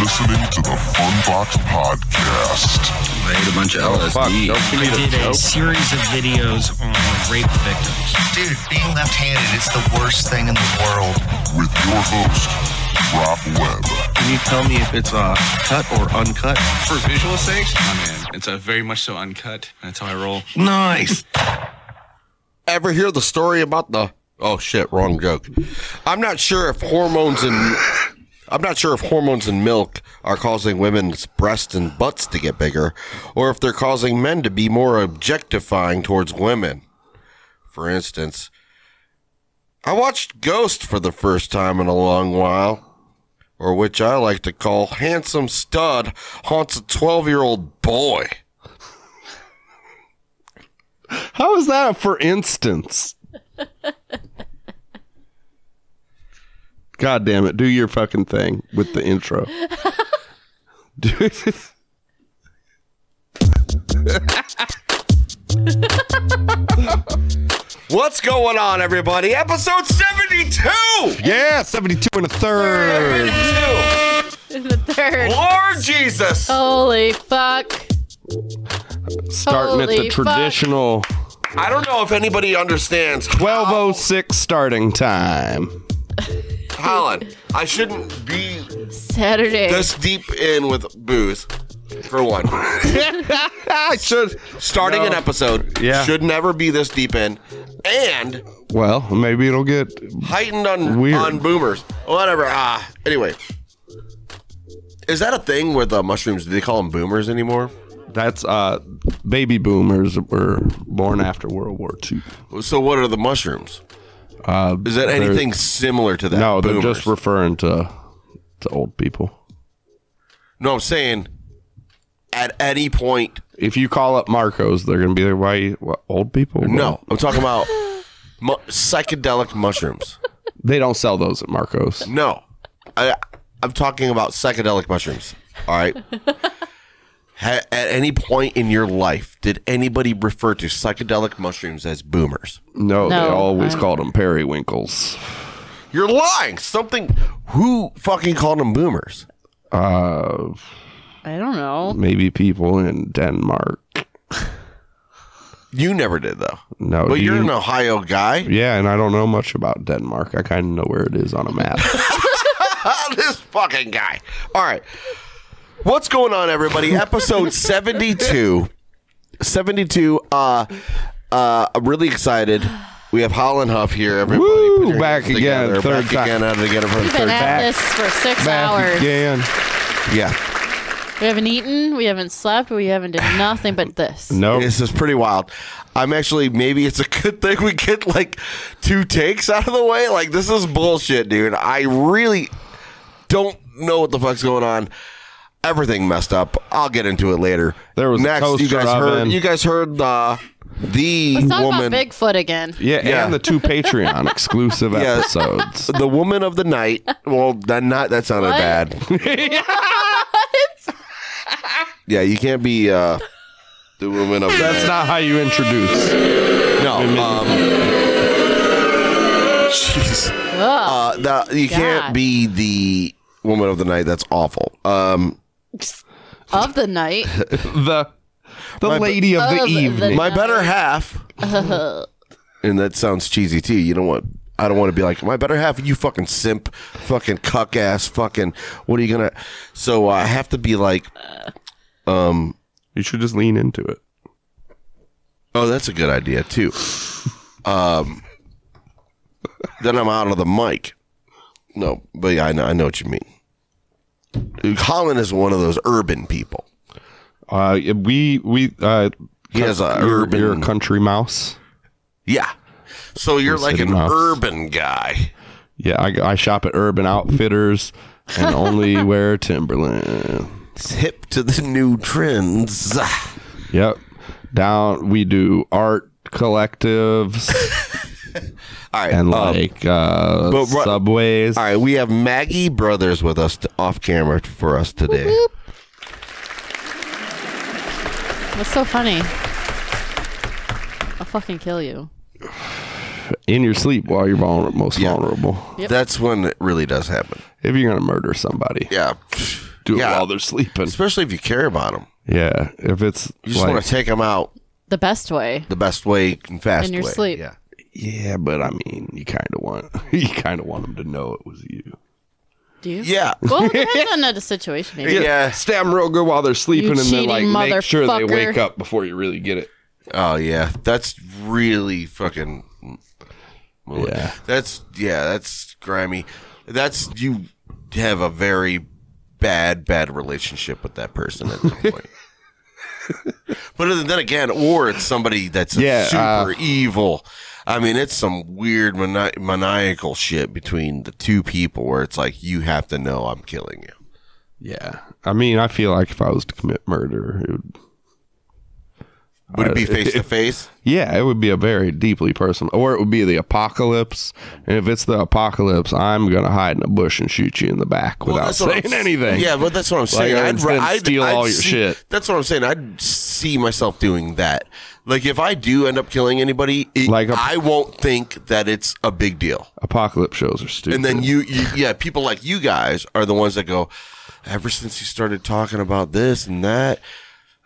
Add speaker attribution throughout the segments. Speaker 1: listening to the Funbox Podcast.
Speaker 2: I ate a bunch of
Speaker 3: Oh, Fuck,
Speaker 2: LSD.
Speaker 3: don't give me
Speaker 4: I
Speaker 3: the
Speaker 4: did a
Speaker 3: dope.
Speaker 4: series of videos on rape victims.
Speaker 5: Dude, being left-handed is the worst thing in the world.
Speaker 1: With your host, Rob Webb.
Speaker 3: Can you tell me if it's uh, cut or uncut?
Speaker 2: For visual sakes, oh man, it's a very much so uncut. That's how I roll.
Speaker 3: Nice. Ever hear the story about the? Oh shit, wrong joke. I'm not sure if hormones and I'm not sure if hormones in milk are causing women's breasts and butts to get bigger, or if they're causing men to be more objectifying towards women. For instance, I watched Ghost for the first time in a long while or which I like to call handsome stud, haunts a 12 year old boy.
Speaker 6: How is that a for instance? God damn it. Do your fucking thing with the intro. Do-
Speaker 3: What's going on, everybody? Episode 72!
Speaker 6: yeah, 72 and a third.
Speaker 3: 72!
Speaker 7: the third.
Speaker 3: Lord Jesus!
Speaker 7: Holy fuck.
Speaker 6: Starting at the
Speaker 7: Holy fuck.
Speaker 6: traditional
Speaker 3: I don't know if anybody understands.
Speaker 6: 1206 starting time.
Speaker 3: Holland, I shouldn't be
Speaker 7: Saturday.
Speaker 3: this deep in with booze, for one.
Speaker 6: I should.
Speaker 3: Starting an episode
Speaker 6: Yeah.
Speaker 3: should never be this deep in. And
Speaker 6: Well, maybe it'll get.
Speaker 3: heightened on
Speaker 6: Weird.
Speaker 3: on boomers. Whatever. Ah, anyway. Is that a thing with uh, mushrooms? Do they call them boomers anymore?
Speaker 6: That's uh, baby boomers were born after World War II.
Speaker 3: So what are the mushrooms?
Speaker 6: Uh,
Speaker 3: Is that
Speaker 6: they're-
Speaker 3: anything similar to that?
Speaker 6: No, they're
Speaker 3: boomers?
Speaker 6: just referring to to old people.
Speaker 3: no, I'm saying at any point.
Speaker 6: If you call up Marcos, they're gonna be like, "Why you- what, old people?"
Speaker 3: No, I'm talking about mu- psychedelic mushrooms.
Speaker 6: they don't sell those at Marcos.
Speaker 3: No, I, I'm talking about psychedelic mushrooms. All right. Ha- at any point in your life, did anybody refer to psychedelic mushrooms as boomers?
Speaker 6: No, they
Speaker 7: No,
Speaker 6: always
Speaker 7: I-
Speaker 6: called them periwinkles.
Speaker 3: You're lying. Something. Who fucking called them boomers?
Speaker 6: Uh,
Speaker 7: I don't know.
Speaker 6: maybe people in Denmark.
Speaker 3: You never did though.
Speaker 6: No,
Speaker 3: But
Speaker 6: do
Speaker 3: you're
Speaker 6: you-
Speaker 3: an Ohio guy.
Speaker 6: Yeah, and I don't know much about Denmark. I kind of know where it is on a map.
Speaker 3: this fucking guy. All right. What's going on, everybody? Episode 72. 72. Uh, uh, I'm really excited. We have Holland Huff here, everybody.
Speaker 6: Woo,
Speaker 3: Put your
Speaker 6: back
Speaker 3: hands
Speaker 6: again,
Speaker 3: together.
Speaker 6: third
Speaker 3: back
Speaker 6: time.
Speaker 3: again, out again for the
Speaker 7: We've been
Speaker 3: third
Speaker 7: at
Speaker 6: back.
Speaker 7: this for six
Speaker 6: Back
Speaker 7: hours.
Speaker 6: again.
Speaker 3: Yeah.
Speaker 7: We haven't eaten. We haven't slept. We haven't done nothing but this.
Speaker 6: No,
Speaker 3: This is pretty wild. I'm actually, maybe it's a good thing we get like two takes out of the way. Like, this is bullshit, dude. I really don't know what the fuck's going on. Everything messed up. I'll get into it later.
Speaker 6: There was a
Speaker 3: next. you
Speaker 6: toaster
Speaker 3: guys
Speaker 6: oven.
Speaker 3: heard. You guys heard the the
Speaker 7: Let's talk
Speaker 3: woman,
Speaker 7: about Bigfoot again.
Speaker 6: yeah,
Speaker 3: Yeah.
Speaker 6: and the two Patreon exclusive
Speaker 3: Yeah.
Speaker 6: episodes.
Speaker 3: the woman of the night. Well, that not that sounded
Speaker 7: What?
Speaker 3: bad. yeah, you can't be uh, the woman of the
Speaker 6: That's
Speaker 3: night.
Speaker 6: not how you introduce.
Speaker 3: No. Um, jeez. Uh, the, you can't
Speaker 7: God.
Speaker 3: be the woman of the night. That's awful. Um,
Speaker 7: Of the night.
Speaker 6: The the
Speaker 3: My-
Speaker 6: lady of the
Speaker 7: Of the-
Speaker 6: evening.
Speaker 3: my better half, and that sounds cheesy too. You don't want. I don't want to be like my better half. You fucking simp, fucking cuck ass, fucking. What are you gonna? So I have to be like,
Speaker 6: you should just lean into it.
Speaker 3: oh, that's a good idea too. Um, then I'm out of the mic. No, but yeah, I know, I know what you mean. Colin is one of those urban people.
Speaker 6: Uh, we we uh,
Speaker 3: He has a
Speaker 6: you're,
Speaker 3: urban-
Speaker 6: you're a country mouse.
Speaker 3: Yeah. So you're like
Speaker 6: City
Speaker 3: an
Speaker 6: Mouse.
Speaker 3: urban guy.
Speaker 6: Yeah, I, I shop at Urban Outfitters and only wear Timberland.
Speaker 3: Hip to the new trends.
Speaker 6: Yep. Down we do art collectives
Speaker 3: All right.
Speaker 6: and
Speaker 3: um,
Speaker 6: like uh,
Speaker 3: but ru-
Speaker 6: subways.
Speaker 3: all right, we have Maggie Brothers with us t off camera for us today.
Speaker 7: What's so funny? I'll fucking kill you.
Speaker 6: In your sleep while you're vulnerable, most
Speaker 3: Yeah.
Speaker 6: vulnerable.
Speaker 7: Yep.
Speaker 3: That's when it really does happen.
Speaker 6: If you're gonna murder somebody,
Speaker 3: Yeah.
Speaker 6: do
Speaker 3: Yeah.
Speaker 6: it while they're sleeping.
Speaker 3: especially if you care about them.
Speaker 6: Yeah, if it's
Speaker 3: You just
Speaker 6: like-
Speaker 3: want to take them out
Speaker 7: The best way.
Speaker 3: the best way and fast
Speaker 7: In your
Speaker 3: way.
Speaker 7: sleep.
Speaker 3: Yeah.
Speaker 6: yeah, but I mean, you kind of want you kind of want them to know it was you.
Speaker 7: Do you?
Speaker 3: Yeah.
Speaker 7: Well, it depends on the situation. Maybe.
Speaker 3: Yeah.
Speaker 6: stab them real good while they're sleeping,
Speaker 7: You
Speaker 6: and then like
Speaker 7: cheating
Speaker 6: make sure they
Speaker 7: motherfucker.
Speaker 6: wake up before you really get it.
Speaker 3: Oh yeah, that's really fucking.
Speaker 6: Yeah.
Speaker 3: That's yeah, that's grimy. That's you have a very bad, bad relationship with that person at some point. but then- then again, or it's somebody that's
Speaker 6: Yeah, uh,
Speaker 3: super evil. I mean, it's some weird mani- maniacal shit between the two people where it's like you have to know I'm killing you.
Speaker 6: Yeah, I mean, I feel like if I was to commit murder, it would,
Speaker 3: Would it be
Speaker 6: Uh,
Speaker 3: face to face?
Speaker 6: yeah, it would be a very deeply personal, or it would be the apocalypse. And if it's the apocalypse, I'm gonna hide in a bush and shoot you in the back
Speaker 3: Well,
Speaker 6: without
Speaker 3: that's what I'm
Speaker 6: saying
Speaker 3: s-
Speaker 6: anything.
Speaker 3: Yeah, but that's what I'm saying.
Speaker 6: Like,
Speaker 3: I'd,
Speaker 6: instead
Speaker 3: ra-
Speaker 6: of
Speaker 3: I'd
Speaker 6: steal
Speaker 3: I'd
Speaker 6: all your
Speaker 3: see-
Speaker 6: shit.
Speaker 3: That's what I'm saying. I'd see myself doing that. Like if I do end up killing anybody, it,
Speaker 6: Like a-
Speaker 3: I won't think that it's a big deal.
Speaker 6: apocalypse shows are stupid.
Speaker 3: And then you, you, yeah, people like you guys are the ones that go. Ever since you started talking about this and that,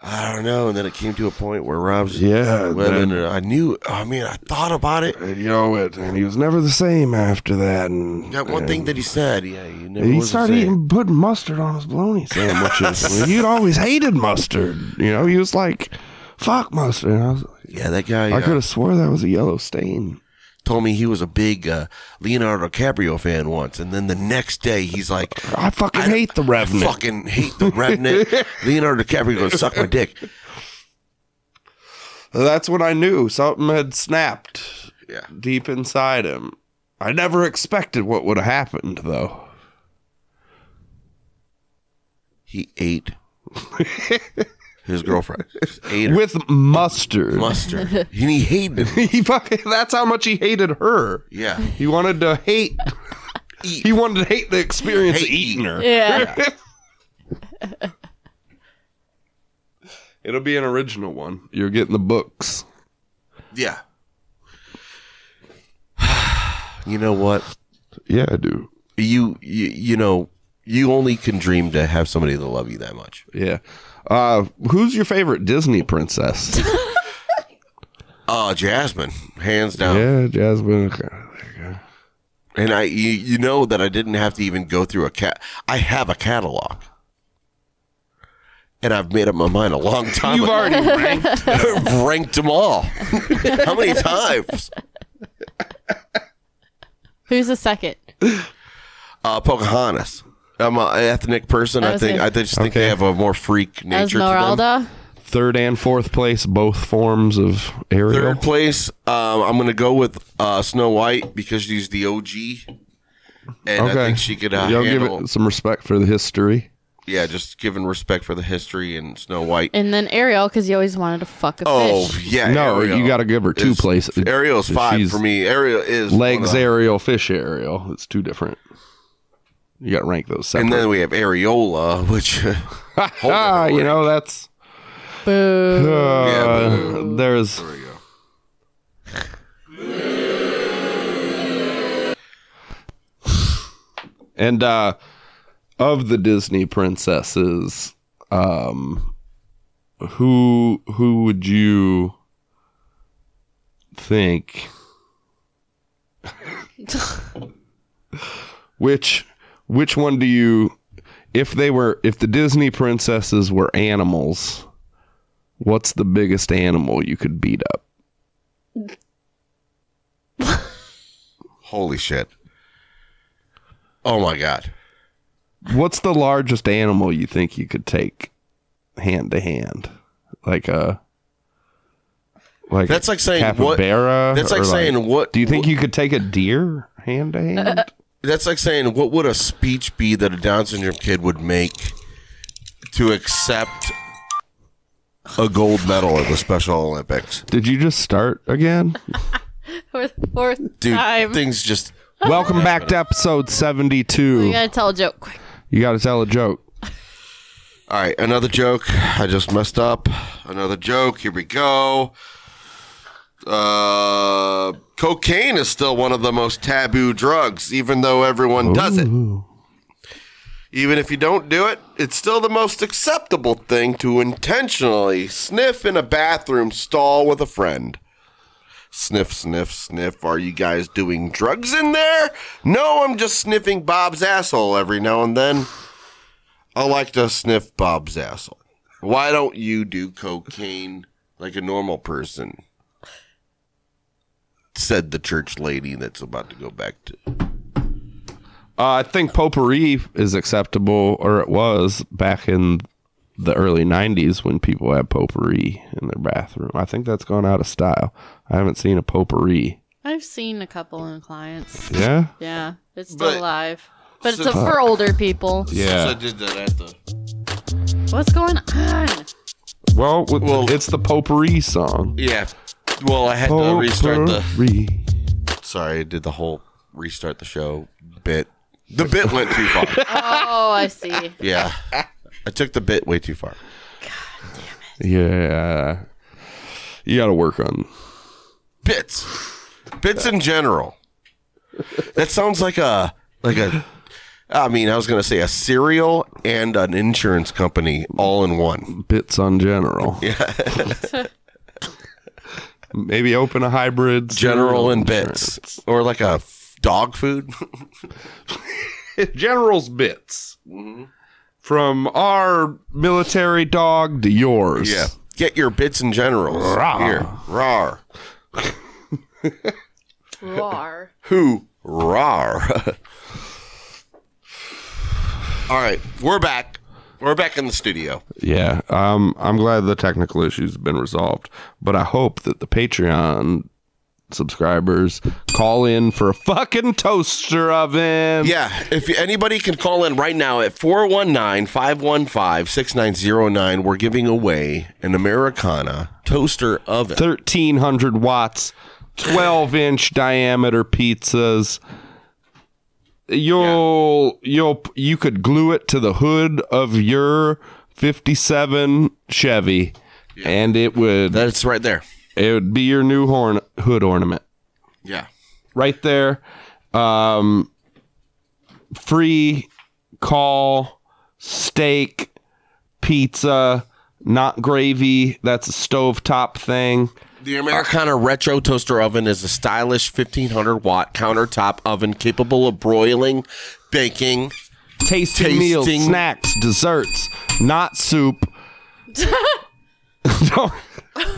Speaker 3: I don't know. And then it came to a point where Rob's
Speaker 6: Yeah,
Speaker 3: women.
Speaker 6: then-
Speaker 3: and I knew. I mean, I thought about it.
Speaker 6: And, you know it, and he was never the same after that. And
Speaker 3: That one thing that he said, yeah, you never.
Speaker 6: He
Speaker 3: was the
Speaker 6: started
Speaker 3: same.
Speaker 6: eating putting mustard on his bologna sandwiches. He'd always hated mustard. You know, he was like, "Fuck mustard." And I, was,
Speaker 3: Yeah, that guy.
Speaker 6: I
Speaker 3: uh,
Speaker 6: could have swore that was a yellow stain.
Speaker 3: told me he was a big uh, Leonardo DiCaprio fan once, and then the next day he's like,
Speaker 6: I fucking hate the Revenant.
Speaker 3: fucking hate the Revenant. Leonardo DiCaprio gonna suck my dick."
Speaker 6: That's when I knew something had snapped
Speaker 3: Yeah.
Speaker 6: deep inside him. I never expected what would have happened, though.
Speaker 3: He ate his girlfriend, Just ate her
Speaker 6: With mustard,
Speaker 3: mustard, and he hated it.
Speaker 6: he fucking, that's how much he hated her.
Speaker 3: Yeah,
Speaker 6: He wanted to hate.
Speaker 3: Eat.
Speaker 6: He wanted to hate the experience of
Speaker 3: Hate
Speaker 6: eating her.
Speaker 7: Yeah.
Speaker 6: It'll be an original one. You're getting the books.
Speaker 3: yeah. you know what?
Speaker 6: Yeah, I do.
Speaker 3: You, you you know you only can dream to have somebody that love you that much.
Speaker 6: Yeah. Uh, who's your favorite Disney princess?
Speaker 3: Oh, Jasmine, hands down.
Speaker 6: yeah, Jasmine.
Speaker 3: And I, you, you know that I didn't have to even go through a cat. I have a catalog, and I've made up my mind a long time.
Speaker 6: You've
Speaker 3: ago.
Speaker 6: already ranked.
Speaker 3: ranked them all. How many times?
Speaker 7: Who's the second?
Speaker 3: Uh, Pocahontas. I'm an ethnic person.
Speaker 7: I
Speaker 3: I
Speaker 7: was
Speaker 3: think
Speaker 7: gonna-
Speaker 3: I just think they
Speaker 6: Okay.
Speaker 3: have a more freak nature to them.
Speaker 7: Esmeralda.
Speaker 6: Third and fourth place, both forms of Ariel.
Speaker 3: Third place, um, I'm going to go with uh, Snow White because she's the OG, and I think she could uh,
Speaker 6: Y'all give
Speaker 3: handle.
Speaker 6: it some respect for the history.
Speaker 3: yeah, just giving respect for the history and Snow White.
Speaker 7: And then Ariel, because you always wanted to fuck a
Speaker 3: Oh
Speaker 7: fish.
Speaker 3: yeah,
Speaker 6: No, you gotta give her two
Speaker 3: is-
Speaker 6: places.
Speaker 3: Ariel's five
Speaker 6: She's-
Speaker 3: for me. Ariel is one
Speaker 6: Legs
Speaker 3: of the-
Speaker 6: Ariel, fish Ariel. It's two different. You got to rank those separate.
Speaker 3: and then we have Areola, which
Speaker 6: ah, you know that's
Speaker 7: Boo.
Speaker 3: yeah,
Speaker 6: uh, there's and uh of the disney princesses um who who would you think which which one do you if they were if the disney princesses were animals What's the biggest animal you could beat up?
Speaker 3: holy shit! Oh my god!
Speaker 6: What's the largest animal you think you could take hand to hand? Like a like
Speaker 3: That's like saying what-
Speaker 6: capybara.
Speaker 3: that's like
Speaker 6: or
Speaker 3: saying what-
Speaker 6: Do you think you could take a deer hand to hand?
Speaker 3: That's like saying what would a speech be that a Down syndrome kid would make to accept a gold medal at the Special Olympics?
Speaker 6: Did you just start again?
Speaker 7: For the fourth
Speaker 3: Dude,
Speaker 7: time.
Speaker 3: things just
Speaker 6: Welcome back to episode
Speaker 7: we
Speaker 6: seventy-two.
Speaker 7: gotta tell a joke quick.
Speaker 6: You got to tell a joke.
Speaker 3: All right, another joke. I just messed up. Another joke. Here we go. Uh, cocaine is still one of the most taboo drugs, even though everyone does it. Even if you don't do it, it's still the most acceptable thing to intentionally sniff in a bathroom stall with a friend. Sniff, sniff, sniff. Are you guys doing drugs in there? No, I'm just sniffing Bob's asshole every now and then. I like to sniff Bob's asshole. Why don't you do cocaine like a normal person? Said the church lady that's about to go back to
Speaker 6: Uh, I think potpourri is acceptable, or it was back in the early '90s when people had potpourri in their bathroom. I think that's gone out of style. I haven't seen a potpourri.
Speaker 7: I've seen a couple in clients.
Speaker 6: Yeah,
Speaker 7: Yeah, it's still
Speaker 3: But-
Speaker 7: alive, but it's
Speaker 3: So-
Speaker 7: a, for older people.
Speaker 3: I did that at the
Speaker 7: What's going on?
Speaker 6: Well, with
Speaker 3: Well-
Speaker 6: it's the potpourri song.
Speaker 3: Yeah. Well, I had to restart the.
Speaker 6: Potpourri.
Speaker 3: Sorry, I did the whole restart the show bit. The bit went too far.
Speaker 7: Oh, I see.
Speaker 3: Yeah. I took the bit way too far.
Speaker 6: Yeah, you got to work on.
Speaker 3: Bits. Bits in general. That sounds like a like a I mean, I was going to say a cereal and an insurance company all in one.
Speaker 6: bits on general. Maybe open a hybrid.
Speaker 3: General and
Speaker 6: insurance.
Speaker 3: bits or like a f- dog food.
Speaker 6: General's bits. From our military dog to yours.
Speaker 3: Get your bits in general.
Speaker 6: Rah.
Speaker 3: Here. Rar.
Speaker 7: Roar.
Speaker 3: Who? Rar. All right, we're back. We're back in the studio.
Speaker 6: Yeah. Um, I'm glad the technical issues have been resolved, but I hope that the Patreon subscribers call in for a fucking toaster oven.
Speaker 3: Yeah, if anybody can call in right now at 419-515-6909, we're giving away an Americana toaster oven.
Speaker 6: 1300 watts 12 inch diameter pizzas you'll you'll you could glue it to the hood of your 57 chevy and it would
Speaker 3: That's right there.
Speaker 6: it would be your new horn hood ornament
Speaker 3: Yeah.
Speaker 6: right there um free call steak pizza not gravy that's a stovetop thing
Speaker 3: The Americana Retro Toaster Oven is a stylish 1500 watt countertop oven capable of broiling, baking,
Speaker 6: tasting,
Speaker 3: Tasting-
Speaker 6: meals, snacks, desserts, not soup. don't,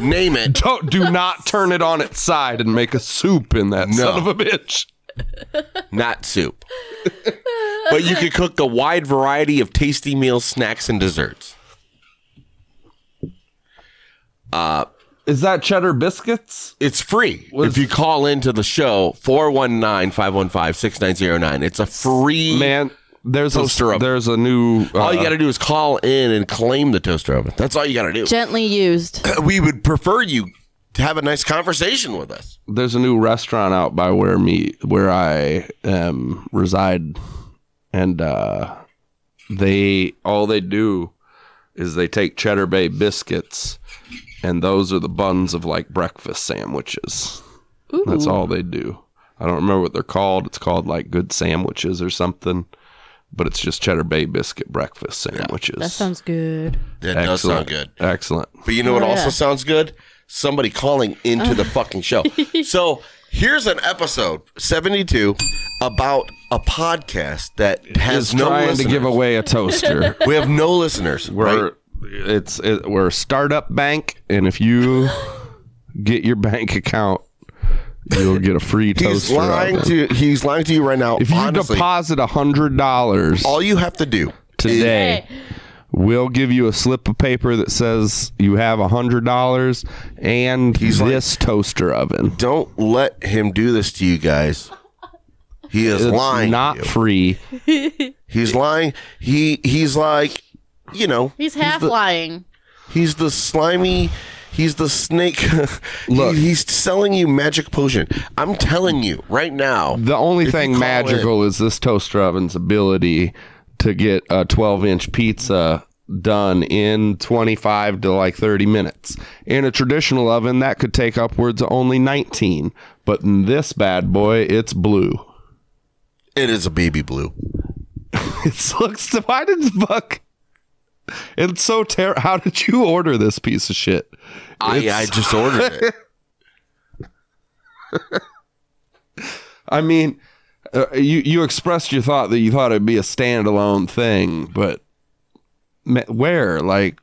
Speaker 3: name it.
Speaker 6: don't do not turn it on its side and make a soup in that son of a bitch.
Speaker 3: not soup. but you can cook a wide variety of tasty meals, snacks, and desserts.
Speaker 6: Is that cheddar biscuits?
Speaker 3: It's free if you call into the show 419-515-6909. It's a free
Speaker 6: Man, there's
Speaker 3: Toaster
Speaker 6: a
Speaker 3: oven.
Speaker 6: there's a new uh,
Speaker 3: All you got to do is call in and claim the toaster oven. That's all you got to do.
Speaker 7: Gently used.
Speaker 3: We would prefer you to have a nice conversation with us.
Speaker 6: there's a new restaurant out by where me where I um reside and uh they all they do is they take cheddar bay biscuits and those are the buns of like breakfast sandwiches. That's all they do. I don't remember what they're called. It's called like good sandwiches or something. But it's just cheddar bay biscuit breakfast sandwiches.
Speaker 7: That sounds good.
Speaker 3: That does sound good.
Speaker 6: Excellent.
Speaker 3: But you know what
Speaker 7: Oh,
Speaker 3: also
Speaker 7: yeah. Oh.
Speaker 3: sounds good? Somebody calling into the fucking show. So here's an episode 72 about a podcast that has
Speaker 6: Is
Speaker 3: no
Speaker 6: trying to give
Speaker 3: listeners.
Speaker 6: away a toaster.
Speaker 3: We have no listeners.
Speaker 6: We're
Speaker 3: right?
Speaker 6: it's it, we're a startup bank, and if you get your bank account, you'll get a free
Speaker 3: He's
Speaker 6: toaster.
Speaker 3: lying
Speaker 6: oven.
Speaker 3: to he's lying to you right now.
Speaker 6: if you
Speaker 3: Honestly,
Speaker 6: deposit a hundred dollars
Speaker 3: all you have to do
Speaker 6: today, we'll give you a slip of paper that says you have a hundred dollars and this toaster oven.
Speaker 3: don't let him do this to you guys. He is
Speaker 6: It's
Speaker 3: lying. to
Speaker 6: not
Speaker 3: you.
Speaker 6: free.
Speaker 3: He's lying. He he's like, you know,
Speaker 7: He's half lying.
Speaker 3: he's the slimy. He's the snake.
Speaker 6: Look.
Speaker 3: he, he's selling you magic potion. I'm telling you right now.
Speaker 6: The only
Speaker 3: if you
Speaker 6: thing
Speaker 3: call
Speaker 6: magical is this toaster oven's ability to get a 12 inch pizza done in 25 to like 30 minutes. In a traditional oven, that could take upwards of only 19. But in this bad boy, it's blue.
Speaker 3: it, it is a baby blue.
Speaker 6: it looks. Why did fuck? It's so terrible. How did you order this piece of shit?
Speaker 3: I,
Speaker 6: It's-
Speaker 3: I just ordered it.
Speaker 6: I mean, uh, you you expressed your thought that you thought it'd be a standalone thing, but ma- where? Like,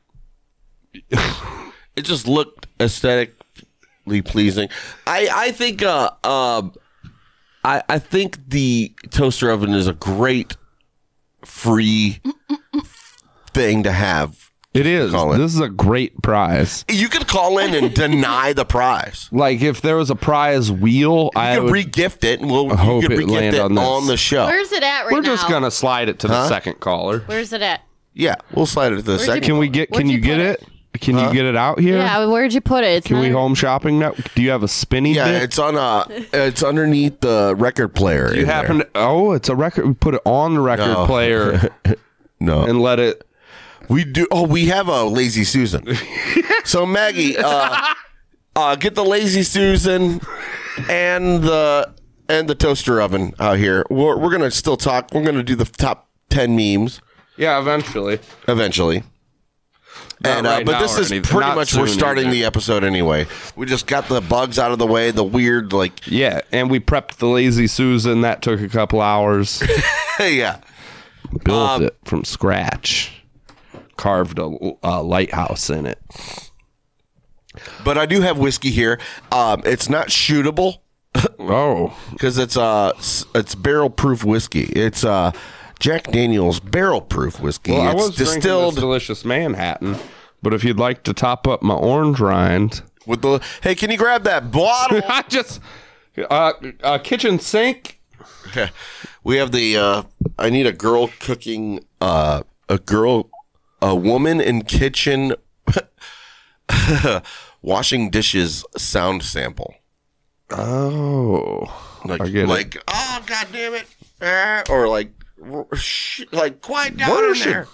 Speaker 3: It just looked aesthetically pleasing. I I think uh um I I think the toaster oven is a great free thing to have.
Speaker 6: it is.
Speaker 3: Call it.
Speaker 6: This is a great prize.
Speaker 3: You could call in and deny the prize.
Speaker 6: Like, if there was a prize wheel,
Speaker 3: You
Speaker 6: I
Speaker 3: could
Speaker 6: would.
Speaker 3: re-gift it, and we'll
Speaker 6: hope
Speaker 3: you could
Speaker 6: it
Speaker 3: re-gift
Speaker 6: land
Speaker 3: it
Speaker 6: on
Speaker 3: on,
Speaker 6: this.
Speaker 3: the show.
Speaker 7: Where's it at right
Speaker 6: we're
Speaker 7: now?
Speaker 6: just gonna slide it to the second caller.
Speaker 7: Where's it at?
Speaker 3: yeah, we'll slide it to the
Speaker 7: Where's
Speaker 3: second.
Speaker 6: Can we get?
Speaker 7: Where'd
Speaker 6: Can
Speaker 7: you
Speaker 6: you get
Speaker 7: put
Speaker 6: it? Can you get it out here?
Speaker 7: Yeah, where'd you put it? It's
Speaker 6: Can we
Speaker 7: not-
Speaker 6: home shopping now? Do you have a spinny?
Speaker 3: yeah,
Speaker 6: bit?
Speaker 3: it's on uh it's underneath the record player.
Speaker 6: You happen to, oh, it's a record. We put it on the record
Speaker 3: No.
Speaker 6: player
Speaker 3: no.
Speaker 6: and let it.
Speaker 3: We do. Oh, we have a lazy Susan. so Maggie, uh, uh, get the lazy Susan and the and the toaster oven out here. We're, we're gonna still talk. We're gonna do the top ten memes
Speaker 6: Yeah, eventually.
Speaker 3: eventually.
Speaker 6: Not
Speaker 3: And, uh,
Speaker 6: right
Speaker 3: but
Speaker 6: now
Speaker 3: this
Speaker 6: or
Speaker 3: is
Speaker 6: anything.
Speaker 3: pretty
Speaker 6: Not
Speaker 3: much we're
Speaker 6: soon
Speaker 3: starting
Speaker 6: either.
Speaker 3: the episode anyway. We just got the bugs out of the way. The weird like
Speaker 6: Yeah, and we prepped the lazy Susan. That took a couple hours.
Speaker 3: yeah.
Speaker 6: Built it from scratch. Carved a, a lighthouse in it.
Speaker 3: But I do have whiskey here. Um, it's not shootable.
Speaker 6: Oh,
Speaker 3: because it's uh s- it's barrel proof whiskey. It's uh Jack Daniel's barrel proof whiskey.
Speaker 6: well, I
Speaker 3: it's
Speaker 6: was distilled
Speaker 3: distilled
Speaker 6: delicious Manhattan. But if you'd like to top up my orange rind,
Speaker 3: with the. Hey, can you grab that bottle?
Speaker 6: I just uh, uh kitchen sink.
Speaker 3: we have the. uh I need a girl cooking. uh A girl, a woman in kitchen, washing dishes sound sample.
Speaker 6: Oh,
Speaker 3: Like,
Speaker 6: get it.
Speaker 3: like oh god damn it, Ah," or like. "R- sh- Like quiet down in
Speaker 6: Washing.
Speaker 3: there.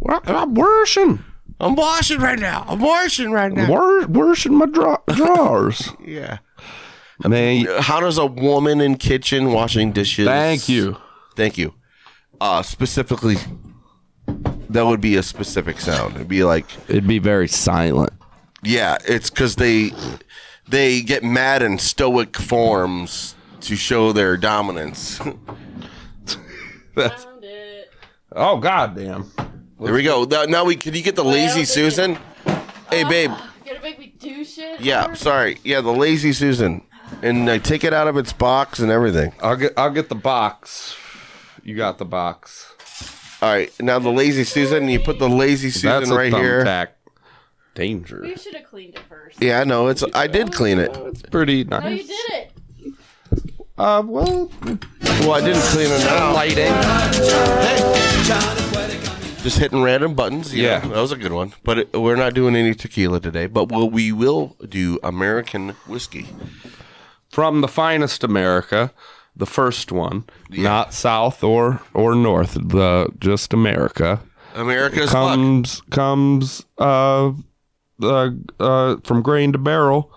Speaker 6: well, I'm washing.
Speaker 3: I'm washing right now. I'm washing right now.
Speaker 6: Wor- worse in my dra- drawers.
Speaker 3: yeah.
Speaker 6: Man,
Speaker 3: How does a woman in kitchen washing dishes?
Speaker 6: thank you.
Speaker 3: Thank you. Uh, specifically, that would be a specific sound. It'd be like,
Speaker 6: It'd be very silent.
Speaker 3: yeah, it's because they they get mad in stoic forms to show their dominance.
Speaker 6: That's, oh goddamn!
Speaker 3: there we go. Now, now we can you get the lazy Susan? Hey, babe.
Speaker 7: Gonna make me do shit?
Speaker 3: Yeah, sorry. Yeah, the lazy Susan, and I take it out of its box and everything.
Speaker 6: I'll get I'll get the box. You got the box.
Speaker 3: All right, now the lazy Susan. You put the lazy Susan
Speaker 6: That's a
Speaker 3: right here.
Speaker 6: thumbtack. Danger.
Speaker 7: You should have cleaned it first.
Speaker 3: Yeah, I know. It's I did clean it.
Speaker 6: It's pretty
Speaker 7: No, you did
Speaker 6: nice.
Speaker 7: it.
Speaker 6: Uh, well,
Speaker 3: Well, I didn't clean it out. Just hitting random buttons. you
Speaker 6: Yeah.
Speaker 3: know, that was a good one. But it, we're not doing any tequila today. But we'll, we will do American whiskey.
Speaker 6: from the finest America, the first one, not South or or North, the just America.
Speaker 3: America's luck.
Speaker 6: comes comes uh, uh, uh, from grain to barrel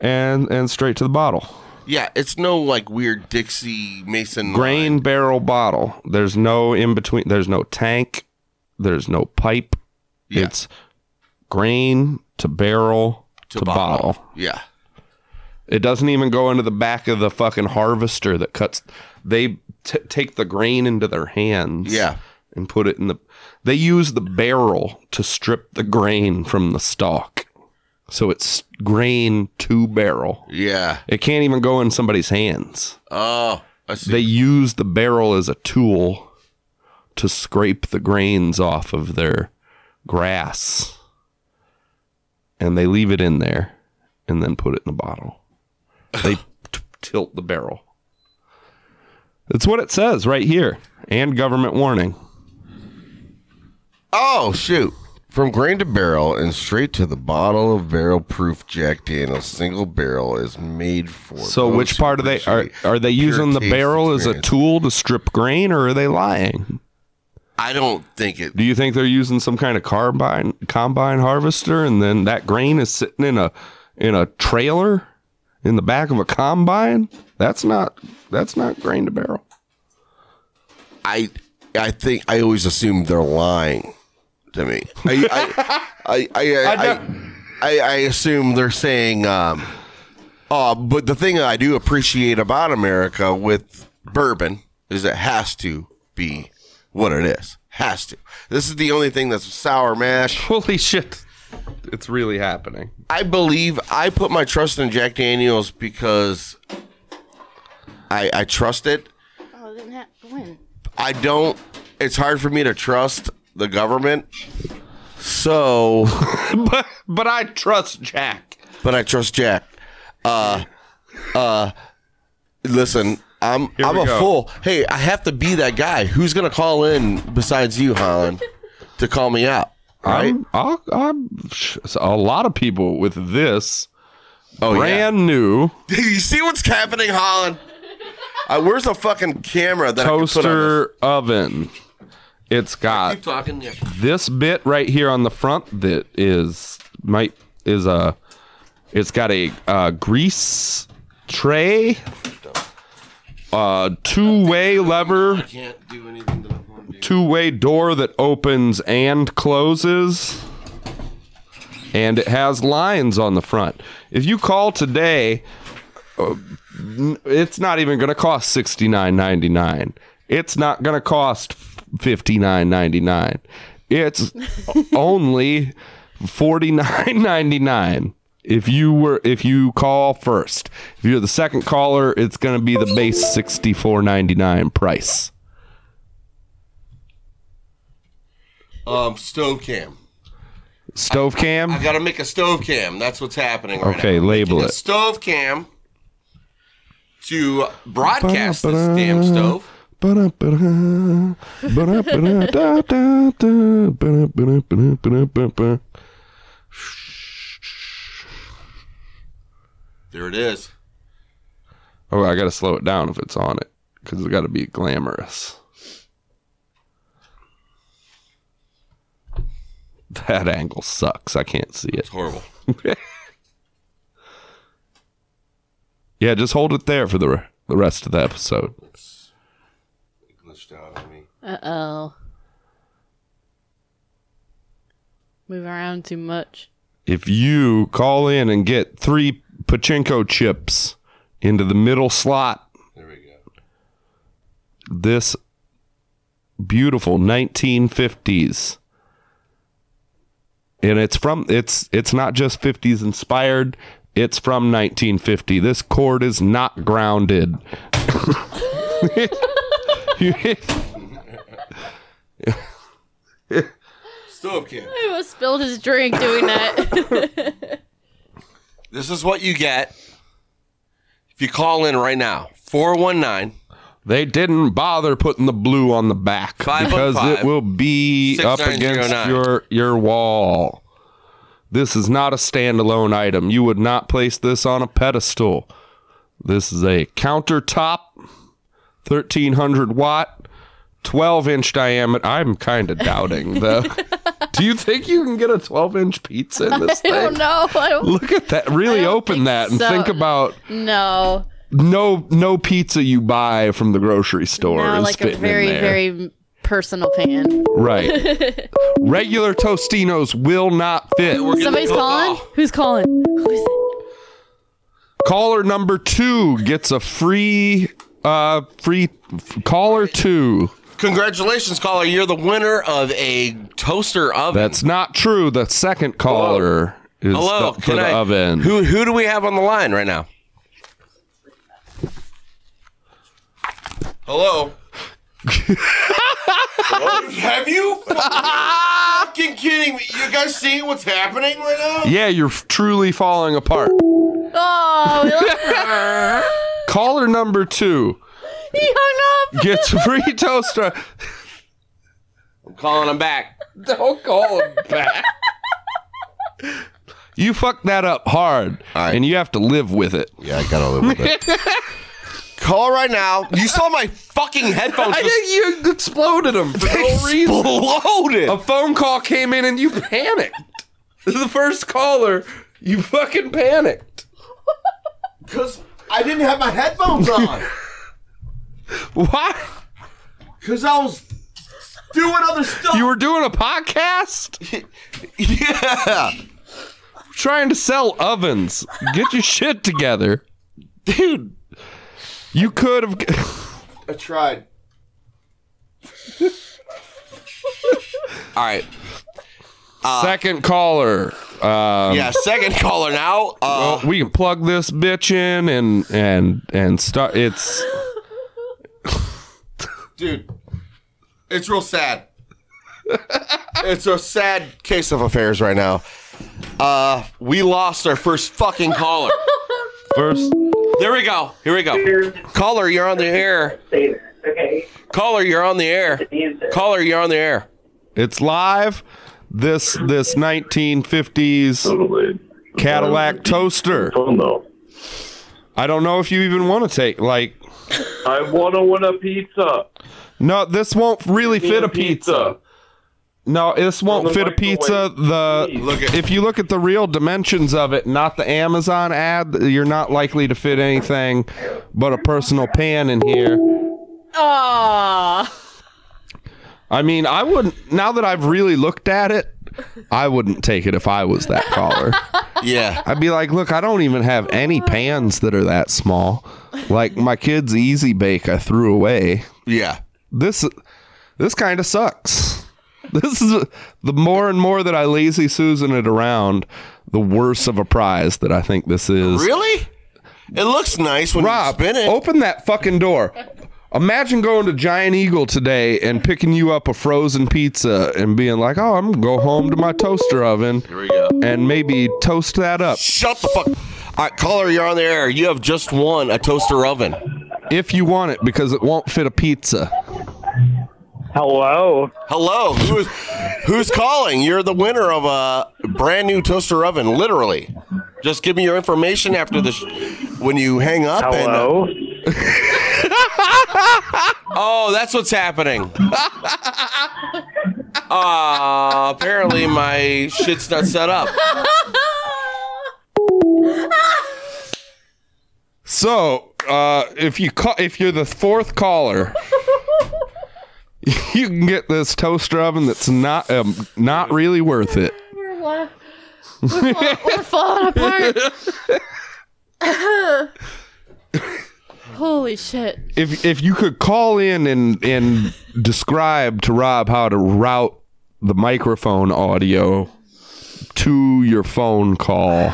Speaker 6: and and straight to the bottle.
Speaker 3: Yeah, it's no like weird Dixie Mason line.
Speaker 6: Grain barrel bottle. There's no in between. There's no tank. There's no pipe.
Speaker 3: Yeah.
Speaker 6: It's grain to barrel to, bottle.
Speaker 3: Yeah,
Speaker 6: It doesn't even go into the back of the fucking harvester that cuts. They t- take the grain into their hands.
Speaker 3: Yeah.
Speaker 6: And put it in the. They use the barrel to strip the grain from the stalk. So it's grain to barrel.
Speaker 3: yeah.
Speaker 6: It can't even go in somebody's hands.
Speaker 3: Oh, I see.
Speaker 6: They use the barrel as a tool to scrape the grains off of their grass. And they leave it in there and then put it in the bottle. They t- tilt the barrel. That's what it says right here. And government warning.
Speaker 3: oh shoot. From grain to barrel and straight to the bottle of barrel proof Jack Daniel's single barrel is made for.
Speaker 6: So
Speaker 3: those
Speaker 6: which
Speaker 3: who
Speaker 6: part are they are
Speaker 3: appreciate
Speaker 6: are they
Speaker 3: pure
Speaker 6: using the
Speaker 3: taste
Speaker 6: barrel as a
Speaker 3: experience.
Speaker 6: tool to strip grain or are they lying?
Speaker 3: I don't think it.
Speaker 6: Do you think they're using some kind of carbine combine harvester, and then that grain is sitting in a in a trailer in the back of a combine? That's not that's not grain to barrel.
Speaker 3: I I think I always assume they're lying to me. I I I I, I, I, I, I assume they're saying. Um, uh, but the thing I do appreciate about America with bourbon is it has to be what it is. Has to. This is the only thing that's sour mash.
Speaker 6: Holy shit. It's really happening.
Speaker 3: I believe I put my trust in Jack Daniels because I I trust it.
Speaker 7: Oh, it didn't have to win.
Speaker 3: I don't. It's hard for me to trust the government. So,
Speaker 6: but but I trust Jack.
Speaker 3: but I trust Jack. Uh, uh, listen, I'm I'm
Speaker 6: we
Speaker 3: a
Speaker 6: go.
Speaker 3: fool. Hey, I have to be that guy. Who's gonna call in besides you, Holland, to call me out? Right?
Speaker 6: I'm, I'll, I'm a lot of people with this
Speaker 3: oh
Speaker 6: brand new
Speaker 3: you see what's happening, Holland? Uh, where's the fucking camera that I can put on this?
Speaker 6: toaster oven. It's got
Speaker 3: Keep talking. Yeah.
Speaker 6: this bit right here on the front that is might is a it's got a uh, grease tray uh two-way lever
Speaker 3: Can't do anything to the phone. dude.
Speaker 6: two-way door that opens and closes and it has lines on the front if you call today uh, n- it's not even going to cost 69.99 it's not going to cost 59.99 it's only 49.99 if you were if you call first if you're the second caller it's going to be the base 64.99 price
Speaker 3: Um, stove cam.
Speaker 6: stove cam
Speaker 3: I gotta make a stove cam. That's what's happening right now.
Speaker 6: Okay, label
Speaker 3: a
Speaker 6: it.
Speaker 3: stove cam to broadcast this damn stove.
Speaker 6: Ba-da-ba-da, ba-da-ba-da, da-da-da, ba-da-ba-da, ba-da-ba-da.
Speaker 3: There it is.
Speaker 6: Oh, I gotta slow it down if it's on it because it's gotta be glamorous. That angle sucks. I can't see it.
Speaker 3: It's horrible.
Speaker 6: Yeah, just hold it there for the re- the rest of the episode.
Speaker 3: Glitched out on me.
Speaker 7: Uh oh. Move around too much.
Speaker 6: If you call in and get three pachinko chips into the middle slot,
Speaker 3: There we go.
Speaker 6: this beautiful 1950s and it's from it's it's not just 50s inspired it's from 1950 this chord is not grounded
Speaker 3: Stove cam.
Speaker 7: He almost spilled his drink doing that.
Speaker 3: This is what you get if you call in right now. 419
Speaker 6: they didn't bother putting the blue on the back
Speaker 3: Five oh
Speaker 6: because
Speaker 3: five.
Speaker 6: it will be
Speaker 3: Six
Speaker 6: up
Speaker 3: nine zero
Speaker 6: against
Speaker 3: nine.
Speaker 6: your your wall this is not a standalone item you would not place this on a pedestal this is a countertop 1300 watt 12 inch diameter i'm kind of doubting though do you think you can get a 12 inch pizza in this
Speaker 7: I
Speaker 6: thing
Speaker 7: don't know. I don't,
Speaker 6: look at that really
Speaker 7: don't
Speaker 6: open
Speaker 7: think
Speaker 6: that and
Speaker 7: so.
Speaker 6: think about
Speaker 7: no.
Speaker 6: no no pizza you buy from the grocery store
Speaker 7: No,
Speaker 6: is
Speaker 7: like a
Speaker 6: fitting
Speaker 7: very,
Speaker 6: in there.
Speaker 7: very personal pan.
Speaker 6: right regular tostinos will not fit
Speaker 7: Somebody's calling?
Speaker 6: Oh.
Speaker 7: Who's calling? Who is it?
Speaker 6: caller number two gets a free uh free f- caller two
Speaker 3: Congratulations, caller. You're the winner of a toaster oven.
Speaker 6: that's not true the second caller is
Speaker 3: Hello,
Speaker 6: the, for
Speaker 3: can
Speaker 6: the
Speaker 3: I-
Speaker 6: oven
Speaker 3: Who who do we have on the line right now? Hello. Hello? have you? fucking kidding me? You guys seeing what's happening right now?
Speaker 6: yeah you're f- truly falling apart
Speaker 7: Oh, he
Speaker 6: caller number two
Speaker 7: hung up.
Speaker 6: gets a free toaster
Speaker 3: I'm calling him back.
Speaker 6: Don't call him back. You fucked that up hard,
Speaker 3: right.
Speaker 6: and you have to live with it.
Speaker 3: Yeah, I got a little bit. Call right now. You saw my fucking headphones just
Speaker 6: you exploded him for
Speaker 3: exploded.
Speaker 6: A phone call came in, and you panicked. the first caller, you fucking panicked.
Speaker 3: Because I didn't have my headphones on.
Speaker 6: Why?
Speaker 3: Because I was doing other stuff.
Speaker 6: You were doing a podcast?
Speaker 3: yeah.
Speaker 6: Trying to sell ovens. Get your shit together. Dude, you could have.
Speaker 3: I tried.
Speaker 2: All right.
Speaker 6: Second caller. Uh,
Speaker 2: Yeah, second caller now. Uh,
Speaker 6: we can plug this bitch in and and and start. It's
Speaker 3: Dude, it's real sad. it's a sad.
Speaker 2: case of affairs right now. Uh, we lost our first fucking caller.
Speaker 6: first.
Speaker 2: There we go. Here we go. Caller, you're on the air.
Speaker 4: Okay.
Speaker 2: Caller, you're on the air. Caller, you're on the air.
Speaker 6: It's live. This this 1950s Cadillac toaster.
Speaker 4: Phone though.
Speaker 6: I don't know if you even want to take like.
Speaker 4: I wanna win a pizza.
Speaker 6: No, this won't really fit a pizza. No, this won't
Speaker 4: the
Speaker 6: fit a pizza. The
Speaker 4: Look
Speaker 6: if you look at the real dimensions of it, not the Amazon ad, you're not likely to fit anything but a personal pan in here.
Speaker 7: Aw.
Speaker 6: I mean, I wouldn't. Now that I've really looked at it, I wouldn't take it if I was that caller.
Speaker 2: Yeah.
Speaker 6: I'd be like, look, I don't even have any pans that are that small. Like my kid's Easy Bake, I threw away.
Speaker 2: Yeah.
Speaker 6: This this kind of sucks. This is the more and more that I lazy Susan it around, the worse of a prize that I think this is.
Speaker 2: Really? It looks nice when
Speaker 6: Rob,
Speaker 2: you spin it.
Speaker 6: open that fucking door. Imagine going to Giant Eagle today and picking you up a frozen pizza and being like, "Oh, I'm gonna go home to my toaster oven." Here we go. And maybe toast that up.
Speaker 2: Shut the fuck. All right, caller, you're on the air. You have just won a toaster oven.
Speaker 6: if you want it because it won't fit a pizza.
Speaker 4: Hello.
Speaker 2: Hello, who's who's calling? You're the winner of a brand new toaster oven, literally. Just give me your information after this when you hang up. And, uh,
Speaker 4: Hello.
Speaker 2: Oh, that's what's happening. uh, apparently my shit's not set up.
Speaker 6: So, uh, if you call, if you're the fourth caller, you can get this toaster oven that's not um, not really worth it.
Speaker 7: We're, la- we're, fall- we're falling apart. Holy shit.
Speaker 6: If if you could call in and and describe to Rob how to route the microphone audio to your phone call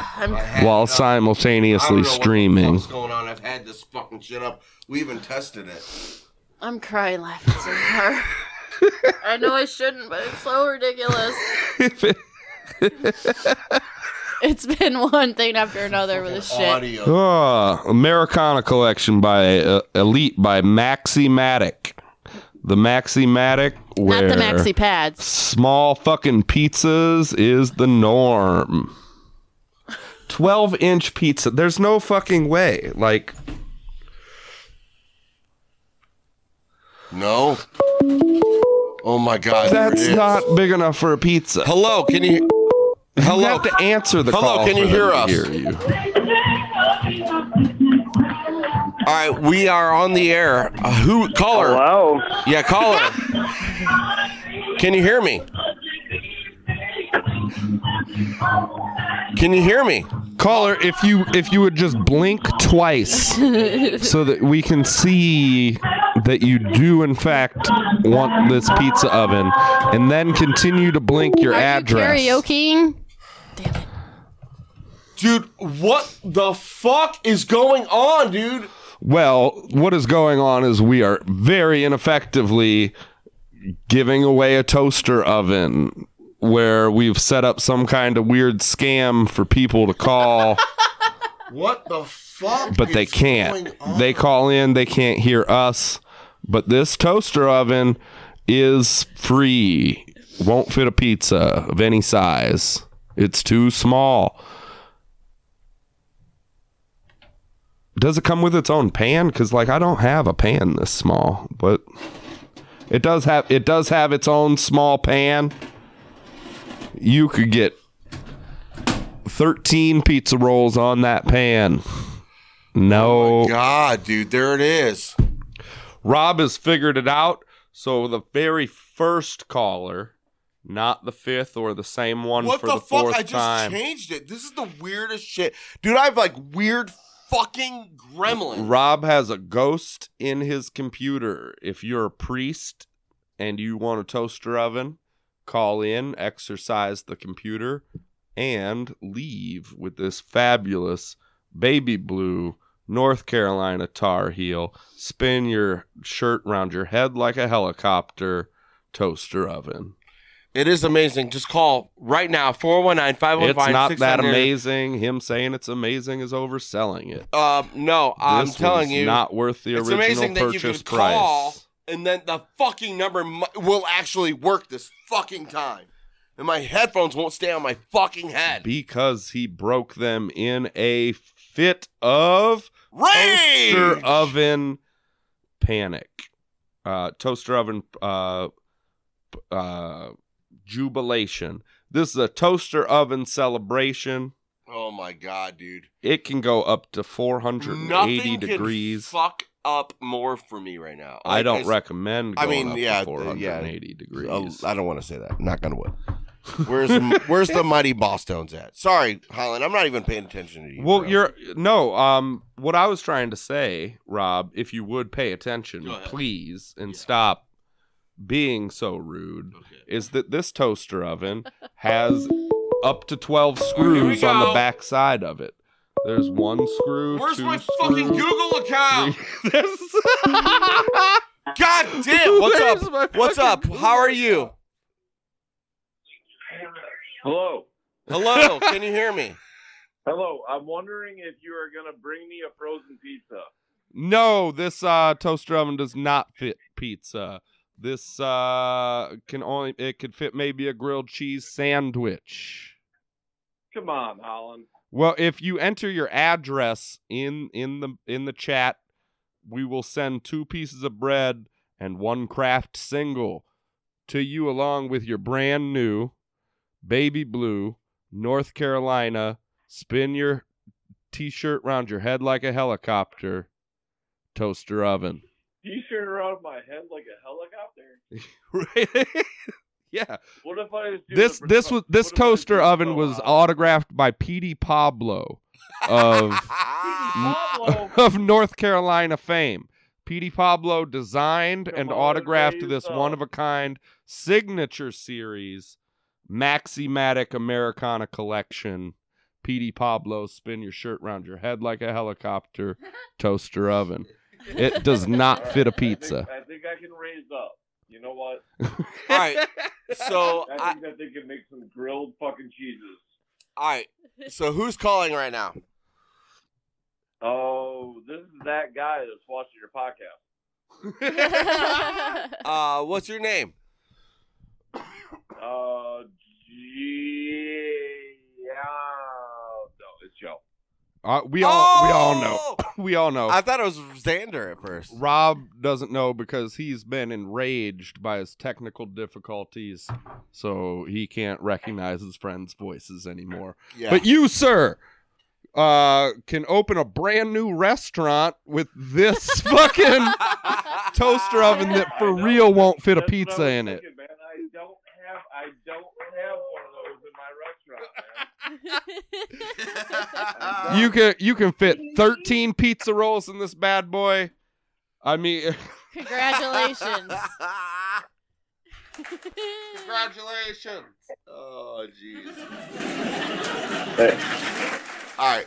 Speaker 6: while simultaneously streaming.
Speaker 2: going on? I've had this fucking shit up. We even tested it.
Speaker 7: I'm crying laughing so hard. I know I shouldn't, but it's so ridiculous. it's been one thing after another with this shit.
Speaker 2: Audio.
Speaker 6: Ah, Americana collection by uh, Elite by Maximatic. The Maximatic
Speaker 7: Not
Speaker 6: where
Speaker 7: the maxi pads.
Speaker 6: small fucking pizzas is the norm. 12 inch pizza. There's no fucking way. Like
Speaker 2: No. Oh my god. there
Speaker 6: that's
Speaker 2: it is.
Speaker 6: not big enough for a pizza.
Speaker 2: Hello, can you
Speaker 6: You
Speaker 2: Hello.
Speaker 6: have to answer the
Speaker 2: Hello,
Speaker 6: call
Speaker 2: can you
Speaker 6: for them
Speaker 2: hear
Speaker 6: to
Speaker 2: us?
Speaker 6: you.
Speaker 2: All right, we are on the air. Uh, who caller?
Speaker 4: Hello.
Speaker 2: Yeah, caller. Can you hear me? Can you hear me?
Speaker 6: Caller, if you if you would just blink twice so that we can see that you do in fact want this pizza oven and then continue to blink your
Speaker 7: Are you
Speaker 6: address.
Speaker 7: karaokeing?
Speaker 3: Dude, what the fuck is going on, dude?
Speaker 6: Well, what is going on is we are very ineffectively giving away a toaster oven where we've set up some kind of weird scam for people to call
Speaker 3: What the fuck?
Speaker 6: but they
Speaker 3: is
Speaker 6: can't.
Speaker 3: going on?
Speaker 6: They call in, they can't hear us. But this toaster oven is free. Won't fit a pizza of any size. It's too small. Does it come with its own pan? Cuz like I don't have a pan this small, but it does have it does have its own small pan. You could get 13 pizza rolls on that pan. No.
Speaker 3: Oh
Speaker 6: Oh.
Speaker 2: God, dude, there it is.
Speaker 6: Rob has figured it out. So the very first caller, not the fifth or the same one
Speaker 8: What
Speaker 6: for
Speaker 8: the,
Speaker 6: the,
Speaker 8: fuck?
Speaker 6: fourth
Speaker 8: I just
Speaker 6: time.
Speaker 8: changed it. This is the weirdest shit. Dude, I have like weird fucking gremlin.
Speaker 6: Rob has a ghost in his computer. If you're a priest and you want a toaster oven, call in, exercise the computer, and leave with this fabulous baby blue North Carolina Tar Heel. Spin your shirt round your head like a helicopter toaster oven.
Speaker 3: It is amazing. Just call right now 419
Speaker 6: It's
Speaker 3: 515
Speaker 6: not that amazing. Him saying it's amazing is overselling it.
Speaker 3: Uh, no, I'm
Speaker 6: This
Speaker 3: telling
Speaker 6: was
Speaker 3: you.
Speaker 6: not worth the
Speaker 3: it's
Speaker 6: original
Speaker 3: amazing that you
Speaker 6: purchase
Speaker 3: could
Speaker 6: price.
Speaker 3: call and then the fucking number mu- will actually work this fucking time. And my headphones won't stay on my fucking head.
Speaker 6: because he broke them in a fit of toaster
Speaker 3: Rage!
Speaker 6: oven panic. Uh, toaster oven uh, p- uh, jubilation. This is a toaster oven celebration.
Speaker 3: Oh my god, dude.
Speaker 6: It can go up to 480
Speaker 3: Nothing
Speaker 6: degrees.
Speaker 3: can fuck up more for me right now.
Speaker 6: I don't
Speaker 3: reckon.
Speaker 6: recommend
Speaker 3: I
Speaker 6: going
Speaker 3: mean,
Speaker 6: up
Speaker 3: yeah,
Speaker 6: to
Speaker 3: the- yeah.
Speaker 6: 480 degrees.
Speaker 3: Oh, I don't want to say that. Not gonna win. Where's the, where's the mighty Boston's at? Sorry, Holland. I'm not even paying attention to you.
Speaker 6: well,
Speaker 3: bro.
Speaker 6: you're no. Um, what I was trying to say, Rob, if you would pay attention,
Speaker 9: Go ahead.
Speaker 6: please, and stop being so rude,
Speaker 9: Okay.
Speaker 6: is that this toaster oven has up to twelve
Speaker 3: Oh,
Speaker 6: screws on the
Speaker 8: go.
Speaker 6: back side of it. There's one screw.
Speaker 8: Where's
Speaker 6: two
Speaker 8: my
Speaker 6: screw,
Speaker 8: fucking Google account?
Speaker 6: three- There's-
Speaker 3: God damn. What's
Speaker 6: Where's
Speaker 3: up?
Speaker 6: my
Speaker 3: What's
Speaker 6: fucking
Speaker 3: up? How are you?
Speaker 2: Hello.
Speaker 3: Hello. Can you hear me?
Speaker 2: Hello. I'm wondering if you are going to bring me a frozen pizza.
Speaker 6: No, this uh, toaster oven does not fit pizza. This uh, can only it could fit maybe a grilled cheese sandwich.
Speaker 2: Come on, Holland.
Speaker 6: Well, if you enter your address in in the in the chat, we will send two pieces of bread and one craft single to you along with your brand new baby blue North Carolina spin your t-shirt round your head like a helicopter toaster oven.
Speaker 2: T-shirt around my head like a helicopter.
Speaker 6: yeah.
Speaker 2: What if I just do
Speaker 6: This
Speaker 2: the
Speaker 6: this
Speaker 2: pro-
Speaker 6: was this
Speaker 2: what if I just do
Speaker 6: toaster
Speaker 2: the
Speaker 6: oven
Speaker 2: pro-
Speaker 6: was autographed by P.D. Pablo of
Speaker 2: Pablo,
Speaker 6: of North Carolina fame. P.D. Pablo designed
Speaker 2: Come
Speaker 6: and
Speaker 2: on,
Speaker 6: autographed
Speaker 2: raise
Speaker 6: this
Speaker 2: up.
Speaker 6: one of a kind signature series, Maximatic Americana Collection. P.D. Pablo, spin your shirt round your head like a helicopter, toaster oven. It does not fit a pizza.
Speaker 2: I think, I think I can raise up. You know what?
Speaker 3: All right. So
Speaker 2: I
Speaker 3: I,
Speaker 2: think that they can make some grilled fucking cheeses.
Speaker 3: all right. So who's calling right now?
Speaker 2: Oh, this is that guy that's watching your podcast.
Speaker 3: Uh, what's your name?
Speaker 2: Uh, gee, yeah. No, it's Joe.
Speaker 6: Uh, we all we all know.
Speaker 3: Oh!
Speaker 6: We all know.
Speaker 3: I thought it was Xander at first.
Speaker 6: Rob doesn't know because he's been enraged by his technical difficulties, so he can't recognize his friends' voices anymore.
Speaker 3: Yeah.
Speaker 6: But you, sir, uh, can open a brand new restaurant with this fucking toaster oven that for
Speaker 2: I know.
Speaker 6: real won't fit a
Speaker 2: That's what I
Speaker 6: pizza
Speaker 2: was
Speaker 6: in it.
Speaker 2: thinking, Man. I don't have, I don't have one of those in my restaurant, man.
Speaker 6: You can you can fit thirteen pizza rolls in this bad boy. I mean,
Speaker 7: Congratulations.
Speaker 3: Congratulations. Oh jeez. All right.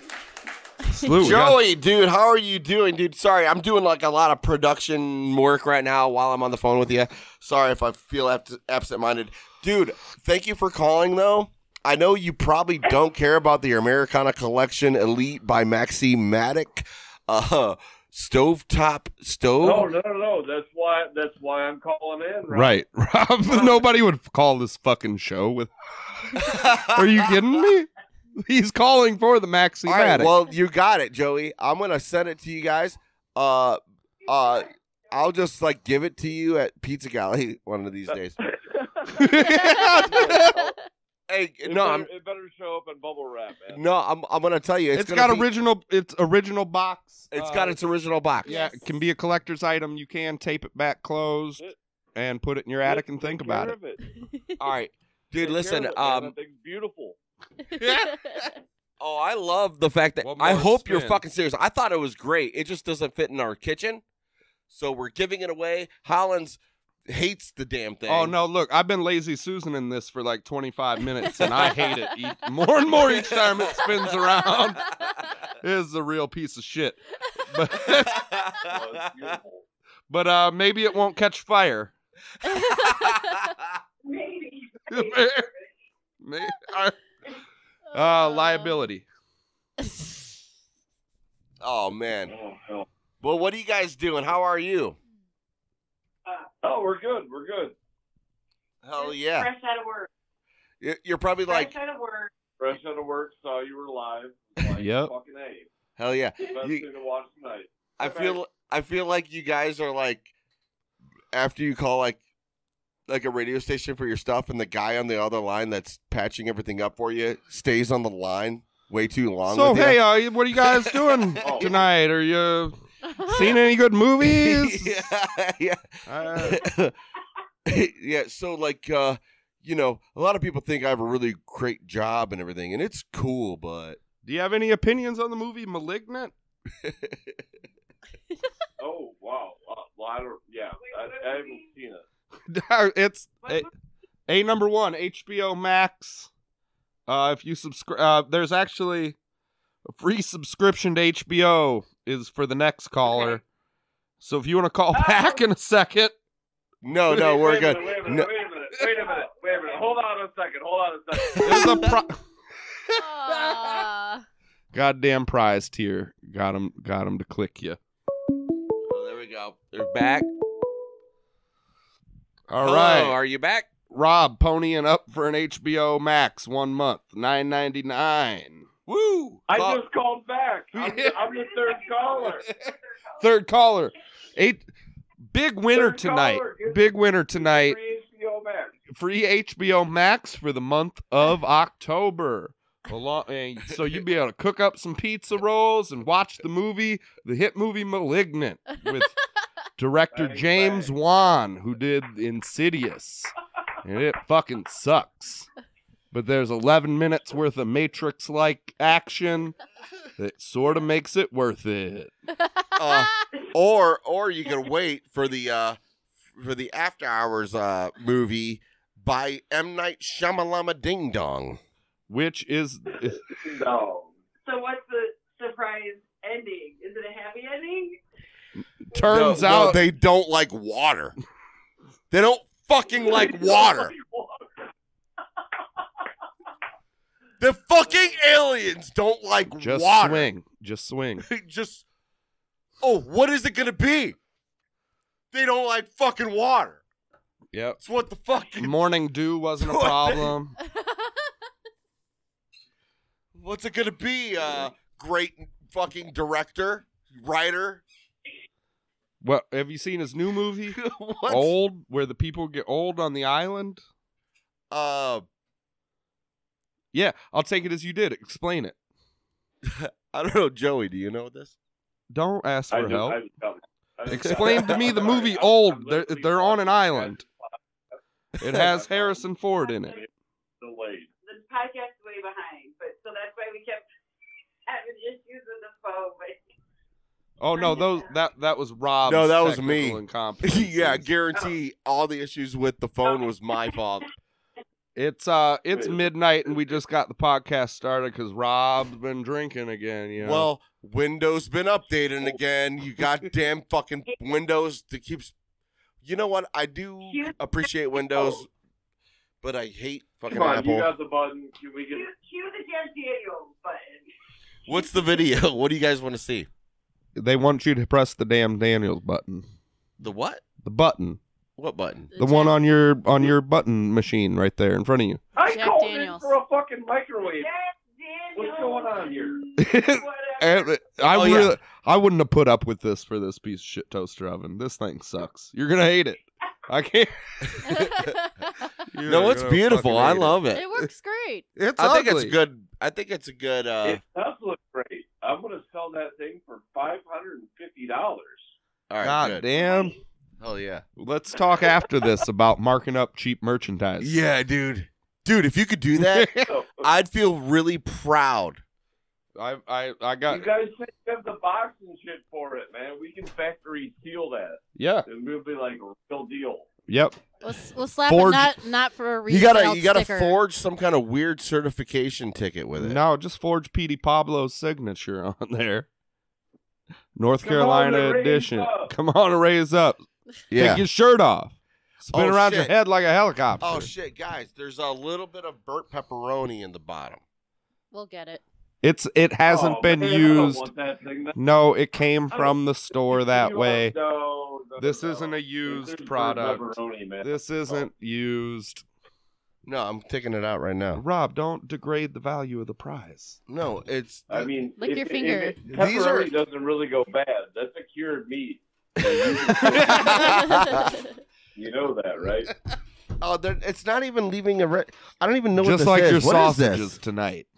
Speaker 6: Slew, we got-
Speaker 3: Joey, dude, how are you doing, dude? Sorry, I'm doing like a lot of production work right now while I'm on the phone with you. Sorry if I feel abs- absent-minded, dude. Thank you for calling, though. I know you probably don't care about the Americana Collection Elite by Maximatic uh, stovetop stove.
Speaker 2: No, no, no, no. That's why. That's why I'm calling in.
Speaker 6: Right, Rob. Nobody would call this fucking show with. Are you kidding me? He's calling for the maxi
Speaker 3: All right, well, you got it, Joey. I'm gonna send it to you guys. Uh, uh, I'll just like give it to you at Pizza Galley one of these days. Hey,
Speaker 2: It
Speaker 3: no,
Speaker 2: better,
Speaker 3: I'm
Speaker 2: it better show up in bubble wrap, man.
Speaker 3: no, I'm I'm gonna tell you. It's,
Speaker 6: it's
Speaker 3: gonna
Speaker 6: got
Speaker 3: be-
Speaker 6: original. It's original box.
Speaker 3: It's
Speaker 6: Uh,
Speaker 3: got its original box.
Speaker 6: Yeah, it can be a collector's item. You can tape it back closed. and put it in your attic and think about it.
Speaker 3: All right, dude.
Speaker 4: Take care
Speaker 3: Listen.
Speaker 4: of it, man.
Speaker 3: Um.
Speaker 4: that thing's beautiful.
Speaker 3: Oh, I love the fact that
Speaker 6: One
Speaker 3: I
Speaker 6: more
Speaker 3: hope you're
Speaker 6: spin.
Speaker 3: fucking serious. I thought it was great. It just doesn't fit in our kitchen, so we're giving it away. Hollins hates the damn thing.
Speaker 6: Oh no! Look, I've been lazy Susan in this for like 25 minutes, and I hate it each, more and more each time it spins around. It is a real piece of shit. But
Speaker 4: Uh, it's beautiful.
Speaker 6: but uh, maybe it won't catch fire. May- I- uh, liability.
Speaker 3: Oh man.
Speaker 4: Oh, hell.
Speaker 3: Well, what are you guys doing? How are you?
Speaker 4: Oh, we're good. We're good.
Speaker 3: Hell yeah.
Speaker 10: Fresh out of work.
Speaker 3: You're you're probably like
Speaker 10: Fresh out of work.
Speaker 4: Fresh out of work, saw you were live. Like,
Speaker 6: Yep.
Speaker 4: Fucking A.
Speaker 3: hell yeah.
Speaker 4: Best
Speaker 3: You-
Speaker 4: thing to watch tonight.
Speaker 3: I
Speaker 4: Okay.
Speaker 3: feel I feel like you guys are like after you call like like a radio station for your stuff and the guy on the other line that's patching everything up for you stays on the line way too long.
Speaker 6: So
Speaker 3: with you.
Speaker 6: hey, uh, you- what are you guys doing
Speaker 4: Oh.
Speaker 6: tonight? Are you seen any good movies?
Speaker 3: yeah,
Speaker 6: Uh,
Speaker 3: yeah. yeah, so like uh you know, a lot of people think I have a really great job and everything and it's cool, but
Speaker 6: do you have any opinions on the movie *Malignant*?
Speaker 4: Oh, wow. Uh, well, I don't, yeah, I, I haven't seen it.
Speaker 6: it's a, a number one HBO Max. Uh, if you subscribe, uh, there's actually a free subscription to HBO is for the next caller. So if you want to call back in a second,
Speaker 3: no, no, we're
Speaker 4: wait
Speaker 3: good.
Speaker 4: A minute, wait, a
Speaker 3: No,
Speaker 4: minute, wait a minute. Wait a minute. Wait a minute. Hold on a second. Hold on a second.
Speaker 6: there's a pro-
Speaker 7: Aw.
Speaker 6: goddamn prize tier. Got him, got him to click you.
Speaker 3: Oh, there we go. They're back.
Speaker 6: All
Speaker 3: Hello,
Speaker 6: right,
Speaker 3: are you back?
Speaker 6: Rob ponying up for an HBO Max one month, nine ninety nine.
Speaker 3: Woo!
Speaker 4: I
Speaker 3: Call-
Speaker 4: just called back. I'm, the- I'm the third caller.
Speaker 6: Third caller, eight. Big winner
Speaker 4: Third
Speaker 6: tonight.
Speaker 4: caller, get-
Speaker 6: Big winner tonight.
Speaker 4: Free HBO Max.
Speaker 6: free HBO Max for the month of October. Along, and so you'll be able to cook up some pizza rolls and watch the movie, the hit movie *Malignant*, with director
Speaker 4: Bang,
Speaker 6: James
Speaker 4: bang.
Speaker 6: Wan, who did *Insidious*, and it fucking sucks. But there's 11 minutes worth of Matrix-like action that sort of makes it worth it. Oh.
Speaker 3: Uh, or or you can wait for the uh for the after hours uh movie by M Night Shyamalama Ding Dong.
Speaker 6: Which is
Speaker 4: No.
Speaker 10: So what's the surprise ending? Is it a happy ending?
Speaker 6: turns
Speaker 3: No, no,
Speaker 6: out
Speaker 3: they don't like water. They don't fucking like water. The fucking aliens don't like
Speaker 6: just
Speaker 3: water.
Speaker 6: swing, just swing.
Speaker 3: Just oh, what is it gonna be? They don't like fucking water.
Speaker 6: Yep.
Speaker 3: It's what the fuck.
Speaker 6: Morning dew wasn't a problem.
Speaker 3: What's it gonna be? Uh, great fucking director, writer.
Speaker 6: What have you seen his new movie?
Speaker 3: What's-
Speaker 6: old, where the people get old on the island.
Speaker 3: Uh,
Speaker 6: Yeah, I'll take it as you did. Explain it.
Speaker 3: I don't know, Joey. Do you know this?
Speaker 6: Don't ask
Speaker 4: I
Speaker 6: for
Speaker 4: just,
Speaker 6: help.
Speaker 4: I just, I just-
Speaker 6: Explain to me the
Speaker 4: I'm
Speaker 6: movie
Speaker 4: sorry. I'm- I'm
Speaker 6: Old. They're,
Speaker 4: literally
Speaker 6: they're on an
Speaker 4: watching
Speaker 6: island. It has Harrison Ford in
Speaker 4: that
Speaker 6: it.
Speaker 4: Delayed.
Speaker 10: The podcast is way behind, but so that's why we kept having issues with the phone. But
Speaker 6: Oh no, those that that was Rob.
Speaker 3: No, that was me. yeah, I
Speaker 6: yeah,
Speaker 3: guarantee all the issues with the phone was my fault.
Speaker 6: it's uh, it's midnight and we just got the podcast started because Rob's been drinking again. You know?
Speaker 3: Well, Windows been updating again. You goddamn fucking Windows that keeps. You know what? I do appreciate Windows, but I hate fucking
Speaker 4: Come on, you
Speaker 3: Apple.
Speaker 4: got the button. Can we get
Speaker 10: cue, cue the Jeff Daniels button.
Speaker 3: What's the video? What do you guys want to see?
Speaker 6: they want you to press the damn Daniels button.
Speaker 3: The what?
Speaker 6: The button.
Speaker 3: What button?
Speaker 6: the one on your on your button machine right there in front of you.
Speaker 4: I
Speaker 7: Jack
Speaker 4: called
Speaker 7: Daniels.
Speaker 4: in for a fucking microwave.
Speaker 10: Jeff Daniels.
Speaker 4: What's going on here?
Speaker 10: Whatever.
Speaker 6: And I
Speaker 3: Oh, yeah.
Speaker 6: really, I wouldn't have put up with this for this piece of shit toaster oven. This thing sucks. You're gonna hate it. I can't.
Speaker 3: No, it's beautiful. I love it.
Speaker 7: it works great.
Speaker 6: It's
Speaker 3: I think
Speaker 6: ugly.
Speaker 3: it's good. I think it's a good. uh
Speaker 4: it does look great. I'm gonna sell that thing for five hundred and fifty dollars.
Speaker 3: All right,
Speaker 6: God
Speaker 3: good.
Speaker 6: damn.
Speaker 3: Hell yeah.
Speaker 6: Let's talk after this about marking up cheap merchandise.
Speaker 3: Yeah, dude. Dude, if you could do that, I'd feel really proud.
Speaker 6: I I I
Speaker 4: You
Speaker 6: got
Speaker 4: guys think of the box and shit for it, man. We can factory seal that.
Speaker 6: yeah.
Speaker 4: And we'll be like real deal.
Speaker 6: Yep.
Speaker 7: We'll, s- we'll slap
Speaker 3: Forge-
Speaker 7: it not not for a
Speaker 3: You
Speaker 7: resale
Speaker 3: gotta you gotta
Speaker 7: sticker.
Speaker 3: forge some kind of weird certification ticket with it.
Speaker 6: No, just forge Petey Pablo's signature on there. North
Speaker 4: Come on,
Speaker 6: Carolina
Speaker 4: raise
Speaker 6: edition.
Speaker 4: up.
Speaker 6: Come on, raise up.
Speaker 3: yeah.
Speaker 6: Take your shirt off. Spin
Speaker 3: Oh,
Speaker 6: around your
Speaker 3: shit.
Speaker 6: head like a helicopter.
Speaker 3: Oh shit, guys! There's a little bit of burnt pepperoni in the bottom.
Speaker 7: We'll get it.
Speaker 6: it's it hasn't
Speaker 4: Oh,
Speaker 6: been
Speaker 4: man, I don't
Speaker 6: used.
Speaker 4: want that thing. That-
Speaker 6: No, it came
Speaker 4: I
Speaker 6: from the store that
Speaker 4: No,
Speaker 6: way.
Speaker 4: no, no,
Speaker 6: This
Speaker 4: no.
Speaker 6: isn't a used
Speaker 4: There's
Speaker 6: product.
Speaker 4: pepperoni, man.
Speaker 6: This isn't used.
Speaker 3: No, I'm taking it out right now.
Speaker 6: Rob, don't degrade the value of the prize.
Speaker 3: No, it's
Speaker 4: I mean,
Speaker 7: Lick
Speaker 4: if-
Speaker 7: your
Speaker 4: if
Speaker 7: finger.
Speaker 4: it- pepperoni
Speaker 3: These are-
Speaker 4: doesn't really go bad. That's a cured meat. You know that, right?
Speaker 3: oh, there- it's not even leaving a. Re- I don't even know what
Speaker 6: Just
Speaker 3: this
Speaker 6: like
Speaker 3: is.
Speaker 6: your
Speaker 3: What is this?
Speaker 6: sausages tonight.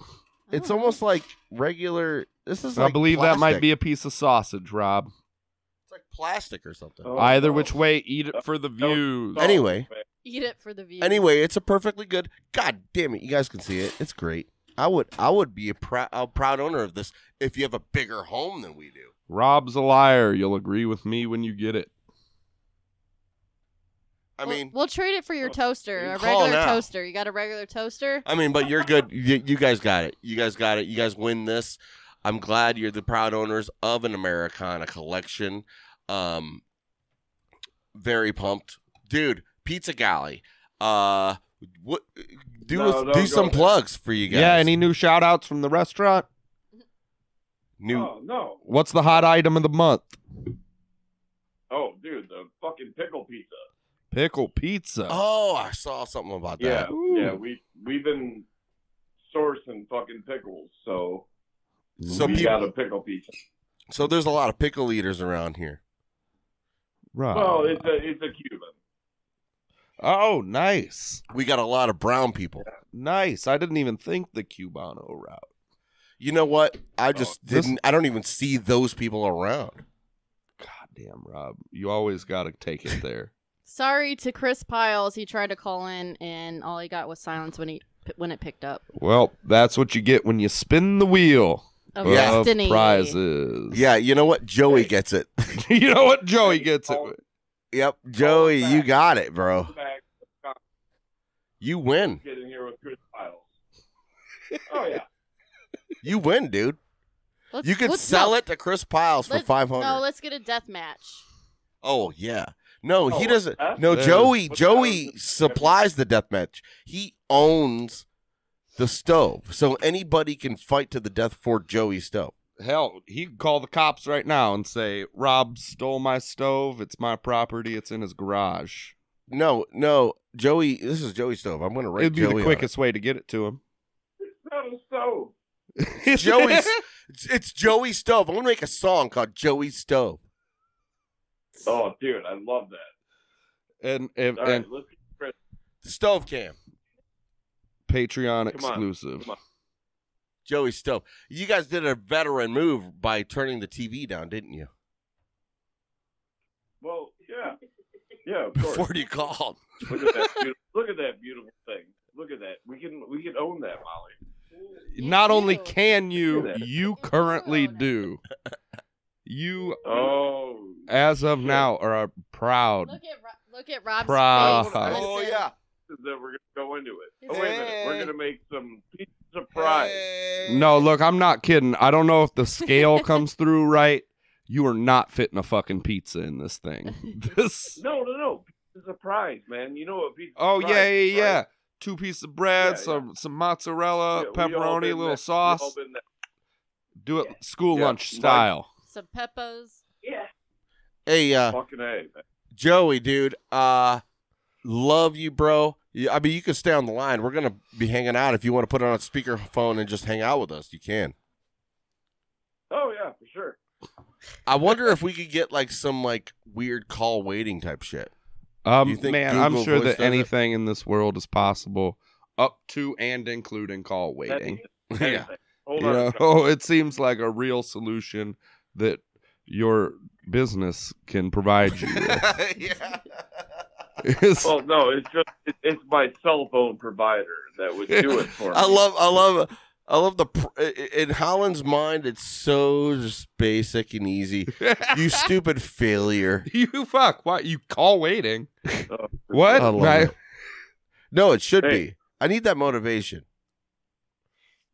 Speaker 3: It's almost like regular. This is.
Speaker 6: I believe that might be a piece of sausage, Rob.
Speaker 3: It's like plastic or something.
Speaker 4: Oh,
Speaker 6: Either
Speaker 4: no.
Speaker 6: which way, eat it for the
Speaker 4: Don't-
Speaker 6: views.
Speaker 4: Oh,
Speaker 3: Anyway.
Speaker 4: man.
Speaker 7: Eat it for the view.
Speaker 3: Anyway, it's a perfectly good. God damn it, you guys can see it. It's great. I would. I would be a, prou- a proud owner of this if you have a bigger home than we do.
Speaker 6: Rob's a liar. You'll agree with me when you get it.
Speaker 3: I mean,
Speaker 7: we'll, we'll trade it for
Speaker 4: Oh,
Speaker 7: your toaster, a
Speaker 3: Call
Speaker 7: regular
Speaker 3: now.
Speaker 7: toaster. You got a regular toaster?
Speaker 3: I mean, but you're good. You, you guys got it. You guys got it. You guys win this. I'm glad you're the proud owners of an Americana collection. Um, very pumped, dude. Pizza Galley. Uh, what? Do
Speaker 4: No, don't
Speaker 3: do
Speaker 4: go
Speaker 3: some
Speaker 4: there.
Speaker 3: plugs for you guys.
Speaker 6: Yeah, any new shout outs from the restaurant?
Speaker 3: new.
Speaker 4: Oh no!
Speaker 6: What's the hot item of the month?
Speaker 4: Oh, dude, the fucking pickle pizza.
Speaker 6: Pickle pizza.
Speaker 3: Oh, I saw something about
Speaker 4: Yeah,
Speaker 3: that.
Speaker 4: yeah. We we've been sourcing fucking pickles, so
Speaker 3: So
Speaker 4: we
Speaker 3: people,
Speaker 4: got a pickle pizza.
Speaker 3: so there's a lot of pickle eaters around here. Oh.
Speaker 6: Rob.
Speaker 4: Well, it's a it's a Cuban.
Speaker 6: oh, nice.
Speaker 3: We got a lot of brown people.
Speaker 6: Nice. I didn't even think the Cubano route.
Speaker 3: You know what?
Speaker 4: Oh,
Speaker 3: I just
Speaker 6: this-
Speaker 3: didn't. I don't even see those people around.
Speaker 6: Goddamn, Rob. You always got to take it there.
Speaker 7: Sorry to Chris Piles. He tried to call in, and all he got was silence when he when it picked up.
Speaker 6: well, that's what you get when you spin the wheel
Speaker 7: Of
Speaker 3: Yeah.
Speaker 6: of
Speaker 7: destiny.
Speaker 6: prizes.
Speaker 3: Yeah, you know what? Joey gets it.
Speaker 6: you know what? Joey gets
Speaker 4: Oh.
Speaker 6: it. with.
Speaker 3: Yep, Joey,
Speaker 4: back.
Speaker 3: you got it, bro.
Speaker 4: Back,
Speaker 3: You win.
Speaker 4: get in here with Chris Piles. Oh yeah.
Speaker 3: You win, dude.
Speaker 7: Let's-
Speaker 3: You could
Speaker 7: let's-
Speaker 3: sell
Speaker 7: no,
Speaker 3: it to Chris Piles for
Speaker 7: let's-
Speaker 3: five hundred.
Speaker 7: No, let's get a death match.
Speaker 3: oh yeah. No, he
Speaker 4: Oh,
Speaker 3: doesn't.
Speaker 4: huh?
Speaker 3: No,
Speaker 6: There's-
Speaker 3: Joey.
Speaker 4: What's
Speaker 3: Joey
Speaker 4: that?
Speaker 3: supplies the death match. He owns the stove, so anybody can fight to the death for Joey's stove.
Speaker 6: Hell, he could call the cops right now and say, Rob stole my stove. It's my property. It's in his garage.
Speaker 3: No, no, Joey. This is Joey's stove. I'm gonna write.
Speaker 6: It'd be
Speaker 3: Joey on
Speaker 6: the
Speaker 3: it.
Speaker 6: quickest way to get it to him.
Speaker 4: It's not a stove.
Speaker 3: It's Joey's. it's- It's Joey's stove. I'm gonna make a song called Joey's stove.
Speaker 4: Oh, dude, I love that.
Speaker 6: and and,
Speaker 4: All right,
Speaker 6: and
Speaker 4: let's get Chris.
Speaker 3: Stove cam.
Speaker 6: Patreon
Speaker 4: Come on,
Speaker 6: exclusive.
Speaker 4: come on.
Speaker 3: Joey Stove. You guys did a veteran move by turning the TV down, didn't you?
Speaker 4: Well, yeah, yeah, of course.
Speaker 3: Before you called.
Speaker 4: Look at that. Beautiful, look at that beautiful thing. Look at that. We can we can own that, Molly.
Speaker 6: Not only
Speaker 7: Ew.
Speaker 6: can you,
Speaker 4: that.
Speaker 6: you currently do. You,
Speaker 4: Oh,
Speaker 6: as of now, are a proud.
Speaker 7: Look at Ro- look at Rob's
Speaker 6: Proud.
Speaker 7: face.
Speaker 3: Oh
Speaker 7: Listen.
Speaker 3: yeah.
Speaker 4: that we're gonna go into it. Oh wait a minute, we're
Speaker 3: Hey.
Speaker 4: gonna make some pizza surprise.
Speaker 6: No, look, I'm not kidding. I don't know if the scale comes through right. You are not fitting a fucking pizza in this thing. This.
Speaker 4: No, no, no. Pizza surprise, man. You know what pizza?
Speaker 6: Oh
Speaker 4: surprise,
Speaker 6: yeah, yeah, yeah.
Speaker 4: right?
Speaker 6: Two pieces of bread,
Speaker 4: Yeah,
Speaker 6: some some mozzarella,
Speaker 4: Yeah, we all
Speaker 6: Uh,
Speaker 4: been
Speaker 6: pepperoni, little
Speaker 4: there. We all
Speaker 6: sauce.
Speaker 4: been there.
Speaker 6: Do it school
Speaker 4: Yeah.
Speaker 6: lunch
Speaker 4: Like-
Speaker 6: style.
Speaker 7: Some Pepos.
Speaker 10: Yeah.
Speaker 3: Hey, uh,
Speaker 4: Fucking a. man.
Speaker 3: Joey, dude. Uh, love you, bro. Yeah, I mean, you can stay on the line. We're gonna be hanging out. If you want to put it on speakerphone and just hang out with us, you can.
Speaker 4: Oh yeah, for sure.
Speaker 3: I wonder if we could get like some like weird call waiting type shit.
Speaker 6: Um,
Speaker 3: You think
Speaker 6: man, I'm
Speaker 3: Google
Speaker 6: sure
Speaker 3: Voice
Speaker 6: that
Speaker 3: does it?
Speaker 6: anything in this world is possible, up to and including call
Speaker 4: That-
Speaker 6: waiting.
Speaker 4: Hold
Speaker 6: You
Speaker 4: on.
Speaker 6: know, it seems like a real solution that your business can provide you with.
Speaker 3: yeah.
Speaker 6: It's-
Speaker 4: Well, no, it's just it, it's my cell phone provider that would do it for me.
Speaker 3: I love, I love, I love the. pr- i- i- In Holland's mind, it's so just basic and easy. you stupid failure.
Speaker 6: you fuck. Why you call waiting?
Speaker 4: Uh,
Speaker 6: What?
Speaker 3: I love
Speaker 6: Right?
Speaker 3: it. No, it should
Speaker 4: Hey.
Speaker 3: be. I need that motivation,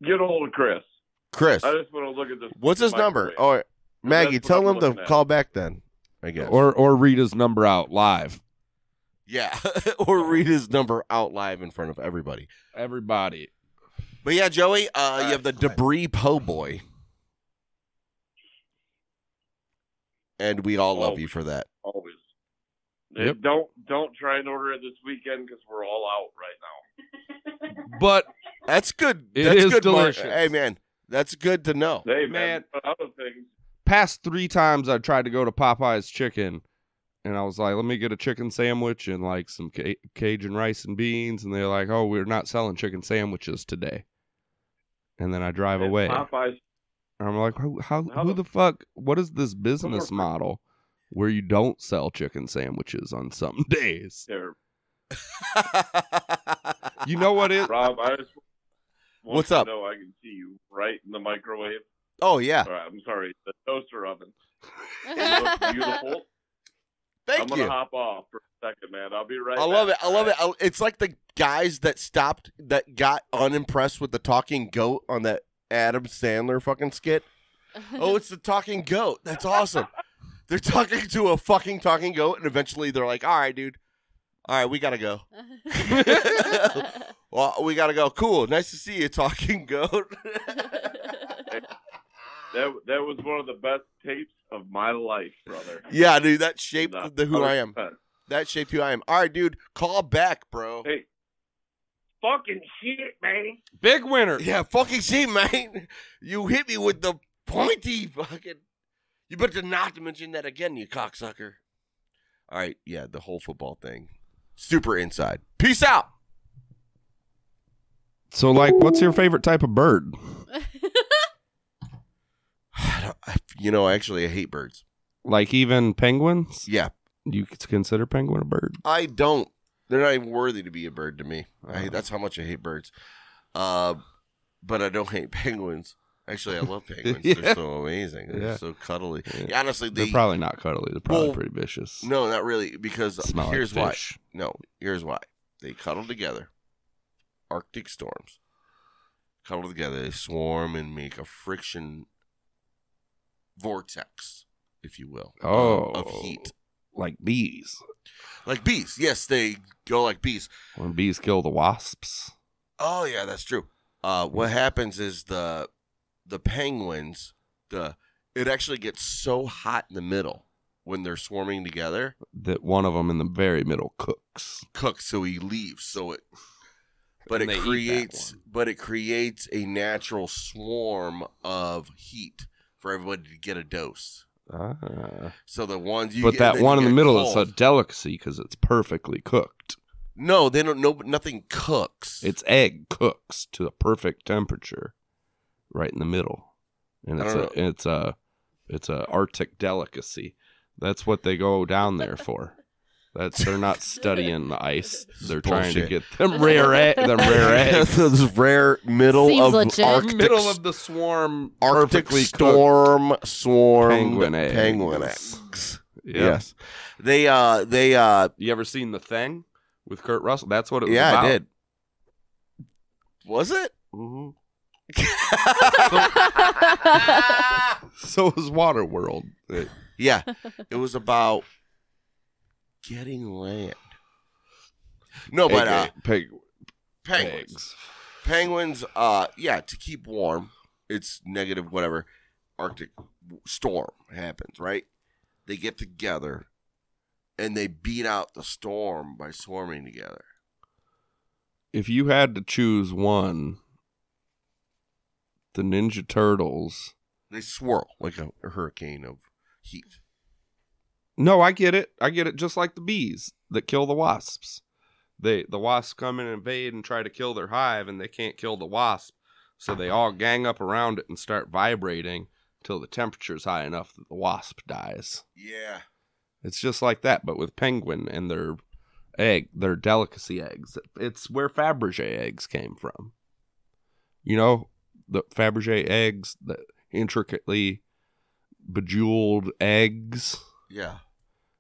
Speaker 4: Get a hold of Chris.
Speaker 3: Chris.
Speaker 4: I just want to look at this.
Speaker 3: What's his number?
Speaker 4: microwave.
Speaker 3: Oh, Maggie,
Speaker 4: That's what
Speaker 3: tell
Speaker 4: I'm
Speaker 3: him to
Speaker 4: looking at.
Speaker 3: call back then. I guess.
Speaker 6: Or or read his number out live.
Speaker 3: yeah, or read his number out live in front of everybody.
Speaker 6: Everybody.
Speaker 3: But yeah, Joey, uh, you have the debris po' boy, and we all love
Speaker 4: Oh.
Speaker 3: you for that.
Speaker 4: always.
Speaker 6: Yep.
Speaker 4: Don't don't try and order it this weekend because we're all out right now.
Speaker 6: But
Speaker 3: That's good.
Speaker 6: It
Speaker 3: that's
Speaker 6: is
Speaker 3: good mar-
Speaker 6: delicious.
Speaker 3: Hey man, that's good to know.
Speaker 4: Hey
Speaker 6: Man.
Speaker 4: man, but other things.
Speaker 6: past three times I tried to go to Popeye's Chicken, and I was like, "Let me get a chicken sandwich and like some ca- Cajun rice and beans," and they're like, "Oh, we're not selling chicken sandwiches today." And then I drive
Speaker 4: And
Speaker 6: away.
Speaker 4: Popeyes.
Speaker 6: And I'm like, "Who- how,
Speaker 4: How
Speaker 6: who the
Speaker 4: the-
Speaker 6: fuck? What is this
Speaker 4: Somewhere
Speaker 6: business
Speaker 4: for-
Speaker 6: model where you don't sell chicken sandwiches on some days?
Speaker 4: There,
Speaker 6: You know what it?
Speaker 4: Rob. I just want
Speaker 3: What's
Speaker 4: you to
Speaker 3: up?
Speaker 4: Know I can see you right in the microwave.
Speaker 3: oh yeah,
Speaker 4: All right, I'm sorry, the toaster oven. It looks
Speaker 7: That's
Speaker 4: beautiful. I'm
Speaker 3: thank
Speaker 4: gonna
Speaker 3: you.
Speaker 4: hop off for a second, man. I'll be right.
Speaker 3: I love it.
Speaker 4: back,
Speaker 3: I love
Speaker 4: all
Speaker 3: it. I- It's like the guys that stopped that got unimpressed with the talking goat on that Adam Sandler fucking skit. Oh, it's the talking goat. That's awesome. they're talking to a fucking talking goat, and eventually they're like, "All right, dude. All right, we gotta go. Oh. Well, we gotta go. Cool. Nice to see you, talking goat."
Speaker 4: right. That that was one of the best tapes of my life, brother.
Speaker 3: yeah, dude. That shaped
Speaker 4: No,
Speaker 3: the who I am.
Speaker 4: 100%.
Speaker 3: That shaped who I am. All right, dude. Call back, bro.
Speaker 4: Hey, fucking shit, man.
Speaker 6: Big winner.
Speaker 3: Yeah, fucking see, man. You hit me with the pointy fucking. You better not mention that again, you cocksucker. All right, yeah, the whole football thing. Super inside. Peace out.
Speaker 6: So, like, what's your favorite type of bird?
Speaker 3: I don't- I- you know, actually, I hate birds.
Speaker 6: Like, even penguins?
Speaker 3: Yeah,
Speaker 6: You could consider penguin a bird?
Speaker 3: I don't. They're not even worthy to be a bird to me.
Speaker 6: Uh-huh.
Speaker 3: I, that's how much I hate birds. Uh, but I don't hate penguins. Actually, I love penguins.
Speaker 6: Yeah.
Speaker 3: They're so amazing. They're
Speaker 6: Yeah.
Speaker 3: so cuddly.
Speaker 6: Yeah.
Speaker 3: Honestly,
Speaker 6: They're
Speaker 3: they
Speaker 6: probably not cuddly. They're probably
Speaker 3: Well,
Speaker 6: pretty vicious.
Speaker 3: No, not really. Because
Speaker 6: Smell like
Speaker 3: here's why.
Speaker 6: fish.
Speaker 3: No, here's why. They cuddle together. Arctic storms. Cuddle together. They swarm and make a friction vortex, if you will, of-
Speaker 6: Oh.
Speaker 3: of heat.
Speaker 6: like bees.
Speaker 3: Like bees. Yes, they go like bees.
Speaker 6: When bees kill the wasps.
Speaker 3: Oh yeah, that's true. Uh, what happens is the the penguins the it actually gets so hot in the middle when they're swarming together
Speaker 6: That one of them in the very middle cooks.
Speaker 3: cooks, so he leaves. So it, but
Speaker 6: And they
Speaker 3: it
Speaker 6: eat that
Speaker 3: creates,
Speaker 6: one.
Speaker 3: but it creates a natural swarm of heat for everybody to get a dose.
Speaker 6: Ah.
Speaker 3: So the ones you
Speaker 6: but
Speaker 3: get-
Speaker 6: that
Speaker 3: then you
Speaker 6: one in
Speaker 3: get
Speaker 6: the middle is a
Speaker 3: cold.
Speaker 6: delicacy because it's perfectly cooked.
Speaker 3: no, they don't. No, nothing cooks.
Speaker 6: Its egg cooks to the perfect temperature, right in the middle, and
Speaker 3: I
Speaker 6: it's
Speaker 3: don't
Speaker 6: a it's a it's a Arctic delicacy. That's what they go down there for. That's they're not studying the ice. They're trying to
Speaker 3: bullshit.
Speaker 6: get them rare egg, them rare eggs.
Speaker 3: this rare middle
Speaker 7: Seems
Speaker 3: of
Speaker 7: legit.
Speaker 3: Arctic,
Speaker 6: middle of the swarm,
Speaker 3: Arctic
Speaker 6: perfectly
Speaker 3: storm swarm
Speaker 6: penguin eggs.
Speaker 3: penguin eggs.
Speaker 6: cooked. Yeah.
Speaker 3: Yes, they uh they uh
Speaker 6: You ever seen the thing with Kurt Russell? That's what it was.
Speaker 3: yeah
Speaker 6: about.
Speaker 3: I did. Was it?
Speaker 6: hmm Mm-hmm. So was Waterworld. Uh,
Speaker 3: Yeah. It was about getting land. No, but uh,
Speaker 6: aka peg
Speaker 3: penguins.
Speaker 6: eggs.
Speaker 3: Penguins, uh, yeah, to keep warm. It's negative, whatever. Arctic storm happens, right? They get together and they beat out the storm by swarming together.
Speaker 6: If you had to choose one, the Ninja Turtles.
Speaker 3: They swirl like a, hurricane of heat.
Speaker 6: No, I get it. I get it. Just like the bees that kill the wasps. They the wasps come and invade and try to kill their hive, and they can't kill the wasp, so they all gang up around it and start vibrating, till the temperature's high enough that the wasp dies.
Speaker 3: Yeah.
Speaker 6: It's just like that, but with penguin and their egg, their delicacy eggs. It's where Fabergé eggs came from. You know, the Fabergé eggs, the intricately bejeweled eggs
Speaker 3: Yeah.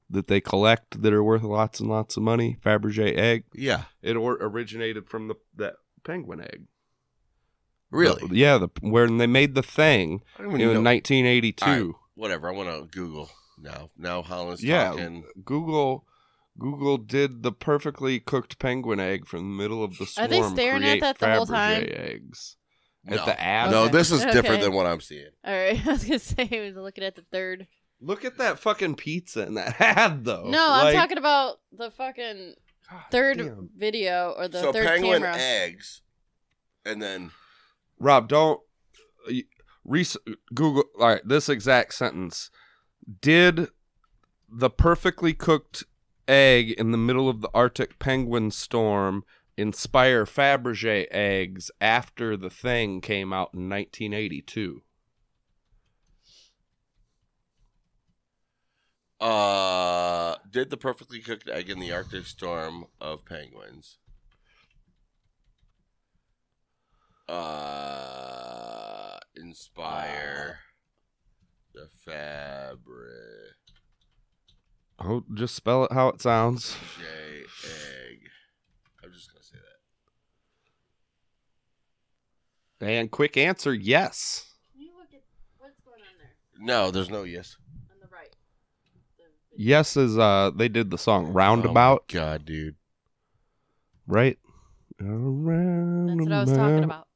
Speaker 6: that they collect that are worth lots and lots of money. Fabergé egg.
Speaker 3: Yeah.
Speaker 6: It or- originated from the that penguin egg.
Speaker 3: Really?
Speaker 6: The- yeah, the, when they made the thing
Speaker 3: I don't
Speaker 6: in
Speaker 3: even know.
Speaker 6: 1982.
Speaker 3: All right, whatever. I want to Google now. Now Holland's
Speaker 6: Yeah.
Speaker 3: talking.
Speaker 6: Google Google did the perfectly cooked penguin egg from the middle of the swarm.
Speaker 7: Are they staring at
Speaker 6: create
Speaker 7: that the whole time?
Speaker 6: Fabergé eggs
Speaker 3: No.
Speaker 6: at the abs.
Speaker 3: No,
Speaker 7: Okay.
Speaker 3: this is different
Speaker 7: Okay.
Speaker 3: than what I'm seeing.
Speaker 7: All right, I was gonna say he was looking at the third.
Speaker 6: Look at that fucking pizza in that ad though.
Speaker 7: no, I'm
Speaker 6: Like,
Speaker 7: talking about the fucking
Speaker 6: God
Speaker 7: third
Speaker 6: damn.
Speaker 7: video or the
Speaker 3: so
Speaker 7: third
Speaker 3: penguin
Speaker 7: camera.
Speaker 3: eggs, and then
Speaker 6: Rob, don't uh, res- Google. All right, this exact sentence. Did the perfectly cooked egg in the middle of the Arctic penguin storm inspire Fabergé eggs after the thing came out in 1982?
Speaker 3: uh, did the perfectly cooked egg in the Arctic storm of penguins? Uh, inspire the fabric
Speaker 6: Oh, just spell it how it sounds.
Speaker 3: egg. I'm just gonna say that.
Speaker 6: And quick answer: yes.
Speaker 7: Can you look at what's going on there
Speaker 3: No, there's no yes.
Speaker 7: on the right? The
Speaker 6: Yes is uh they did the song Roundabout,
Speaker 3: Oh my God, dude.
Speaker 6: right?
Speaker 7: That's what I was talking about.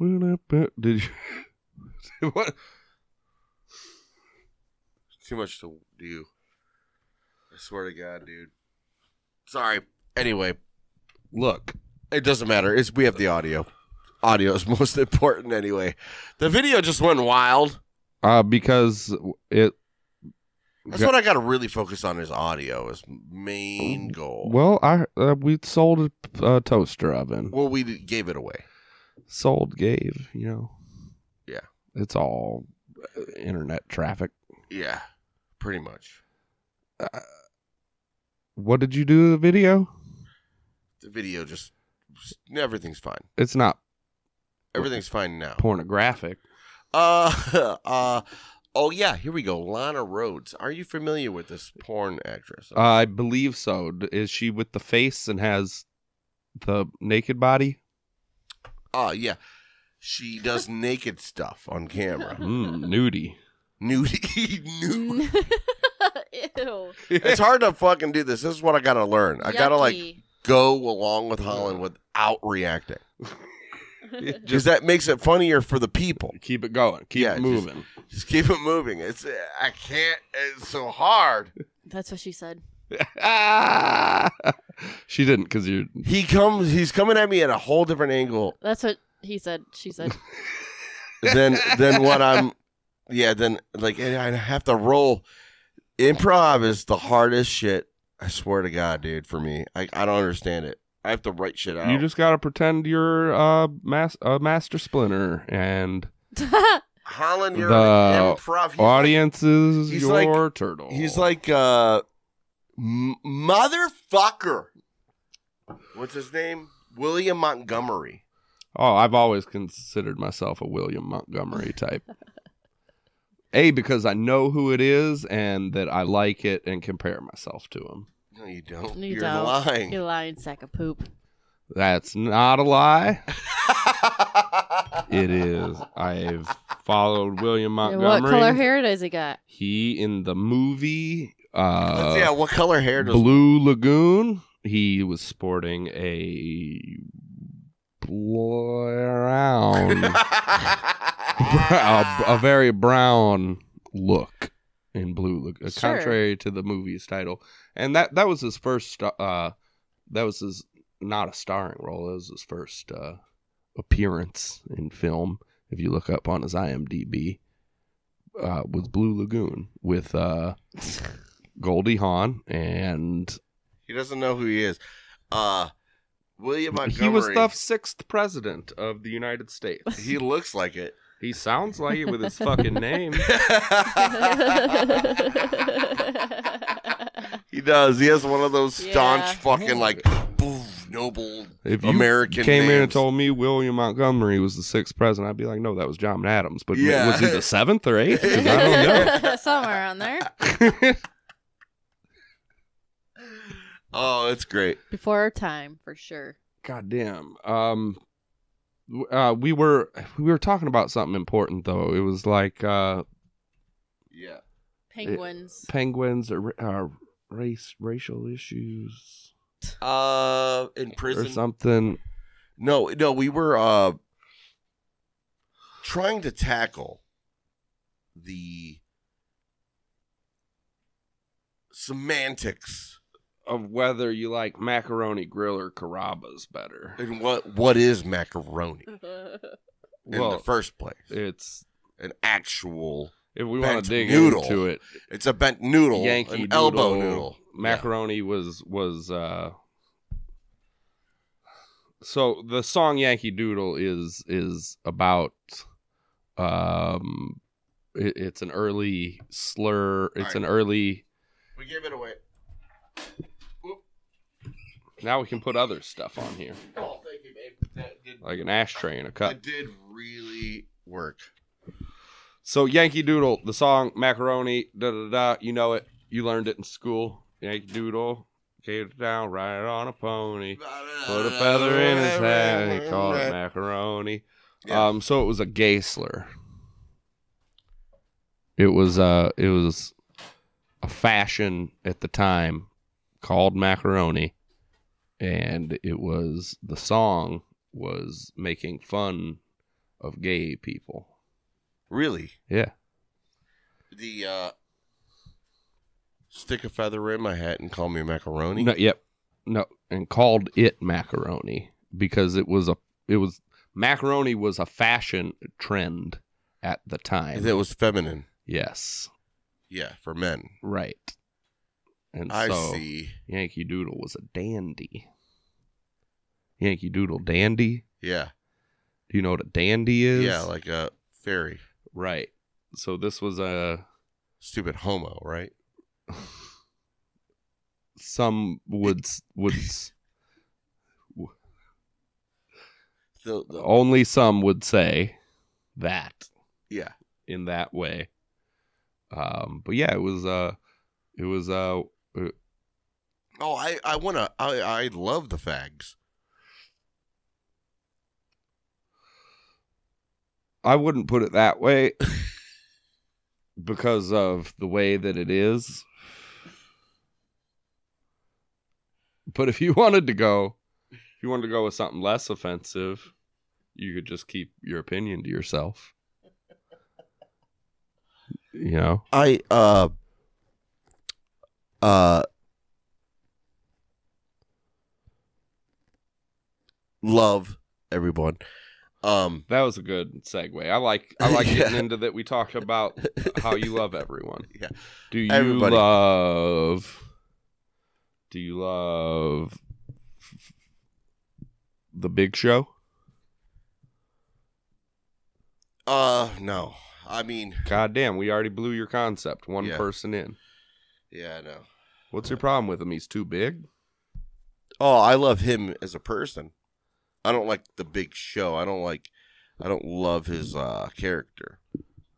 Speaker 6: about. Did you? what?
Speaker 3: Too much to do. I swear to God, dude. Sorry. Anyway,
Speaker 6: Look,
Speaker 3: it doesn't matter. It's we have the audio. Audio is most important anyway. The video just went wild.
Speaker 6: uh, because it
Speaker 3: That's what I got to really focus on is audio is main goal. Well,
Speaker 6: well, I uh, we sold a, a toaster oven.
Speaker 3: we gave it away.
Speaker 6: Sold gave you know.
Speaker 3: Yeah.
Speaker 6: it's all uh, internet traffic.
Speaker 3: Yeah, pretty much.
Speaker 6: What did you do to the video?
Speaker 3: The video just everything's fine.
Speaker 6: It's not
Speaker 3: Everything's fine now.
Speaker 6: pornographic.
Speaker 3: Uh, uh, oh yeah, here we go. Lana Rhodes. Are you familiar with this porn actress?
Speaker 6: I believe so. D- Is she with the face and has the naked body?
Speaker 3: Oh yeah, she does naked stuff on camera.
Speaker 6: Mm, nudie.
Speaker 3: Nudie, nude.
Speaker 7: Ew.
Speaker 3: It's hard to fucking do this. This is what I gotta learn. I gotta like
Speaker 7: Yucky.
Speaker 3: go along with Holland without reacting because that makes it funnier for the people.
Speaker 6: Keep it going. Keep
Speaker 3: Yeah,
Speaker 6: it
Speaker 3: just-
Speaker 6: moving.
Speaker 3: Just keep it moving. It's I can't. It's so hard.
Speaker 7: That's what she said.
Speaker 6: she didn't because you're
Speaker 3: He comes. He's coming at me at a whole different angle
Speaker 7: That's what he said. She said.
Speaker 3: then then what I'm yeah, then like and I have to roll. Improv is the hardest shit. I swear to God, dude, for me. I, I don't understand it. I have to write shit out.
Speaker 6: you just gotta pretend you're a mas- a master splinter and
Speaker 3: Holland, you're
Speaker 6: the
Speaker 3: an improv. He's
Speaker 6: audience is
Speaker 3: he's
Speaker 6: your
Speaker 3: like-
Speaker 6: turtle.
Speaker 3: Like, he's like uh m- motherfucker. What's his name? William Montgomery.
Speaker 6: oh, I've always considered myself a William Montgomery type. a because I know who it is and that I like it and compare myself to him.
Speaker 3: No, you don't.
Speaker 7: You
Speaker 3: You are
Speaker 7: don't.
Speaker 3: lying.
Speaker 7: you lying sack of poop.
Speaker 6: That's not a lie. It is. I've followed William
Speaker 7: Yeah,
Speaker 6: Montgomery.
Speaker 7: What color hair does he got?
Speaker 6: He in the movie uh,
Speaker 3: yeah, what color hair does
Speaker 6: Blue Lagoon. He was sporting a brown, a, a very brown look in Blue Lagoon,
Speaker 7: Sure.
Speaker 6: contrary to the movie's title. And that that was his first. Uh, that was his not a starring role. That was his first uh, appearance in film. If you look up on his IMDb, uh, was Blue Lagoon with uh, Goldie Hawn and
Speaker 3: He doesn't know who he is. Uh William Montgomery.
Speaker 6: He was the sixth president of the United States.
Speaker 3: He looks like it.
Speaker 6: He sounds like it with his fucking name.
Speaker 3: He does. He has one of those staunch
Speaker 7: Yeah.
Speaker 3: fucking like boof, noble
Speaker 6: If you
Speaker 3: American
Speaker 6: came in and
Speaker 3: names.
Speaker 6: told me William Montgomery was the sixth president, I'd be like, no, that was John Adams. But
Speaker 3: Yeah.
Speaker 6: was he the seventh or eighth? 'Cause I don't know.
Speaker 7: Somewhere on there.
Speaker 3: Oh, it's great.
Speaker 7: Before our time, for sure.
Speaker 6: God damn. Um, w- uh, we were we were talking about something important though. It was like uh,
Speaker 3: Yeah.
Speaker 7: Penguins.
Speaker 6: penguins or uh, race racial issues
Speaker 3: Uh, in
Speaker 6: or
Speaker 3: prison.
Speaker 6: something.
Speaker 3: No, no, we were uh trying to tackle the semantics
Speaker 6: Of whether you like macaroni grill or carabas better.
Speaker 3: and what what is macaroni in
Speaker 6: Well,
Speaker 3: the first place?
Speaker 6: It's
Speaker 3: An actual
Speaker 6: if we want
Speaker 3: Bent
Speaker 6: to dig
Speaker 3: noodle.
Speaker 6: into it,
Speaker 3: it's a bent noodle,
Speaker 6: Yankee
Speaker 3: an
Speaker 6: doodle,
Speaker 3: elbow noodle.
Speaker 6: Macaroni was was uh so the song Yankee Doodle is is about um it, it's an early slur. It's an early
Speaker 3: We gave it away.
Speaker 6: now we can put other stuff on here.
Speaker 3: Oh, thank you, babe. That did,
Speaker 6: Like an ashtray and a cup.
Speaker 3: that did really work.
Speaker 6: So Yankee Doodle, the song Macaroni, da da da. You know it. You learned it in school. Yankee Doodle came down right on a pony, put a feather in his hat, and he called it macaroni.
Speaker 3: Yeah.
Speaker 6: Um, so it was a gay slur. It was uh, it was a fashion at the time called macaroni, and it was the song was making fun of gay people.
Speaker 3: Really?
Speaker 6: Yeah.
Speaker 3: The uh stick a feather in my hat and call me macaroni.
Speaker 6: No, yep. No, and called it macaroni because it was a it was macaroni was a fashion trend at the time.
Speaker 3: That was feminine.
Speaker 6: yes,
Speaker 3: Yeah, for men.
Speaker 6: right. And
Speaker 3: I
Speaker 6: so
Speaker 3: see.
Speaker 6: Yankee Doodle was a dandy. Yankee Doodle dandy.
Speaker 3: Yeah.
Speaker 6: Do you know what a dandy is?
Speaker 3: Yeah, like a fairy.
Speaker 6: right. So this was a
Speaker 3: Stupid homo, right?
Speaker 6: some would s- would s-
Speaker 3: The, the-
Speaker 6: only some would say that.
Speaker 3: Yeah.
Speaker 6: in that way. Um, but yeah, it was uh it was uh
Speaker 3: Oh, I I want to I I love the fags.
Speaker 6: I wouldn't put it that way because of the way that it is. But if you wanted to go, if you wanted to go with something less offensive, you could just keep your opinion to yourself. You know,
Speaker 3: I uh uh love everyone. Um
Speaker 6: that was a good segue. I like I like
Speaker 3: Yeah.
Speaker 6: getting into that. We talked about how you love everyone.
Speaker 3: Yeah.
Speaker 6: Do you
Speaker 3: Everybody.
Speaker 6: love? Do you love the Big Show?
Speaker 3: Uh no. I mean,
Speaker 6: God damn, we already blew your concept. One
Speaker 3: Yeah.
Speaker 6: person in.
Speaker 3: yeah, no.
Speaker 6: What's your problem with him? He's too big.
Speaker 3: Oh, I love him as a person. I don't like the big show. I don't like I don't love his uh character.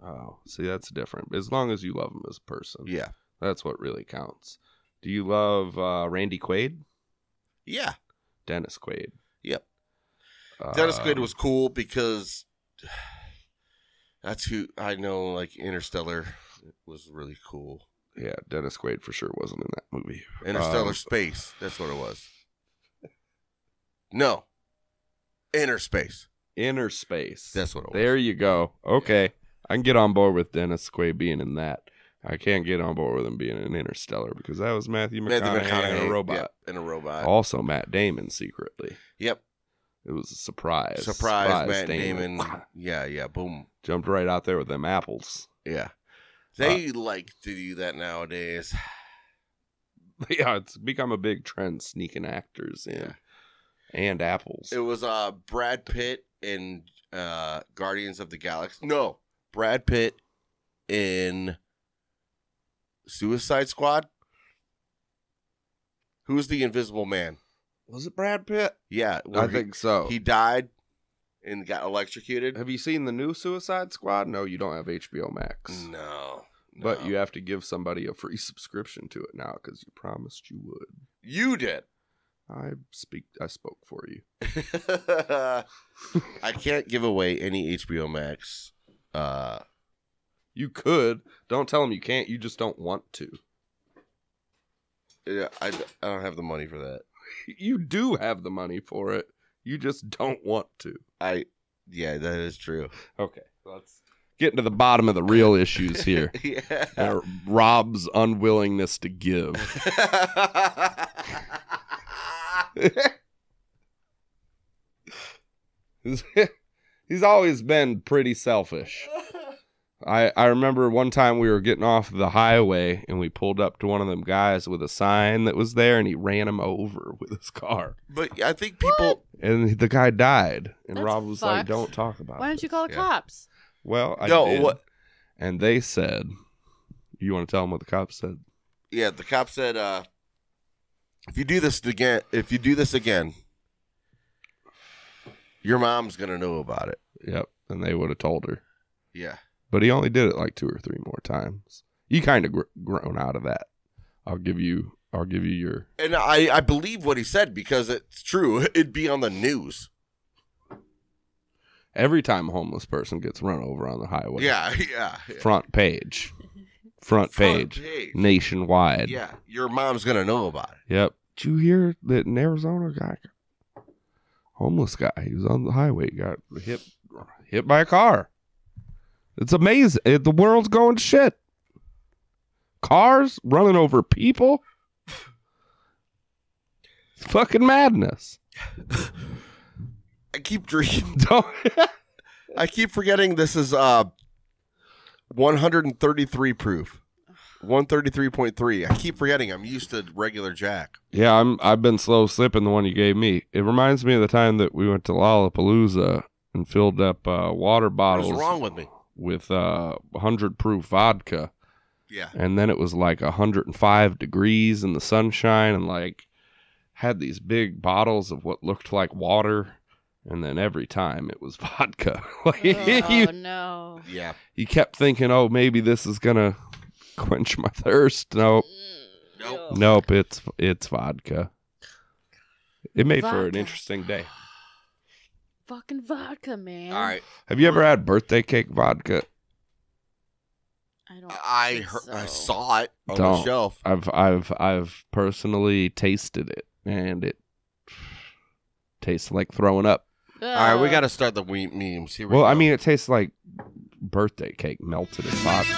Speaker 6: Oh, see, that's different. As long as you love him as a person,
Speaker 3: Yeah.
Speaker 6: that's what really counts. Do you love uh, Randy Quaid?
Speaker 3: Yeah.
Speaker 6: Dennis Quaid.
Speaker 3: Yep. Dennis Quaid
Speaker 6: Um,
Speaker 3: was cool because that's who I know like Interstellar was really cool.
Speaker 6: Yeah, Dennis Quaid for sure wasn't in that movie.
Speaker 3: Interstellar
Speaker 6: Um,
Speaker 3: Space. That's what it was. No. Inner Space.
Speaker 6: Inner Space.
Speaker 3: That's what it was.
Speaker 6: There you go. Okay. I can get on board with Dennis Quaid being in that. I can't get on board with him being in Interstellar because that was Matthew McConaughey,
Speaker 3: Matthew
Speaker 6: and a
Speaker 3: McConaughey,
Speaker 6: robot.
Speaker 3: Yep, and a robot.
Speaker 6: Also Matt Damon secretly.
Speaker 3: yep.
Speaker 6: It was a surprise.
Speaker 3: Surprise, Matt Damon. yeah, yeah. Boom.
Speaker 6: Jumped right out there with them apples.
Speaker 3: Yeah. They like to do that nowadays.
Speaker 6: yeah, it's become a big trend sneaking actors in.
Speaker 3: Yeah.
Speaker 6: And apples.
Speaker 3: It was uh Brad Pitt in uh, Guardians of the Galaxy. No, Brad Pitt in Suicide Squad. Who's the Invisible Man?
Speaker 6: Was it Brad Pitt?
Speaker 3: Yeah,
Speaker 6: I
Speaker 3: where he-
Speaker 6: think so.
Speaker 3: he died and got electrocuted.
Speaker 6: have you seen the new Suicide Squad? No, you don't have HBO Max.
Speaker 3: No,
Speaker 6: But
Speaker 3: no.
Speaker 6: you have to give somebody a free subscription to it now because you promised you would.
Speaker 3: you did.
Speaker 6: I speak. I spoke for you.
Speaker 3: I can't give away any HBO Max. Uh,
Speaker 6: You could. Don't tell them you can't. You just don't want to.
Speaker 3: yeah, I, I don't have the money for that.
Speaker 6: You do have the money for it. You just don't want to.
Speaker 3: I yeah, that is true.
Speaker 6: Okay, let's get to the bottom of the real issues here.
Speaker 3: yeah.
Speaker 6: Uh, Rob's unwillingness to give. He's always been pretty selfish. I, I remember one time we were getting off the highway and we pulled up to one of them guys with a sign that was there and he ran him over with his car.
Speaker 3: but I think people
Speaker 6: And the guy died. And
Speaker 7: That's
Speaker 6: Rob was like,
Speaker 7: fucked.
Speaker 6: don't talk about it.
Speaker 7: Why don't you call the
Speaker 3: Yeah.
Speaker 7: cops?
Speaker 6: Well, I
Speaker 3: No,
Speaker 6: did.
Speaker 3: what-
Speaker 6: And they said, "You want to tell them what the cops said?"
Speaker 3: yeah, the cop said uh if you do this again, if you do this again, your mom's going to know about it.
Speaker 6: Yep, and they would have told her.
Speaker 3: Yeah.
Speaker 6: But he only did it like two or three more times. You kind of gr- grown out of that. I'll give you. I'll give you your.
Speaker 3: And I I believe what he said because it's true. It'd be on the news.
Speaker 6: Every time a homeless person gets run over on the highway,
Speaker 3: Yeah, yeah. yeah.
Speaker 6: front page, front,
Speaker 3: Front
Speaker 6: page, nationwide.
Speaker 3: Yeah, your mom's going to know about it.
Speaker 6: Yep. Did you hear that an Arizona guy, homeless guy, he was on the highway, got hit hit by a car. It's amazing. It- the world's going to shit. Cars running over people. It's fucking madness.
Speaker 3: I keep dreaming
Speaker 6: Don't-
Speaker 3: I keep forgetting this is uh 133 proof. 133.3. I keep forgetting I'm used to regular Jack.
Speaker 6: yeah, I'm. I've been slow slipping the one you gave me. It reminds me of the time that we went to Lollapalooza and filled up uh, water bottles
Speaker 3: What's wrong with me?
Speaker 6: with uh, 100 proof vodka.
Speaker 3: Yeah.
Speaker 6: and then it was like 105 degrees in the sunshine and like had these big bottles of what looked like water and then every time it was vodka like
Speaker 7: Oh
Speaker 6: you,
Speaker 7: no.
Speaker 3: Yeah.
Speaker 6: you kept thinking oh maybe this is gonna quench my thirst nope
Speaker 3: Nope.
Speaker 6: nope it's it's vodka it made for an
Speaker 7: Vodka.
Speaker 6: interesting day
Speaker 7: Fucking vodka, man.
Speaker 3: All right.
Speaker 6: have you ever had birthday cake vodka
Speaker 7: I don't.
Speaker 3: I
Speaker 7: think
Speaker 3: heard,
Speaker 7: so.
Speaker 3: I saw it on the
Speaker 6: Don't.
Speaker 3: shelf.
Speaker 6: I've I've I've personally tasted it and it tastes like throwing up
Speaker 3: All right, we
Speaker 7: Ugh.
Speaker 3: got to start the we- memes. Here we
Speaker 6: Well, I
Speaker 3: go.
Speaker 6: mean, it tastes like birthday cake melted in vodka.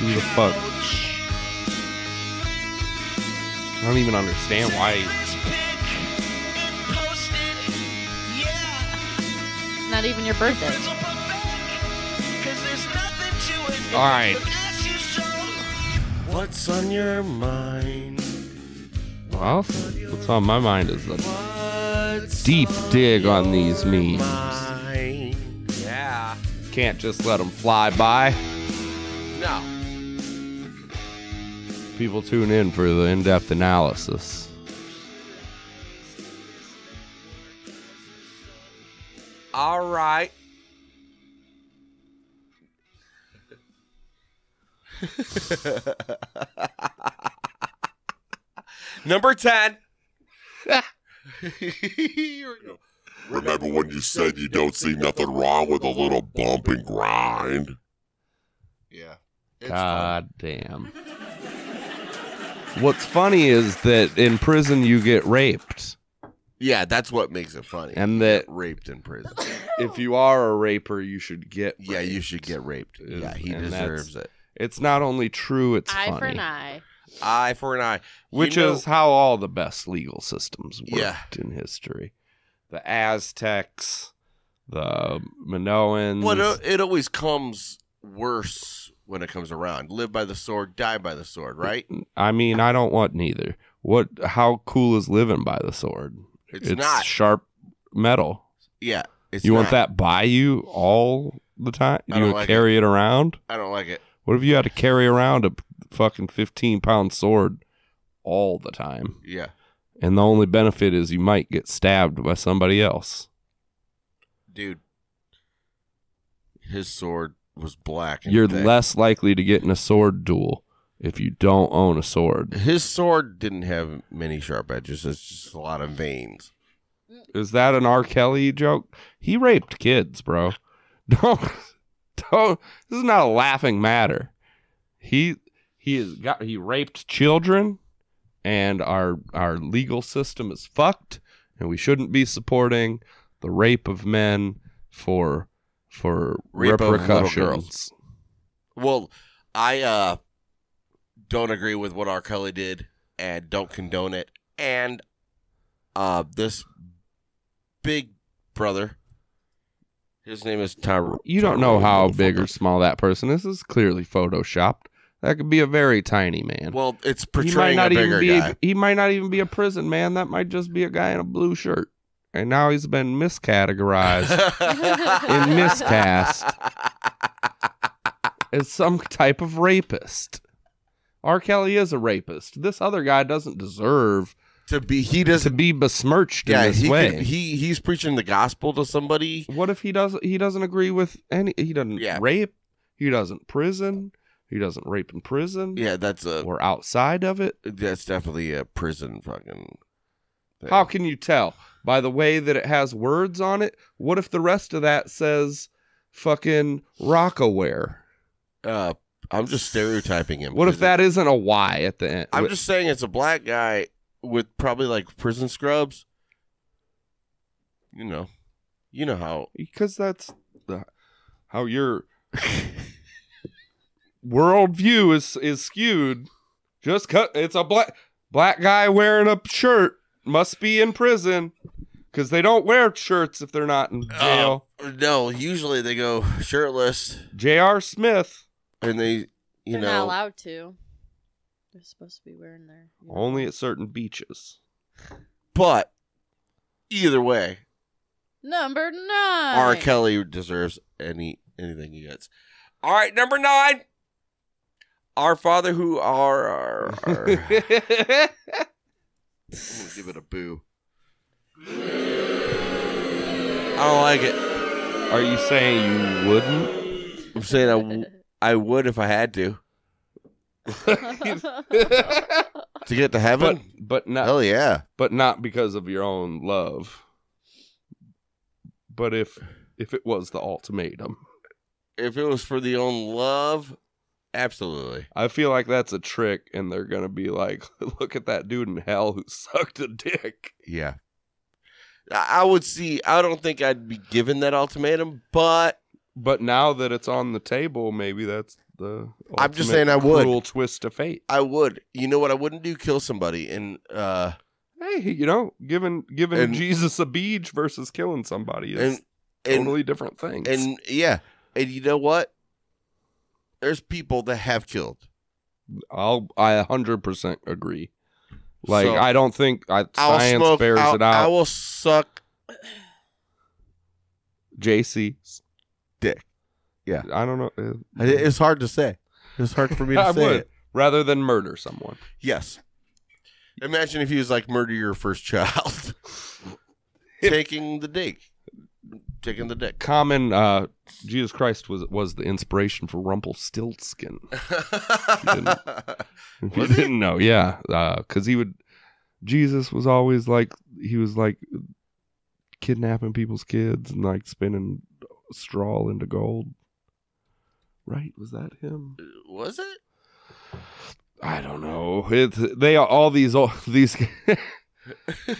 Speaker 6: Who the fuck? I don't even understand why.
Speaker 7: It's not even your birthday.
Speaker 6: All right,
Speaker 3: what's on your mind?
Speaker 6: well, what's on my mind is the deep dig on these memes.
Speaker 3: Mind. Yeah.
Speaker 6: Can't just let them fly by.
Speaker 3: No.
Speaker 6: People tune in for the in-depth analysis.
Speaker 3: All right. Number 10. Here we go.
Speaker 1: Remember when you said you don't see nothing wrong with a little bump and grind?
Speaker 3: Yeah. It's fun.
Speaker 6: God damn. What's funny is that in prison you get raped,
Speaker 3: Yeah, that's what makes it funny.
Speaker 6: and that
Speaker 3: raped in prison.
Speaker 6: if you are a raper, you should get.
Speaker 3: yeah, you
Speaker 6: raped.
Speaker 3: should get raped.
Speaker 6: Is-
Speaker 3: Yeah, he
Speaker 6: and
Speaker 3: deserves it.
Speaker 6: It's not only true; it's
Speaker 7: Eye
Speaker 6: funny,
Speaker 7: for an eye.
Speaker 3: Eye for an eye. You
Speaker 6: which
Speaker 3: know-
Speaker 6: is how all the best legal systems worked
Speaker 3: Yeah.
Speaker 6: in history. The Aztecs, the Minoans.
Speaker 3: Well, it, it always comes worse when it comes around. Live by the sword, die by the sword, right?
Speaker 6: I mean, I don't want neither. What? How cool is living by the sword?
Speaker 3: It's, not.
Speaker 6: sharp metal.
Speaker 3: Yeah, it's
Speaker 6: you want
Speaker 3: not.
Speaker 6: that by you all the time?
Speaker 3: I
Speaker 6: You
Speaker 3: don't
Speaker 6: gonna
Speaker 3: like
Speaker 6: carry it. around?
Speaker 3: I don't like it.
Speaker 6: What if you had to carry around a p- fucking 15 pound sword all the time?
Speaker 3: Yeah.
Speaker 6: And the only benefit is you might get stabbed by somebody else.
Speaker 3: Dude, his sword was black. and
Speaker 6: You're
Speaker 3: thick.
Speaker 6: less likely to get in a sword duel if you don't own a sword.
Speaker 3: His sword didn't have many sharp edges. It's just a lot of veins.
Speaker 6: Is that an R. Kelly joke? He raped kids, bro. Don't, don't. This is not a laughing matter. He he has got he raped children, and our our legal system is fucked, and we shouldn't be supporting the rape of men for for
Speaker 3: Rape of little
Speaker 6: repercussions.
Speaker 3: girls. Well, I uh don't agree with what R. Kelly did and don't condone it. And uh this big brother, his name is Tyro.
Speaker 6: You don't know how big or small that person is. This is clearly photoshopped. That could be a very tiny man.
Speaker 3: Well, it's
Speaker 6: he might
Speaker 3: portraying a
Speaker 6: not
Speaker 3: bigger
Speaker 6: even be
Speaker 3: guy.
Speaker 6: he might not even be a prison man. That might just be a guy in a blue shirt. And now he's been miscategorized and miscast as some type of rapist. R. Kelly is a rapist. This other guy doesn't deserve
Speaker 3: to be he doesn't
Speaker 6: to be besmirched
Speaker 3: yeah,
Speaker 6: in this
Speaker 3: he,
Speaker 6: way. Mm-hmm.
Speaker 3: could- he he's preaching the gospel to somebody.
Speaker 6: what if he does he doesn't agree with any he doesn't
Speaker 3: Yeah.
Speaker 6: rape, he doesn't prison, he doesn't rape in prison
Speaker 3: Yeah, that's a
Speaker 6: or outside of it?
Speaker 3: that's definitely a prison fucking. thing.
Speaker 6: How can you tell? By the way that it has words on it? What if the rest of that says fucking rockaware?
Speaker 3: Uh, I'm just stereotyping him.
Speaker 6: What if
Speaker 3: Is it-
Speaker 6: that isn't a Y at the end?
Speaker 3: I'm just saying it's a black guy with probably like prison scrubs. You know, you know how
Speaker 6: because that's the, how your worldview is is skewed. Just cut. It's a black black guy wearing a shirt must be in prison because they don't wear shirts if they're not in jail.
Speaker 3: no. Usually they go shirtless
Speaker 6: J.R. Smith
Speaker 3: and they, you
Speaker 7: They're not
Speaker 3: know,
Speaker 7: allowed to. They're supposed to be wearing their.
Speaker 6: only at certain beaches.
Speaker 3: but either way,
Speaker 7: Number nine.
Speaker 3: R. Kelly deserves any anything he gets. All right, number nine. Our Father who are. are- are- I'm gonna give it a boo. I don't like it.
Speaker 6: Are you saying you wouldn't?
Speaker 3: I'm saying I, w- I would if I had to to get to
Speaker 6: But
Speaker 3: heaven.
Speaker 6: but not
Speaker 3: Hell yeah!
Speaker 6: but not because of your own love. But if if it was the ultimatum.
Speaker 3: If it was for the own love, absolutely.
Speaker 6: I feel like that's a trick, and they're gonna be like, "Look at that dude in hell who sucked a dick."
Speaker 3: Yeah. I I would see. I don't think I'd be given that ultimatum, but
Speaker 6: But now that it's on the table, maybe that's the.
Speaker 3: I'm just
Speaker 6: ultimate
Speaker 3: saying I would.
Speaker 6: cruel twist of fate.
Speaker 3: I would. You know what I wouldn't do? Kill somebody. And uh
Speaker 6: Hey, you know, giving giving
Speaker 3: And-
Speaker 6: Jesus a beach versus killing somebody is
Speaker 3: and and,
Speaker 6: totally different things.
Speaker 3: and yeah. And you know what? There's people that have killed.
Speaker 6: I'll I 100 percent agree. Like
Speaker 3: So,
Speaker 6: I don't think I,
Speaker 3: I'll
Speaker 6: science
Speaker 3: smoke.
Speaker 6: bears
Speaker 3: I'll-
Speaker 6: it out.
Speaker 3: I will suck.
Speaker 6: JC
Speaker 3: Dick. Yeah.
Speaker 6: I don't know. uh,
Speaker 3: It's hard to say. It's hard for me
Speaker 6: I would rather than murder someone.
Speaker 3: Yes. Imagine if he was like murder your first child, taking the dick, taking the dick.
Speaker 6: common uh Jesus Christ was was the inspiration for Rumpelstiltskin. If you
Speaker 3: Was he?
Speaker 6: didn't know, yeah, because he would. Jesus was always like he was like kidnapping people's kids and like spinning straw into gold. Right? Was that him?
Speaker 3: was it?
Speaker 6: I don't know. It, they are all these all these You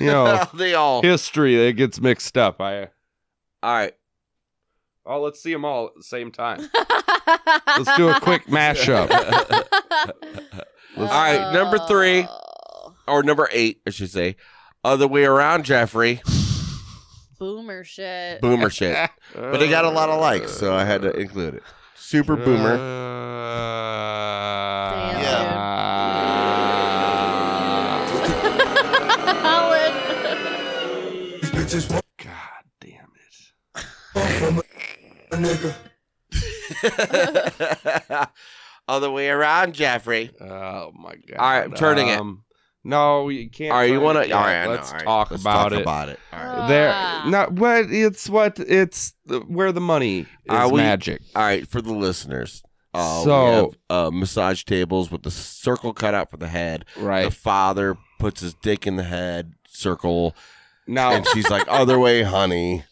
Speaker 6: know,
Speaker 3: they all.
Speaker 6: history that gets mixed up. I
Speaker 3: All right.
Speaker 6: oh, let's see them all at the same time. Let's do a quick mashup.
Speaker 7: All
Speaker 3: right, number three.
Speaker 7: Oh,
Speaker 3: or number eight, I should say. Other way around, Jeffrey.
Speaker 7: Boomer shit.
Speaker 3: Boomer shit. But it got a lot of likes, so I had to include it. Super
Speaker 6: Uh.
Speaker 3: boomer.
Speaker 7: Damn,
Speaker 3: Yeah.
Speaker 6: Uh,
Speaker 7: dude. Colin.
Speaker 6: God,
Speaker 3: Other way around, Jeffrey.
Speaker 6: Oh my god!
Speaker 3: All right, I'm turning it.
Speaker 6: it. No, you can't.
Speaker 3: All right, you
Speaker 6: turn
Speaker 3: want
Speaker 6: it
Speaker 3: to?
Speaker 6: yet.
Speaker 3: All right, I know,
Speaker 6: let's
Speaker 3: all right.
Speaker 6: talk
Speaker 2: Let's
Speaker 6: about
Speaker 2: talk
Speaker 6: it. Uh.
Speaker 2: about it. All right.
Speaker 7: Ah.
Speaker 6: There, not what it's what it's the- where the money is
Speaker 3: Uh,
Speaker 2: Are we-
Speaker 6: magic.
Speaker 2: All right, for the listeners. Uh,
Speaker 6: So-
Speaker 2: we have, uh, massage tables with the circle cut out for the head. The
Speaker 6: Right
Speaker 2: father puts his dick in the head circle,
Speaker 6: now,
Speaker 2: and she's like, "Other way, honey."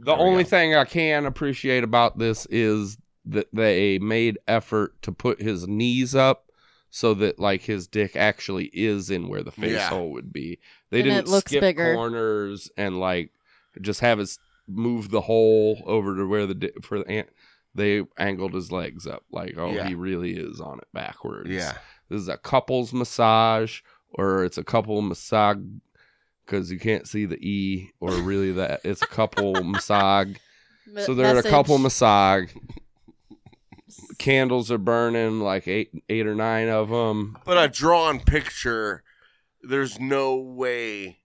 Speaker 6: the
Speaker 2: we
Speaker 6: only
Speaker 2: go.
Speaker 6: thing I can appreciate about this is that they made effort to put his knees up so that like his dick actually is in where the face
Speaker 3: Yeah.
Speaker 6: hole would be. They
Speaker 7: And it
Speaker 6: didn't
Speaker 7: looks
Speaker 6: skip
Speaker 7: bigger.
Speaker 6: corners and like just have his move the hole over to where the di- for the an- they angled his legs up like oh
Speaker 3: Yeah.
Speaker 6: he really is on it backwards.
Speaker 3: Yeah.
Speaker 6: This is a couple's massage, or it's a couple massage because you can't see the E, or really that it's a couple massage.
Speaker 7: Me-
Speaker 6: So they're at a
Speaker 7: message.
Speaker 6: couple massage. Candles are burning, like eight, eight or nine of them.
Speaker 3: But a drawn picture, there's no way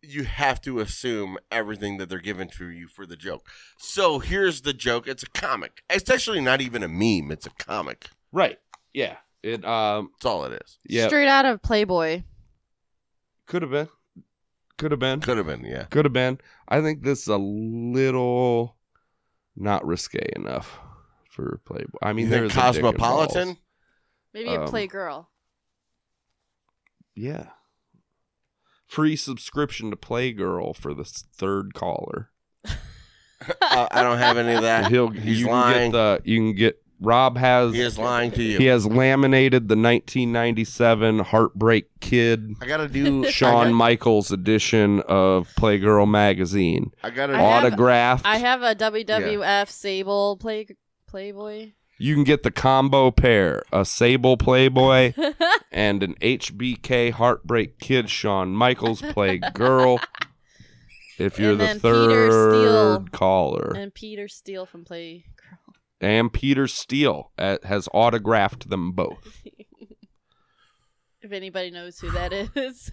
Speaker 3: you have to assume everything that they're giving to you for the joke. So here's the joke. It's a comic. It's actually not even a meme. It's a comic.
Speaker 6: Right? Yeah. It um
Speaker 3: That's all it is.
Speaker 6: yeah
Speaker 7: Straight out of Playboy.
Speaker 6: could have been, could have been,
Speaker 3: Could have been, yeah.
Speaker 6: could have been. I think this is a little not risque enough for Playboy. I mean,
Speaker 3: you
Speaker 6: there's
Speaker 3: think
Speaker 6: a dick involved.
Speaker 3: Cosmopolitan?
Speaker 7: Maybe a
Speaker 6: Um,
Speaker 7: Playgirl.
Speaker 6: Yeah. Free subscription to Playgirl for the s- third caller.
Speaker 3: Uh, I don't have any of that.
Speaker 6: He'll
Speaker 3: He's
Speaker 6: you
Speaker 3: lying.
Speaker 6: can get the you can get Rob has
Speaker 3: he is lying to you.
Speaker 6: he has laminated the 1997 Heartbreak Kid
Speaker 3: I gotta do
Speaker 6: Shawn
Speaker 3: I,
Speaker 6: Michaels edition of Playgirl magazine
Speaker 3: got- I gotta.
Speaker 7: I have-
Speaker 6: autographed.
Speaker 7: I have a WWF Sable Play Playboy.
Speaker 6: you can get the combo pair, a Sable Playboy and an HBK Heartbreak Kid Shawn Michaels Playgirl. If you're
Speaker 7: And
Speaker 6: the
Speaker 7: then Peter Steele.
Speaker 6: third caller,
Speaker 7: and Peter Steele from Playgirl.
Speaker 6: and Peter Steele uh, has autographed them both.
Speaker 7: If anybody knows who that is.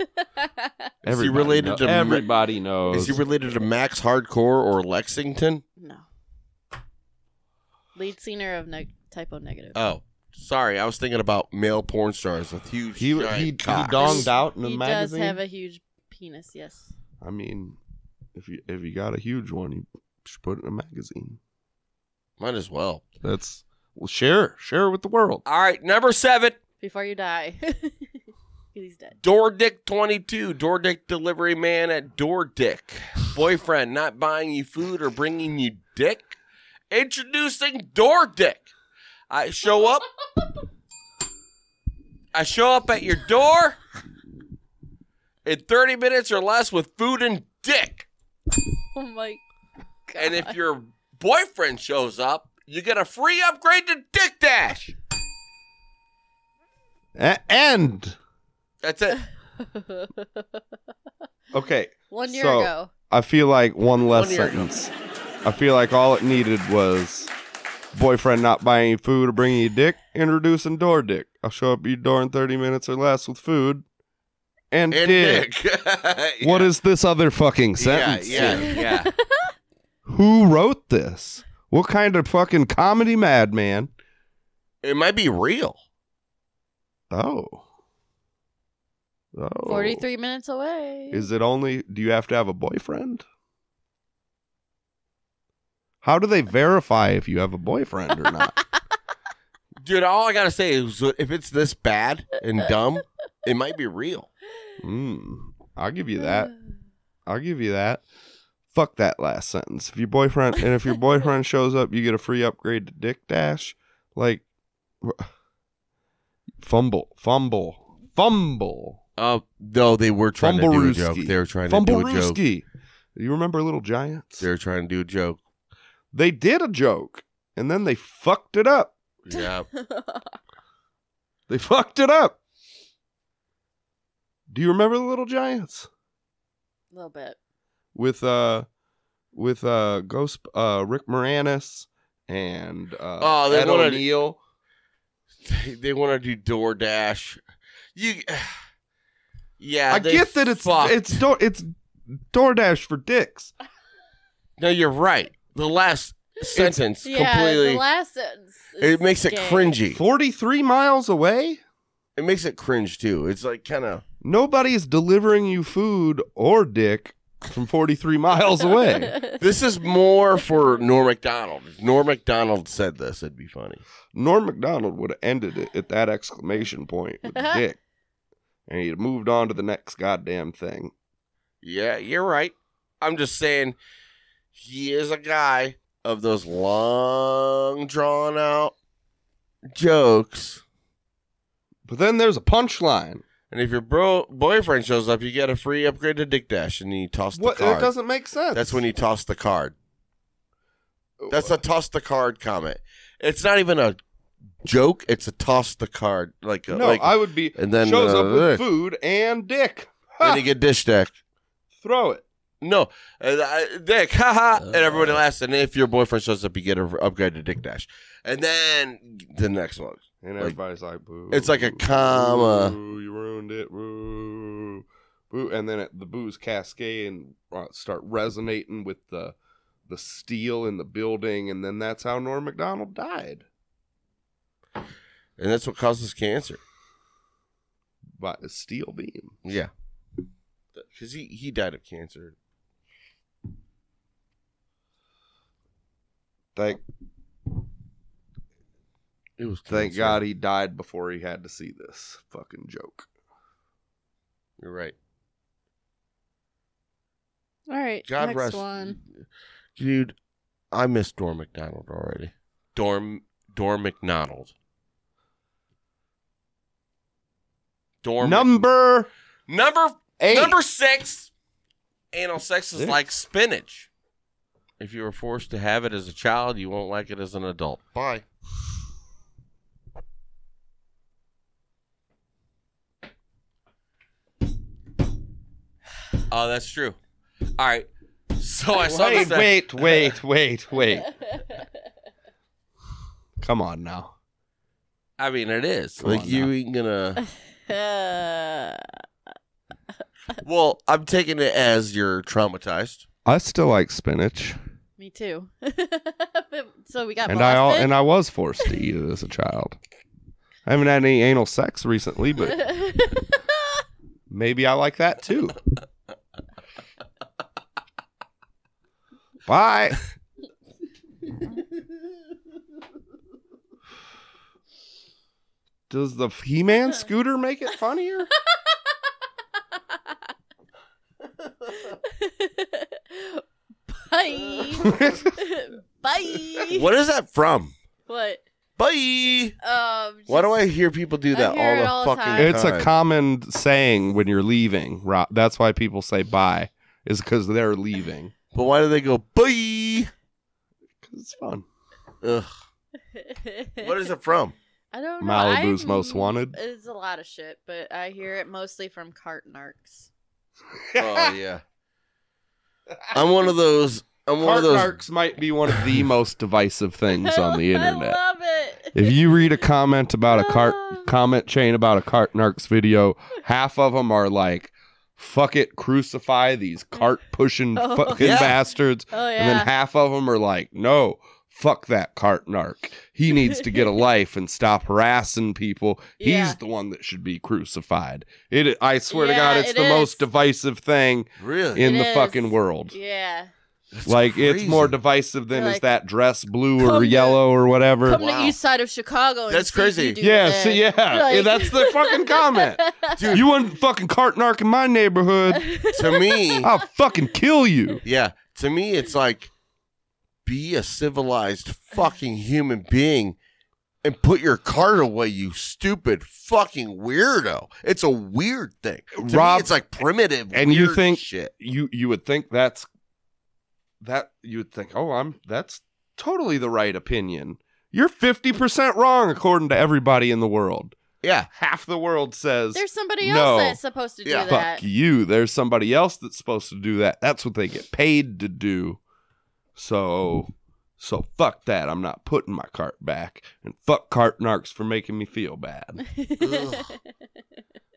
Speaker 3: he related to Ma-
Speaker 6: everybody knows.
Speaker 3: is he related to Max Hardcore or Lexington?
Speaker 7: no. Lead singer of ne- Typo Negative.
Speaker 3: Oh, sorry. I was thinking about male porn stars with huge.
Speaker 6: he he,
Speaker 3: giant
Speaker 6: he
Speaker 3: cocks.
Speaker 6: donged out in the
Speaker 7: he does
Speaker 6: magazine.
Speaker 7: have a huge penis, yes.
Speaker 6: I mean, if you if you got a huge one, you should put it in a magazine.
Speaker 3: Might as well.
Speaker 6: That's well, share share it with the world.
Speaker 3: All right, number seven.
Speaker 7: Before you die. 'Cause He's dead.
Speaker 3: Door Dick 22, Door Dick delivery man at Door Dick. Boyfriend not buying you food or bringing you dick. Introducing Door Dick. I show up. I show up at your door in 30 minutes or less with food and dick.
Speaker 7: Oh my god.
Speaker 3: And if your boyfriend shows up, you get a free upgrade to Dick Dash.
Speaker 6: A- and
Speaker 3: That's it.
Speaker 6: okay,
Speaker 7: One year
Speaker 6: So-
Speaker 7: ago.
Speaker 6: I feel like one less
Speaker 3: One year ago.
Speaker 6: sentence. I feel like all it needed was boyfriend not buying you food or bringing you dick, introducing door dick. I'll show up at your door in 30 minutes or less with food and,
Speaker 3: And
Speaker 6: dick.
Speaker 3: Dick. Yeah.
Speaker 6: What is this other fucking sentence?
Speaker 3: Yeah, yeah, yeah.
Speaker 6: Who wrote this? What kind of fucking comedy madman?
Speaker 3: It might be real.
Speaker 6: Oh. Oh.
Speaker 7: 43 minutes away.
Speaker 6: Is it only do you have to have a boyfriend? How do they verify if you have a boyfriend or not?
Speaker 3: Dude, all I gotta say is if it's this bad and dumb, it might be real.
Speaker 6: Mm, I'll give you that. I'll give you that. Fuck that last sentence. If your boyfriend and if your boyfriend shows up, you get a free upgrade to Dick Dash. Like, wh- fumble, fumble, fumble,
Speaker 3: Uh, no, they were trying to do a
Speaker 6: Fumbarooski.
Speaker 3: joke. They were trying to
Speaker 6: fumble.
Speaker 3: do a joke.
Speaker 6: Rooski. You remember Little Giants?
Speaker 3: They were trying to do a joke.
Speaker 6: They did a joke and then they fucked it up.
Speaker 3: Yeah.
Speaker 6: They fucked it up. Do you remember the Little Giants?
Speaker 7: A little bit.
Speaker 6: with uh with uh ghost uh Rick Moranis and uh
Speaker 3: Oh, they
Speaker 6: Ed
Speaker 3: wanted-
Speaker 6: O'Neill.
Speaker 3: they they want to do DoorDash. You. Yeah,
Speaker 6: I
Speaker 3: they
Speaker 6: get that it's
Speaker 3: fucked.
Speaker 6: it's do- it's DoorDash for dicks.
Speaker 3: No, you're right. The last sentence
Speaker 7: yeah,
Speaker 3: completely.
Speaker 7: the last sentence. is
Speaker 3: it makes it
Speaker 7: gay.
Speaker 3: cringy.
Speaker 6: 43 miles away?
Speaker 3: It makes it cringe too. It's like kind of
Speaker 6: Nobody's delivering you food or dick from 43 miles away.
Speaker 3: this is more for Norm Macdonald. If Norm Macdonald said this, it'd be funny.
Speaker 6: Norm MacDonald would have ended it at that exclamation point with dick. And he'd have moved on to the next goddamn thing.
Speaker 3: Yeah, you're right. I'm just saying he is a guy of those long drawn out jokes.
Speaker 6: But then there's a punchline.
Speaker 3: And if your bro boyfriend shows up, you get a free upgrade to Dick Dash and you toss the
Speaker 6: What? That
Speaker 3: card.
Speaker 6: doesn't make sense.
Speaker 3: That's when you toss the card. That's a toss the card comment. It's not even a joke, it's a toss the card like a,
Speaker 6: No,
Speaker 3: like
Speaker 6: I would be.
Speaker 3: and then,
Speaker 6: shows
Speaker 3: uh,
Speaker 6: up with
Speaker 3: eh.
Speaker 6: food and dick.
Speaker 3: then you get dish deck.
Speaker 6: Throw it.
Speaker 3: No, uh, I- Dick, haha, and everybody laughs. And if your boyfriend shows up, you get an upgrade to Dick Dash, and then the next one.
Speaker 6: And
Speaker 3: Like-
Speaker 6: everybody's like, boo.
Speaker 3: it's like a comma.
Speaker 6: Boo, you ruined it. Boo. Boo. And then it, the boos cascade and uh, start resonating with the the steel in the building. And then that's how Norm MacDonald died
Speaker 3: and that's what causes cancer.
Speaker 6: by a steel beam.
Speaker 3: Yeah, because he he died of cancer.
Speaker 6: Thank,
Speaker 3: It was
Speaker 6: thank
Speaker 3: cancer.
Speaker 6: God he died before he had to see this fucking joke.
Speaker 3: You're right.
Speaker 7: All right.
Speaker 3: God
Speaker 7: next
Speaker 3: rest,
Speaker 7: one.
Speaker 3: dude. I miss Dorm McDonald already. Dorm Dorm McDonald. Dorm
Speaker 6: Number
Speaker 3: number
Speaker 6: eight.
Speaker 3: Number six, anal sex is
Speaker 6: Six.
Speaker 3: like spinach. If you were forced to have it as a child, you won't like it as an adult. Bye. Oh, that's true. All right. So I saw
Speaker 6: wait,
Speaker 3: this.
Speaker 6: wait, wait, wait, wait. Come on now.
Speaker 3: I mean, it is
Speaker 6: Come
Speaker 3: like
Speaker 6: on
Speaker 3: you
Speaker 6: now.
Speaker 3: ain't gonna.
Speaker 7: Uh,
Speaker 3: Well, I'm taking it as you're traumatized.
Speaker 6: I still like spinach,
Speaker 7: me too. so we got
Speaker 6: and
Speaker 7: Boston.
Speaker 6: I al- and I was forced to eat it as a child. I haven't had any anal sex recently, but maybe I like that too. Bye. Does the He-Man scooter make it funnier?
Speaker 7: Bye. Bye.
Speaker 3: What is that from?
Speaker 7: What?
Speaker 3: Bye.
Speaker 7: Um.
Speaker 3: Why do
Speaker 7: just-
Speaker 3: I hear people do
Speaker 7: I
Speaker 3: that
Speaker 7: hear
Speaker 3: all
Speaker 7: it
Speaker 3: the
Speaker 7: all the
Speaker 3: fucking
Speaker 7: time.
Speaker 6: It's a
Speaker 3: time?
Speaker 6: common saying when you're leaving. Ro- That's why people say bye, is because they're leaving.
Speaker 3: But why do they go bye?
Speaker 6: 'Cause it's fun.
Speaker 3: Ugh. What is it from?
Speaker 7: I don't know.
Speaker 6: Malibu's
Speaker 7: I'm-
Speaker 6: Most Wanted.
Speaker 7: It's a lot of shit, but I hear it mostly from carton narcs.
Speaker 3: oh yeah. I'm one of those. I'm one
Speaker 6: Cart
Speaker 3: of those.
Speaker 6: narcs might be one of the most divisive things on the internet.
Speaker 7: I love it. Ah.
Speaker 6: If you read a comment about a cart comment chain about a cart narcs video, half of them are like, "Fuck it, crucify these cart pushing
Speaker 7: Oh.
Speaker 6: fucking
Speaker 3: Yeah.
Speaker 6: bastards,"
Speaker 7: oh yeah.
Speaker 6: and then half of them are like, "No." Fuck that cart narc. He needs to get a life and stop harassing people. He's
Speaker 7: Yeah.
Speaker 6: the one that should be crucified. It, I swear to God,
Speaker 7: Yeah,
Speaker 6: it's
Speaker 7: it
Speaker 6: the
Speaker 7: is.
Speaker 6: most divisive thing
Speaker 3: Really?
Speaker 6: in
Speaker 7: It
Speaker 6: the
Speaker 7: is.
Speaker 6: fucking world.
Speaker 7: yeah.
Speaker 3: That's
Speaker 6: like it's more
Speaker 3: crazy.
Speaker 6: divisive than
Speaker 7: They're
Speaker 6: is
Speaker 7: like,
Speaker 6: that dress blue
Speaker 7: "Come
Speaker 6: or
Speaker 7: to-
Speaker 6: yellow or whatever.
Speaker 7: Come to
Speaker 3: Wow.
Speaker 7: the east side of Chicago. And
Speaker 3: That's
Speaker 7: see if
Speaker 3: crazy.
Speaker 7: you do
Speaker 6: yeah,
Speaker 7: that.
Speaker 6: see, yeah,
Speaker 7: Like-
Speaker 6: Yeah, that's the fucking comment. You wouldn't fucking cart narc in my neighborhood.
Speaker 3: to me.
Speaker 6: I'll fucking kill you.
Speaker 3: Yeah, to me, it's like be a civilized fucking human being and put your card away, you stupid fucking weirdo. It's a weird thing. To me,
Speaker 6: Rob-
Speaker 3: it's like primitive.
Speaker 6: and you
Speaker 3: weird
Speaker 6: think-
Speaker 3: shit?
Speaker 6: You you would think that's that you would think, oh, I'm that's totally the right opinion. You're fifty percent wrong according to everybody in the world.
Speaker 3: Yeah,
Speaker 6: Half the world says
Speaker 7: There's somebody
Speaker 6: No.
Speaker 7: else that's supposed to do
Speaker 3: Yeah.
Speaker 7: that.
Speaker 6: fuck you. There's somebody else that's supposed to do that. That's what they get paid to do. So, so fuck that. I'm not putting my cart back, and fuck cart narcs for making me feel bad.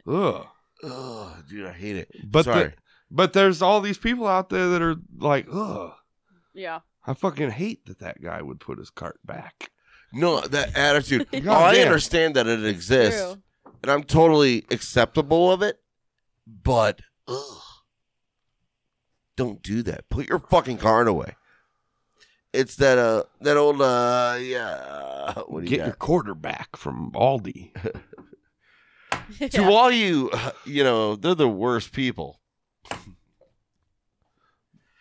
Speaker 6: Ugh.
Speaker 3: Ugh, dude, I hate it.
Speaker 6: But the-
Speaker 3: Sorry.
Speaker 6: but there's all these people out there that are like, ugh,
Speaker 7: yeah.
Speaker 6: I fucking hate that that guy would put his cart back.
Speaker 3: No, that attitude. oh, I
Speaker 6: Goddamn.
Speaker 3: understand that it exists,
Speaker 7: True.
Speaker 3: and I'm totally acceptable of it. But ugh, don't do that. Put your fucking card away. It's that uh that old uh yeah. What do you
Speaker 6: Get
Speaker 3: got?
Speaker 6: your quarterback from Aldi.
Speaker 3: to all you, you know, they're the worst people.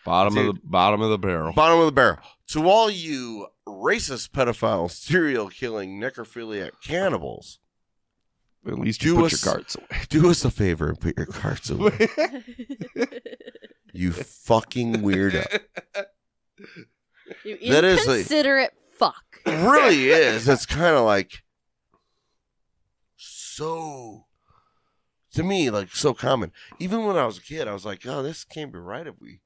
Speaker 6: Bottom of
Speaker 3: Dude.
Speaker 6: the bottom of the barrel.
Speaker 3: Bottom of the barrel. To all you racist, pedophile, serial killing, necrophiliac cannibals,
Speaker 6: At least
Speaker 3: Do
Speaker 6: you put
Speaker 3: us-
Speaker 6: your carts away.
Speaker 3: do us a favor and put your cards away. you fucking weirdo.
Speaker 7: you
Speaker 3: That is a-
Speaker 7: inconsiderate fuck.
Speaker 3: It really is. It's kind of like so to me, like so common. Even when I was a kid, I was like, "Oh, this can't be right." If we,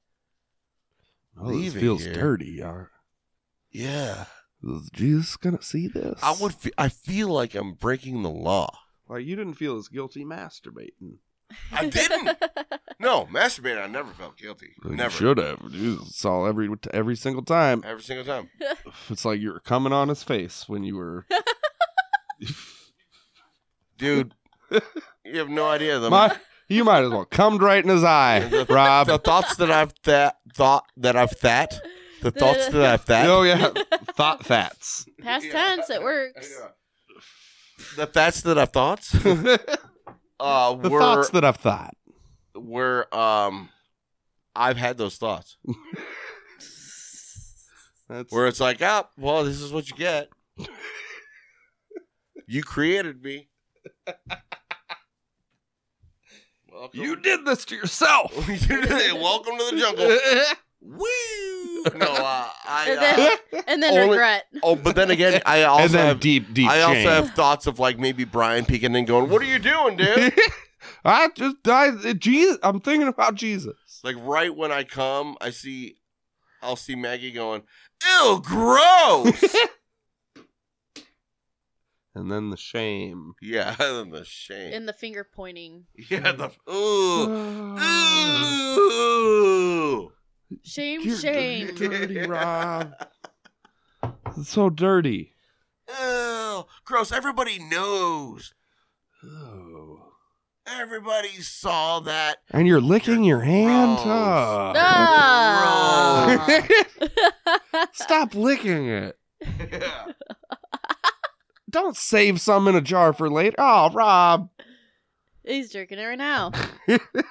Speaker 6: Oh, this
Speaker 3: Leave it
Speaker 6: feels
Speaker 3: here.
Speaker 6: dirty. Are
Speaker 3: yeah,
Speaker 6: is Jesus gonna see this?
Speaker 3: I would. Fe- I feel like I'm breaking the law.
Speaker 6: Like you didn't feel as guilty masturbating.
Speaker 3: I didn't. no, masturbating. I never felt guilty. Never.
Speaker 6: You should have. It's all every every single time.
Speaker 3: Every single time.
Speaker 6: It's like you were coming on his face when you were.
Speaker 3: Dude, you have no idea the,
Speaker 6: My, you might as well come right in his eye, Rob.
Speaker 3: the thoughts that I've that thought that I've that the thoughts that I've that
Speaker 6: Oh yeah, thought fats.
Speaker 7: Past tense, it works.
Speaker 3: the thoughts that I've thoughts
Speaker 6: the
Speaker 3: uh were
Speaker 6: thoughts that I've thought.
Speaker 3: were um I've had those thoughts
Speaker 6: That's
Speaker 3: where it's like, "Ah, well, this is what you get. you created me." Welcome.
Speaker 6: you did this to yourself.
Speaker 3: You did it. Welcome to the jungle. Woo! No, uh,
Speaker 7: And
Speaker 3: I.
Speaker 7: then, and then
Speaker 3: Only-
Speaker 7: regret.
Speaker 3: Uh, oh, but then again, I also
Speaker 6: and then
Speaker 3: have
Speaker 6: deep, deep.
Speaker 3: I also
Speaker 6: shame.
Speaker 3: have thoughts of like maybe Brian peeking and going, "What are you doing, dude?"
Speaker 6: I just I Jesus. I'm thinking about Jesus.
Speaker 3: like right when I come, I see, I'll see Maggie going, "Ew, gross."
Speaker 6: And then the shame.
Speaker 3: yeah, and the shame.
Speaker 7: In the finger pointing.
Speaker 3: yeah,
Speaker 6: Mm.
Speaker 3: the ooh,
Speaker 6: You're
Speaker 3: ooh.
Speaker 7: Shame,
Speaker 6: dirty,
Speaker 7: shame.
Speaker 6: dirty, Rob. It's so dirty.
Speaker 3: Ew, gross. Everybody knows.
Speaker 6: Oh.
Speaker 3: Everybody saw that.
Speaker 6: And you're licking your hand.
Speaker 3: Gross.
Speaker 6: Oh.
Speaker 7: Ah.
Speaker 6: Stop licking it. Don't save some in a jar for later. Oh, Rob.
Speaker 7: He's jerking it right now. Look at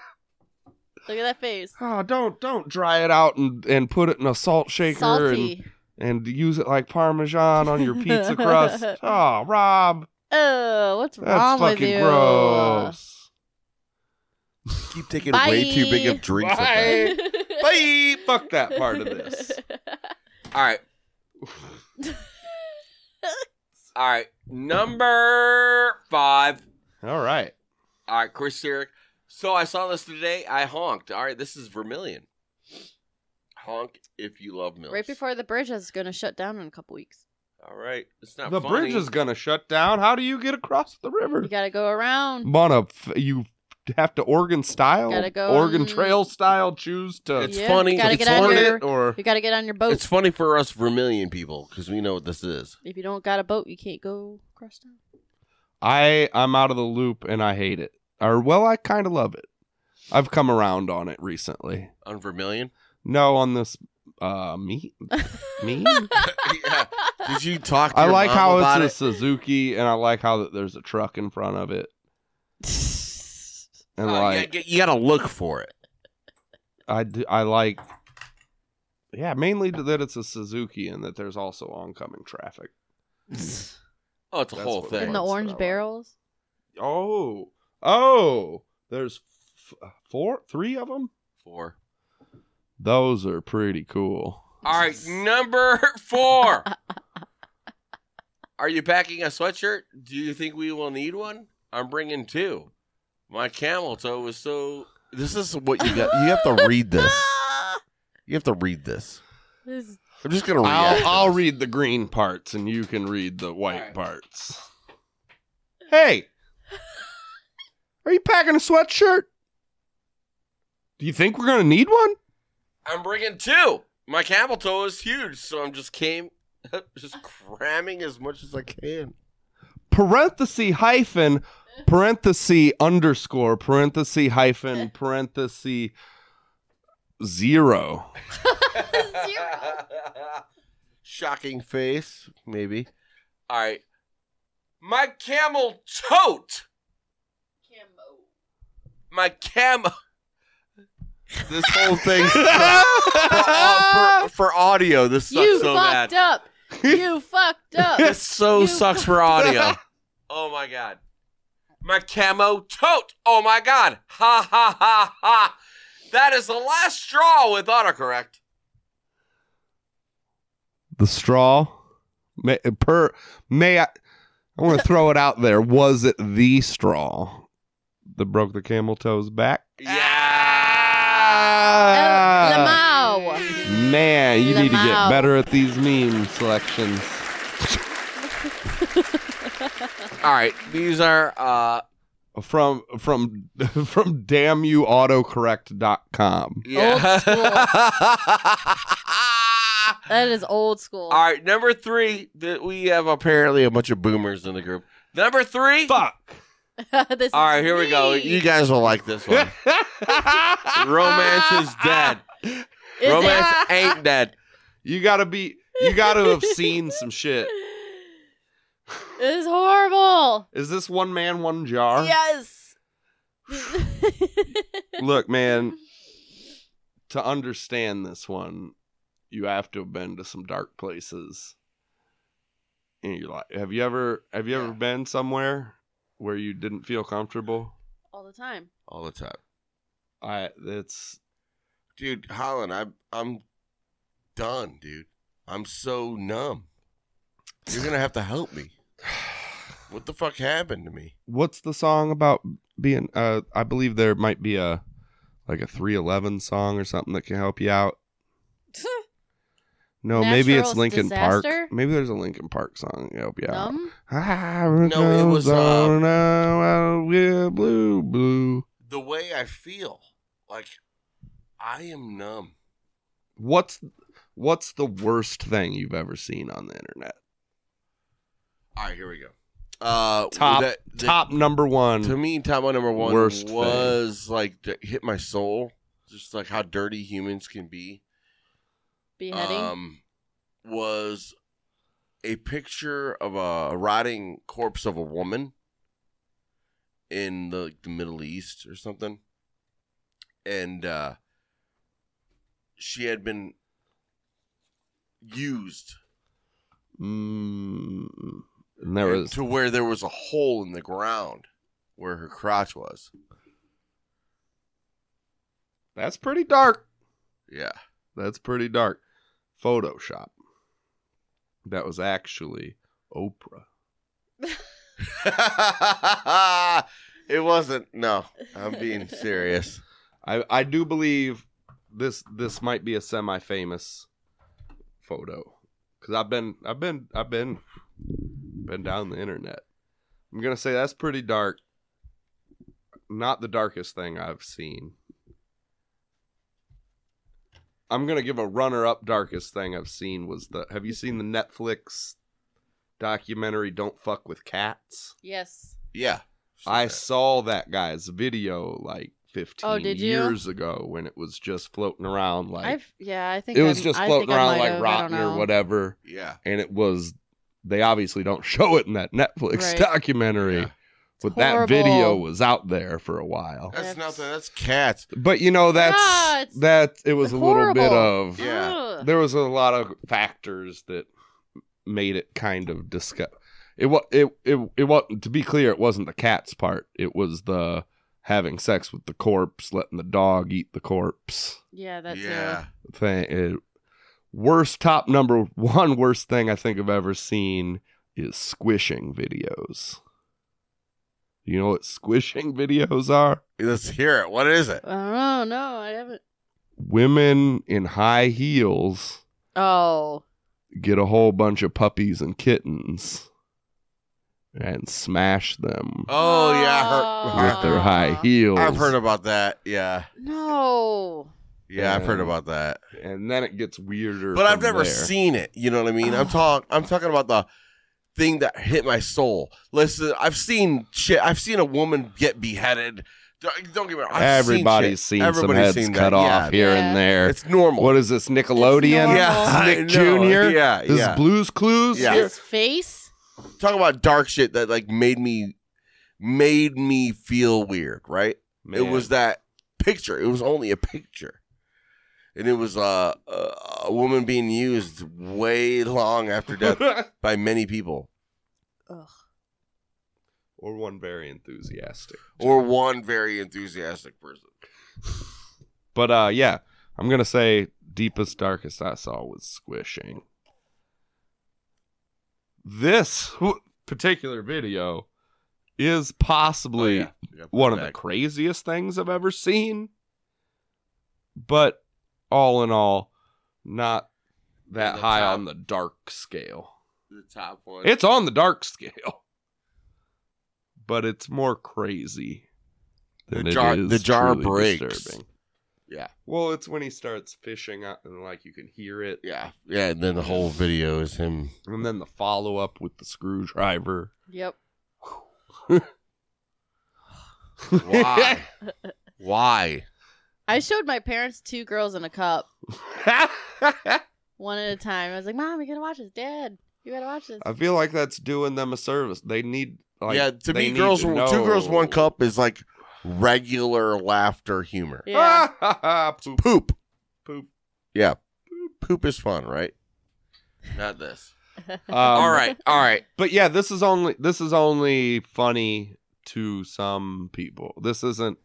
Speaker 7: that face.
Speaker 6: Oh, don't don't dry it out and, and put it in a salt shaker
Speaker 7: Salty.
Speaker 6: and and use it like parmesan on your pizza crust. Oh, Rob.
Speaker 7: Oh, what's
Speaker 6: That's
Speaker 7: wrong with
Speaker 6: fucking
Speaker 7: you?
Speaker 6: gross.
Speaker 3: Keep taking
Speaker 7: Bye.
Speaker 3: way too big of drinks. of that.
Speaker 6: Bye. Bye. Fuck that part of this.
Speaker 3: All right. All right. Number five.
Speaker 6: All right.
Speaker 3: All right, Chris Sirik. So I saw this today. I honked. All right, this is Vermilion. Honk if you love milk.
Speaker 7: Right before the bridge is going to shut down in a couple weeks.
Speaker 3: All right, it's not
Speaker 6: The
Speaker 3: funny.
Speaker 6: bridge is gonna shut down. How do you get across the river?
Speaker 7: You got to go around.
Speaker 6: On a f- you have to Oregon style,
Speaker 7: Gotta go
Speaker 6: Oregon
Speaker 7: on-
Speaker 6: Trail style. Choose to
Speaker 3: It's
Speaker 7: Yeah,
Speaker 3: funny.
Speaker 7: you gotta
Speaker 3: it's
Speaker 7: get out
Speaker 3: funny.
Speaker 7: here. Oh.
Speaker 6: or
Speaker 7: You got to get on your boat.
Speaker 3: It's funny for us Vermilion people because we know what this is.
Speaker 7: If you don't got a boat, you can't go across town.
Speaker 6: I I'm out of the loop and I hate it. Or well, I kind of love it. I've come around on it recently.
Speaker 3: On Vermilion.
Speaker 6: No, on this uh meat meat.
Speaker 3: yeah. Did you talk? To
Speaker 6: I
Speaker 3: your
Speaker 6: like
Speaker 3: mom
Speaker 6: how
Speaker 3: about
Speaker 6: it's a Suzuki, and I like how that there's a truck in front of it,
Speaker 3: it.
Speaker 6: and
Speaker 3: Oh,
Speaker 6: like
Speaker 3: you, gotta, you gotta look for it.
Speaker 6: I do, I like yeah, mainly that it's a Suzuki and that there's also oncoming traffic.
Speaker 3: Oh, it's a
Speaker 6: That's
Speaker 3: whole
Speaker 6: what
Speaker 3: thing.
Speaker 7: In the
Speaker 6: Once
Speaker 7: orange
Speaker 6: that one.
Speaker 7: barrels.
Speaker 6: Oh. Oh, there's f- uh, four three of them.
Speaker 3: Four.
Speaker 6: Those are pretty cool.
Speaker 3: All right, number four. Are you packing a sweatshirt? Do you think we will need one? I'm bringing two. My camel toe was so. This is what you got. You have to read this. You have to read this.
Speaker 7: This-
Speaker 3: I'm just gonna read.
Speaker 6: I'll, I'll read the green parts and you can read the white parts. Hey, are you packing a sweatshirt? Do you think we're going to need one?
Speaker 3: I'm bringing two. My camel toe is huge, so I'm just came just cramming as much as I can.
Speaker 6: parenthesis hyphen parenthesis underscore parenthesis hyphen parenthesis zero.
Speaker 3: Shocking face, maybe. All right. My camel tote. My camel. This whole thing for, Uh, for, for audio. This sucks
Speaker 7: you
Speaker 3: so
Speaker 7: fucked
Speaker 3: bad.
Speaker 7: up. You fucked up.
Speaker 3: This so
Speaker 7: You
Speaker 3: sucks for audio. oh my god. My camo tote. Oh my god. Ha ha ha ha. That is the last straw with autocorrect.
Speaker 6: The straw may, per may I I want to throw it out there. Was it the straw that broke the camel toe's back?
Speaker 3: Ah.
Speaker 6: Yeah.
Speaker 7: Lamau.
Speaker 6: Man, you need to get
Speaker 7: Lamau.
Speaker 6: better at these meme selections.
Speaker 3: All right, these are uh
Speaker 6: From from from damn you autocorrect.com.
Speaker 7: Old
Speaker 3: yeah.
Speaker 7: That is old school.
Speaker 3: All right, number three. That we have apparently a bunch of boomers in the group. Number three.
Speaker 6: Fuck.
Speaker 7: this
Speaker 3: All right,
Speaker 7: is
Speaker 3: here we go.
Speaker 7: me.
Speaker 3: You guys will like this one. Romance is dead.
Speaker 7: Is
Speaker 3: Romance ain't dead.
Speaker 6: You gotta be. You gotta have seen some shit.
Speaker 7: it? This is horrible.
Speaker 6: Is this one man, one jar?
Speaker 7: Yes.
Speaker 6: Look, man. To understand this one, you have to have been to some dark places. In your life, have you ever have you ever been somewhere where you didn't feel comfortable?
Speaker 7: All the time.
Speaker 3: All the time,
Speaker 6: I it's
Speaker 3: dude. Holland, I'm I'm done, dude. I'm so numb. You're gonna have to help me. What the fuck happened to me?
Speaker 6: what's the song about being uh i believe there might be a like a 311 song or something that can help you out no maybe it's
Speaker 7: Natural
Speaker 6: lincoln
Speaker 7: disaster?
Speaker 6: park maybe there's a lincoln park song that can help you out
Speaker 7: Numb?
Speaker 6: I
Speaker 3: No, it was, uh,
Speaker 6: don't know how we're blue blue
Speaker 3: The way I feel, like I am numb.
Speaker 6: what's what's the worst thing you've ever seen on the internet
Speaker 3: All right, here we go. Uh,
Speaker 6: top
Speaker 3: that- that-
Speaker 6: top number one
Speaker 3: to me, top one number one
Speaker 6: Worst thing.
Speaker 3: was like that hit my soul, just like how dirty humans can be.
Speaker 7: Beheading.
Speaker 3: Um, was a picture of a rotting corpse of a woman in the, the Middle East or something, and uh, she had been used
Speaker 6: mm, and there
Speaker 3: and
Speaker 6: was
Speaker 3: to where there was a hole in the ground where her crotch was.
Speaker 6: that's pretty dark
Speaker 3: Yeah.
Speaker 6: That's pretty dark. Photoshop. That was actually Oprah.
Speaker 3: it wasn't. No, I'm being serious.
Speaker 6: I, I do believe this this might be a semi famous photo because I've been I've been I've been been down the internet. I'm gonna say that's pretty dark. Not the darkest thing I've seen. I'm gonna give a runner up darkest thing I've seen was the have you seen the Netflix documentary Don't Fuck with Cats?
Speaker 7: yes.
Speaker 3: Yeah.
Speaker 6: I saw that guy's video like 15
Speaker 7: Oh, did you?
Speaker 6: years ago when it was just floating around like
Speaker 7: I've yeah, I think
Speaker 6: it was
Speaker 7: I'm-
Speaker 6: just
Speaker 7: I
Speaker 6: floating
Speaker 7: think I
Speaker 6: around
Speaker 7: might
Speaker 6: like
Speaker 7: have, I don't
Speaker 6: rotten or
Speaker 7: know.
Speaker 6: whatever
Speaker 3: Yeah.
Speaker 6: and it was they obviously don't show it in that Netflix
Speaker 7: Right.
Speaker 6: documentary
Speaker 3: Yeah.
Speaker 6: but
Speaker 7: It's
Speaker 6: that video
Speaker 7: horrible.
Speaker 6: was out there for a while.
Speaker 3: That's
Speaker 7: That's-
Speaker 3: nothing. That's cats.
Speaker 6: But you know that's
Speaker 7: Yeah, it's
Speaker 6: that it was a little bit
Speaker 7: horrible.
Speaker 6: of
Speaker 3: Yeah.
Speaker 7: Ugh.
Speaker 6: there was a lot of factors that made it kind of disgust. It was it it it was to be clear, it wasn't the cat's part. It was the having sex with the corpse, letting the dog eat the corpse
Speaker 7: Yeah, that's
Speaker 3: yeah.
Speaker 6: thing. It, worst top number one worst thing I think I've ever seen is squishing videos. You know what squishing videos are?
Speaker 3: Let's hear it. What is it?
Speaker 7: I don't know. No, I haven't.
Speaker 6: Women in high heels
Speaker 7: Oh,
Speaker 6: get a whole bunch of puppies and kittens and smash them
Speaker 3: Oh yeah. I heard-
Speaker 7: Oh.
Speaker 6: with their high heels.
Speaker 3: I've heard about that. Yeah.
Speaker 7: no.
Speaker 3: Yeah, I've heard
Speaker 6: And-
Speaker 3: about that.
Speaker 6: And then it gets weirder.
Speaker 3: But I've
Speaker 6: from
Speaker 3: never
Speaker 6: there.
Speaker 3: seen it. You know what I mean? I'm talking. I'm talking about the thing that hit my soul. Listen, I've seen shit. I've seen a woman get beheaded. Don't don't get me wrong. I've
Speaker 6: Everybody's
Speaker 3: seen,
Speaker 6: seen,
Speaker 3: shit.
Speaker 6: some
Speaker 3: Everybody's
Speaker 6: heads
Speaker 3: seen
Speaker 6: cut
Speaker 3: that.
Speaker 6: off
Speaker 3: Yeah.
Speaker 6: here
Speaker 7: Yeah.
Speaker 6: and there.
Speaker 3: It's normal.
Speaker 6: what is this, Nickelodeon?
Speaker 3: Yeah,
Speaker 7: normal.
Speaker 3: I
Speaker 6: Nick
Speaker 3: know.
Speaker 6: Jr.
Speaker 3: Yeah,
Speaker 6: This
Speaker 3: yeah.
Speaker 6: is Blue's Clues.
Speaker 3: Yeah.
Speaker 7: His face?
Speaker 3: Talk about dark shit that like made me made me feel weird. Right? It
Speaker 6: Man.
Speaker 3: was that picture. It was only a picture. And it was uh, a, a woman being used way long after death by many people.
Speaker 7: Ugh.
Speaker 6: or one very enthusiastic.
Speaker 3: or one very enthusiastic person.
Speaker 6: But uh, yeah, I'm gonna say deepest darkest I saw was squishing. This w- particular video is
Speaker 3: Oh,
Speaker 6: possibly one of the craziest things I've ever seen. But all in all, not that
Speaker 3: The
Speaker 6: high
Speaker 3: top-
Speaker 6: on the dark scale.
Speaker 3: the top one.
Speaker 6: It's on the dark scale, but it's more crazy. Than
Speaker 3: The
Speaker 6: it
Speaker 3: jar-
Speaker 6: is
Speaker 3: the jar
Speaker 6: truly
Speaker 3: breaks.
Speaker 6: Disturbing.
Speaker 3: Yeah.
Speaker 6: Well, it's when he starts fishing out and like you can hear it,
Speaker 3: yeah, yeah, and then the whole video is him.
Speaker 6: and then the follow up with the screwdriver.
Speaker 7: Yep.
Speaker 3: Why? Why?
Speaker 7: I showed my parents two girls in a cup, one at a time. I was like, Mom, you gotta watch this. Dad, you gotta watch this.
Speaker 6: I feel like that's doing them a service. They need like
Speaker 3: yeah, to
Speaker 6: they
Speaker 3: me,
Speaker 6: need
Speaker 3: girls,
Speaker 6: to
Speaker 3: two girls, one
Speaker 6: know.
Speaker 3: cup is like regular laughter humor.
Speaker 6: Ah!
Speaker 7: Yeah.
Speaker 6: Poop,
Speaker 3: Poop.
Speaker 6: poop.
Speaker 3: Yeah, poop is fun, right? Not this.
Speaker 6: Um,
Speaker 3: all right, all right.
Speaker 6: but yeah, this is only this is only funny to some people. This isn't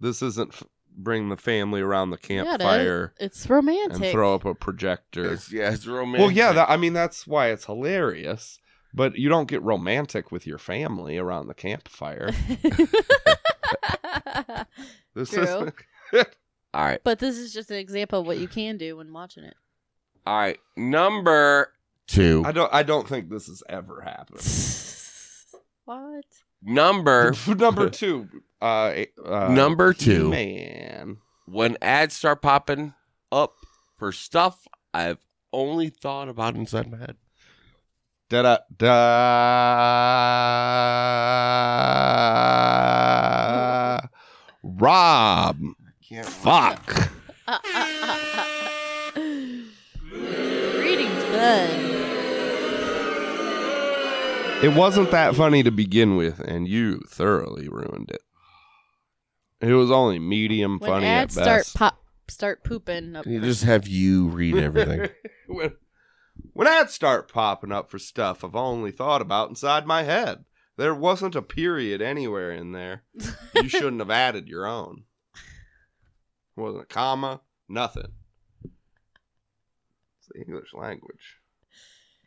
Speaker 6: this isn't f- bring the family around the
Speaker 7: Yeah, it is.
Speaker 6: campfire
Speaker 7: It's
Speaker 6: and
Speaker 7: romantic.
Speaker 6: throw up a projector.
Speaker 3: It's, yeah, it's romantic.
Speaker 6: Well, yeah, that, I mean that's why it's hilarious. But you don't get romantic with your family around the campfire. This
Speaker 7: True.
Speaker 6: is
Speaker 3: all right,
Speaker 7: but this is just an example of what you can do when watching it.
Speaker 3: all right. Number two.
Speaker 6: I don't I don't think this has ever happened.
Speaker 7: what?
Speaker 3: Number
Speaker 6: Number 2 uh, uh
Speaker 3: number two.
Speaker 6: Man.
Speaker 3: when ads start popping up for stuff I've only thought about inside my head.
Speaker 6: Da da da. Rob. Fuck.
Speaker 7: Reading's fun.
Speaker 6: It wasn't that funny to begin with, and you thoroughly ruined it. It was only medium
Speaker 7: When
Speaker 6: funny
Speaker 7: ads
Speaker 6: at
Speaker 7: start
Speaker 6: best.
Speaker 7: pop, start pooping. Up.
Speaker 3: You just have you read everything.
Speaker 6: when, when ads start popping up for stuff I've only thought about inside my head, there wasn't a period anywhere in there. You shouldn't have added your own. Wasn't a comma, nothing. It's the English language.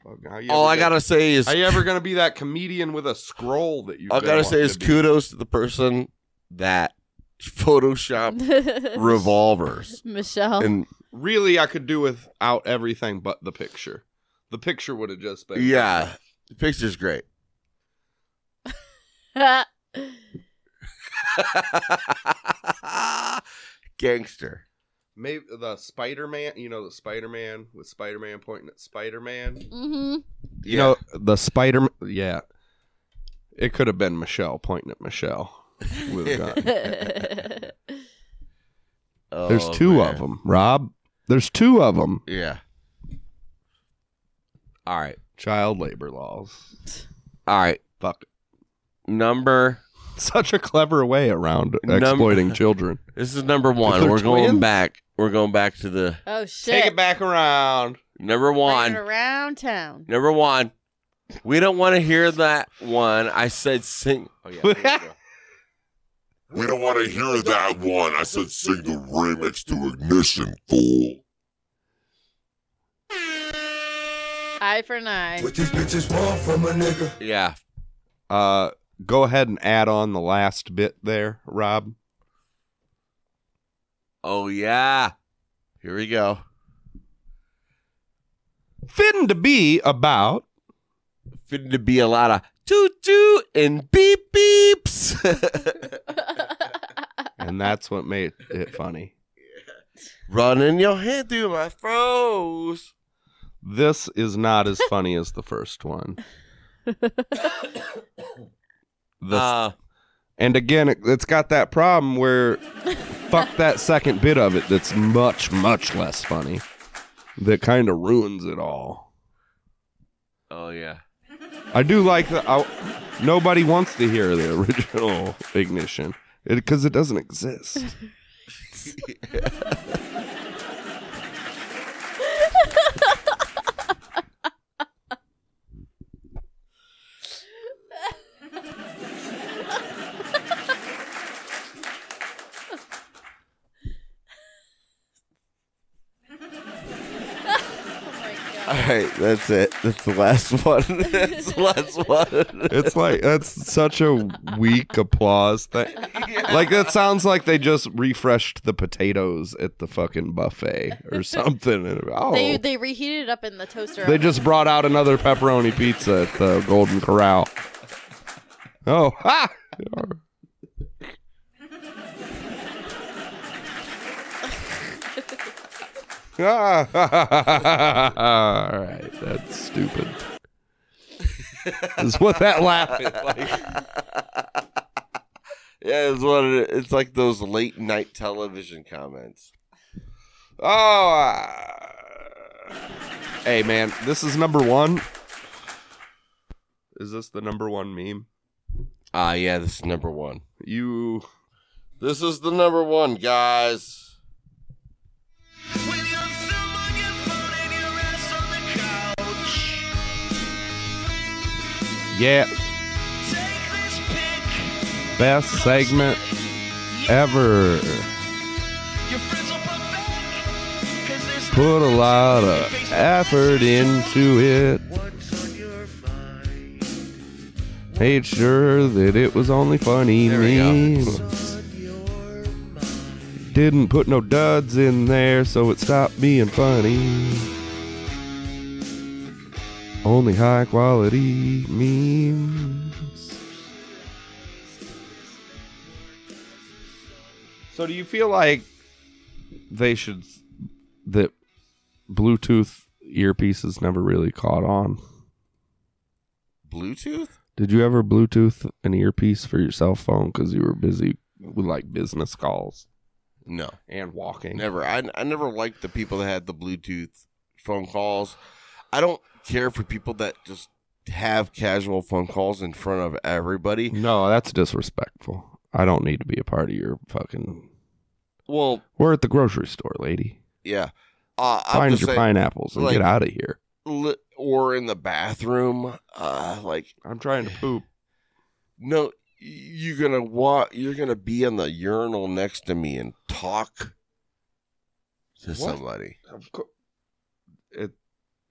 Speaker 6: Fuck, how you
Speaker 3: All
Speaker 6: ever
Speaker 3: I
Speaker 6: gonna-
Speaker 3: gotta say is
Speaker 6: Are you ever gonna be that comedian with a scroll that you?
Speaker 3: all I gotta say is kudos to the person that Photoshop revolvers
Speaker 7: Michelle.
Speaker 3: and
Speaker 6: Really, I could do without everything but the picture. The picture would have just been
Speaker 3: yeah, the picture's great. Gangster.
Speaker 6: Maybe the Spider Man, you know, the Spider Man with Spider Man pointing at Spider Man.
Speaker 7: mm-hmm.
Speaker 6: You know, the Spider Man. Yeah. It could have been Michelle pointing at Michelle with a gun. There's
Speaker 3: Oh,
Speaker 6: two of
Speaker 3: man.
Speaker 6: them, Rob. There's two of them.
Speaker 3: Yeah. All right.
Speaker 6: Child labor laws.
Speaker 3: All right.
Speaker 6: Fuck.
Speaker 3: Number
Speaker 6: Such a clever way around
Speaker 3: Num-
Speaker 6: exploiting children.
Speaker 3: This is number
Speaker 6: they're
Speaker 3: one. We're going
Speaker 6: twins?
Speaker 3: back. We're going back to the
Speaker 7: oh shit!
Speaker 6: back around.
Speaker 3: number
Speaker 7: Bring it
Speaker 3: one.
Speaker 7: around town.
Speaker 3: Number one. We don't want to hear that one. I said sing. Oh yeah.
Speaker 1: We don't want to hear that one. I said sing the remix to Ignition, fool.
Speaker 7: Eye for an eye.
Speaker 3: yeah.
Speaker 6: Uh, go ahead and add on the last bit there, Rob.
Speaker 3: Oh yeah. Here we go.
Speaker 6: Fitting to be about
Speaker 3: Fitting to be a lot of toot toot and beep beeps.
Speaker 6: and that's what made it funny.
Speaker 2: Running your hand through my froze.
Speaker 6: This is not as funny as the first one. The-
Speaker 2: Uh,
Speaker 6: and again, it, it's got that problem where fuck that second bit of it that's much, much less funny that kind of ruins it all.
Speaker 2: oh yeah.
Speaker 6: I do like the. I, nobody wants to hear the original ignition because it doesn't exist.
Speaker 3: All right, that's it. That's the last one. that's the last one.
Speaker 6: It's like that's such a weak applause thing. Like that sounds like they just refreshed the potatoes at the fucking buffet or something. And, oh, they,
Speaker 7: They they reheated it up in the toaster.
Speaker 6: just brought out another pepperoni pizza at the Golden Corral. Oh, ha! Ah. All right, that's stupid. Is what that laugh is like.
Speaker 3: Yeah, it's what it, it's like those late night television comments. ah.
Speaker 6: Oh. uh, Hey, man, this is number one. Is this the number one meme?
Speaker 3: Ah, yeah, this is number one.
Speaker 6: You.
Speaker 3: This is the number one, guys.
Speaker 6: Yeah. Best segment ever. Put a lot of effort into it. Made sure that it was only funny
Speaker 3: There we go.
Speaker 6: memes. Didn't put no duds in there, so it stopped being funny. Only high quality memes. So, do you feel like they should that Bluetooth earpieces never really caught on?
Speaker 3: Bluetooth?
Speaker 6: Did you ever Bluetooth an earpiece for your cell phone because you were busy with like business calls
Speaker 3: No,
Speaker 6: and walking?
Speaker 3: never. I I never liked the people that had the Bluetooth phone calls. I don't care for people that just have casual phone calls in front of everybody.
Speaker 6: No, that's disrespectful. I don't need to be a part of your fucking.
Speaker 3: Well,
Speaker 6: We're at the grocery store, lady.
Speaker 3: yeah. Uh, I'm
Speaker 6: Find
Speaker 3: just
Speaker 6: your
Speaker 3: saying,
Speaker 6: pineapples and
Speaker 3: like-
Speaker 6: get out of here.
Speaker 3: li- or in the bathroom. Uh, like
Speaker 6: I'm trying to poop.
Speaker 3: no, you're gonna walk. You're gonna be on the urinal next to me and talk to
Speaker 6: What?
Speaker 3: somebody.
Speaker 6: It,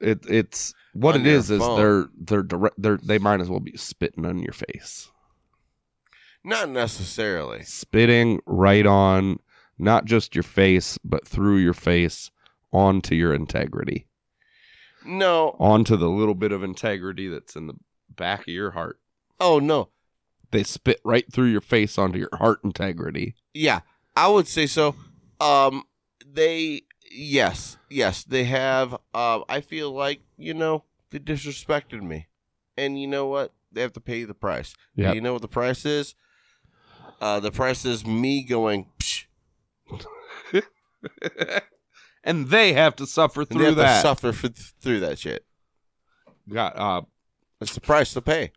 Speaker 6: it, it's what
Speaker 3: On
Speaker 6: it
Speaker 3: your
Speaker 6: is. Is
Speaker 3: phone.
Speaker 6: they're they're direct. They're they might as well be spitting on your face,
Speaker 3: Not necessarily.
Speaker 6: spitting right on not just your face, but through your face onto your integrity,
Speaker 3: No.
Speaker 6: onto the little bit of integrity that's in the back of your heart.
Speaker 3: Oh no.
Speaker 6: They spit right through your face onto your heart integrity.
Speaker 3: Yeah, I would say so. Um, they yes, yes, they have. Um, I feel like you know they disrespected me, and you know what? They have to pay the price.
Speaker 6: Yep.
Speaker 3: You know what the price is? Uh, the price is me going. Psh,
Speaker 6: and they have to suffer
Speaker 3: and they
Speaker 6: through
Speaker 3: have to
Speaker 6: that.
Speaker 3: suffer for, through that shit.
Speaker 6: Got uh,
Speaker 3: That's the price to pay.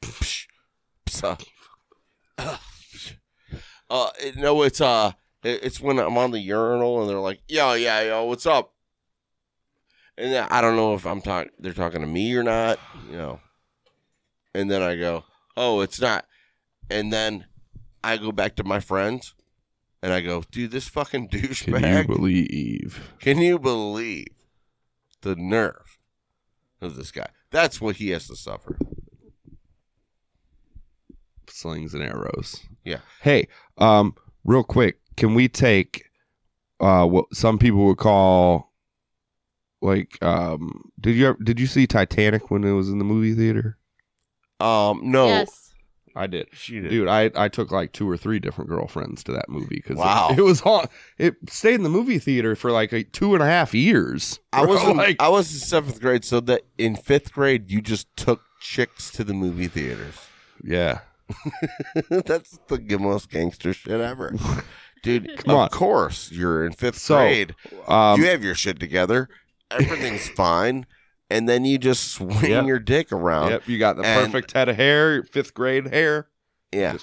Speaker 3: Psh, psa. Uh, it- no, it's uh, it- it's when I'm on the urinal and they're like, "Yo, yeah, yo, what's up?" And then I don't know if I'm talking, they're talking to me or not, you know. And then I go, "Oh, it's not." And then I go back to my friends, and I go, "Dude, this fucking
Speaker 6: can
Speaker 3: douchebag."
Speaker 6: you believe?
Speaker 3: Can you believe the nerve of this guy? That's what he has to suffer.
Speaker 6: Slings and arrows.
Speaker 3: Yeah.
Speaker 6: Hey, um, real quick, can we take uh what some people would call like um did you ever, did you see Titanic when it was in the movie theater?
Speaker 3: Um, no,
Speaker 7: Yes.
Speaker 6: I did.
Speaker 3: She did.
Speaker 6: Dude, I, I took like two or three different girlfriends to that movie because
Speaker 2: Wow.
Speaker 6: it, it was on. It stayed in the movie theater for like a, two and a half years.
Speaker 3: I was in,
Speaker 6: like,
Speaker 3: I was in seventh grade, so that in fifth grade you just took chicks to the movie theaters.
Speaker 6: yeah,
Speaker 3: That's the g- most gangster shit ever, dude.
Speaker 6: Come
Speaker 3: of
Speaker 6: on.
Speaker 3: course you're in fifth
Speaker 6: So,
Speaker 3: grade.
Speaker 6: um,
Speaker 3: you have your shit together. Everything's fine, and then you just swing
Speaker 6: Yep.
Speaker 3: your dick around.
Speaker 6: yep. You got the
Speaker 3: and-
Speaker 6: perfect head of hair, fifth grade hair.
Speaker 3: Yeah,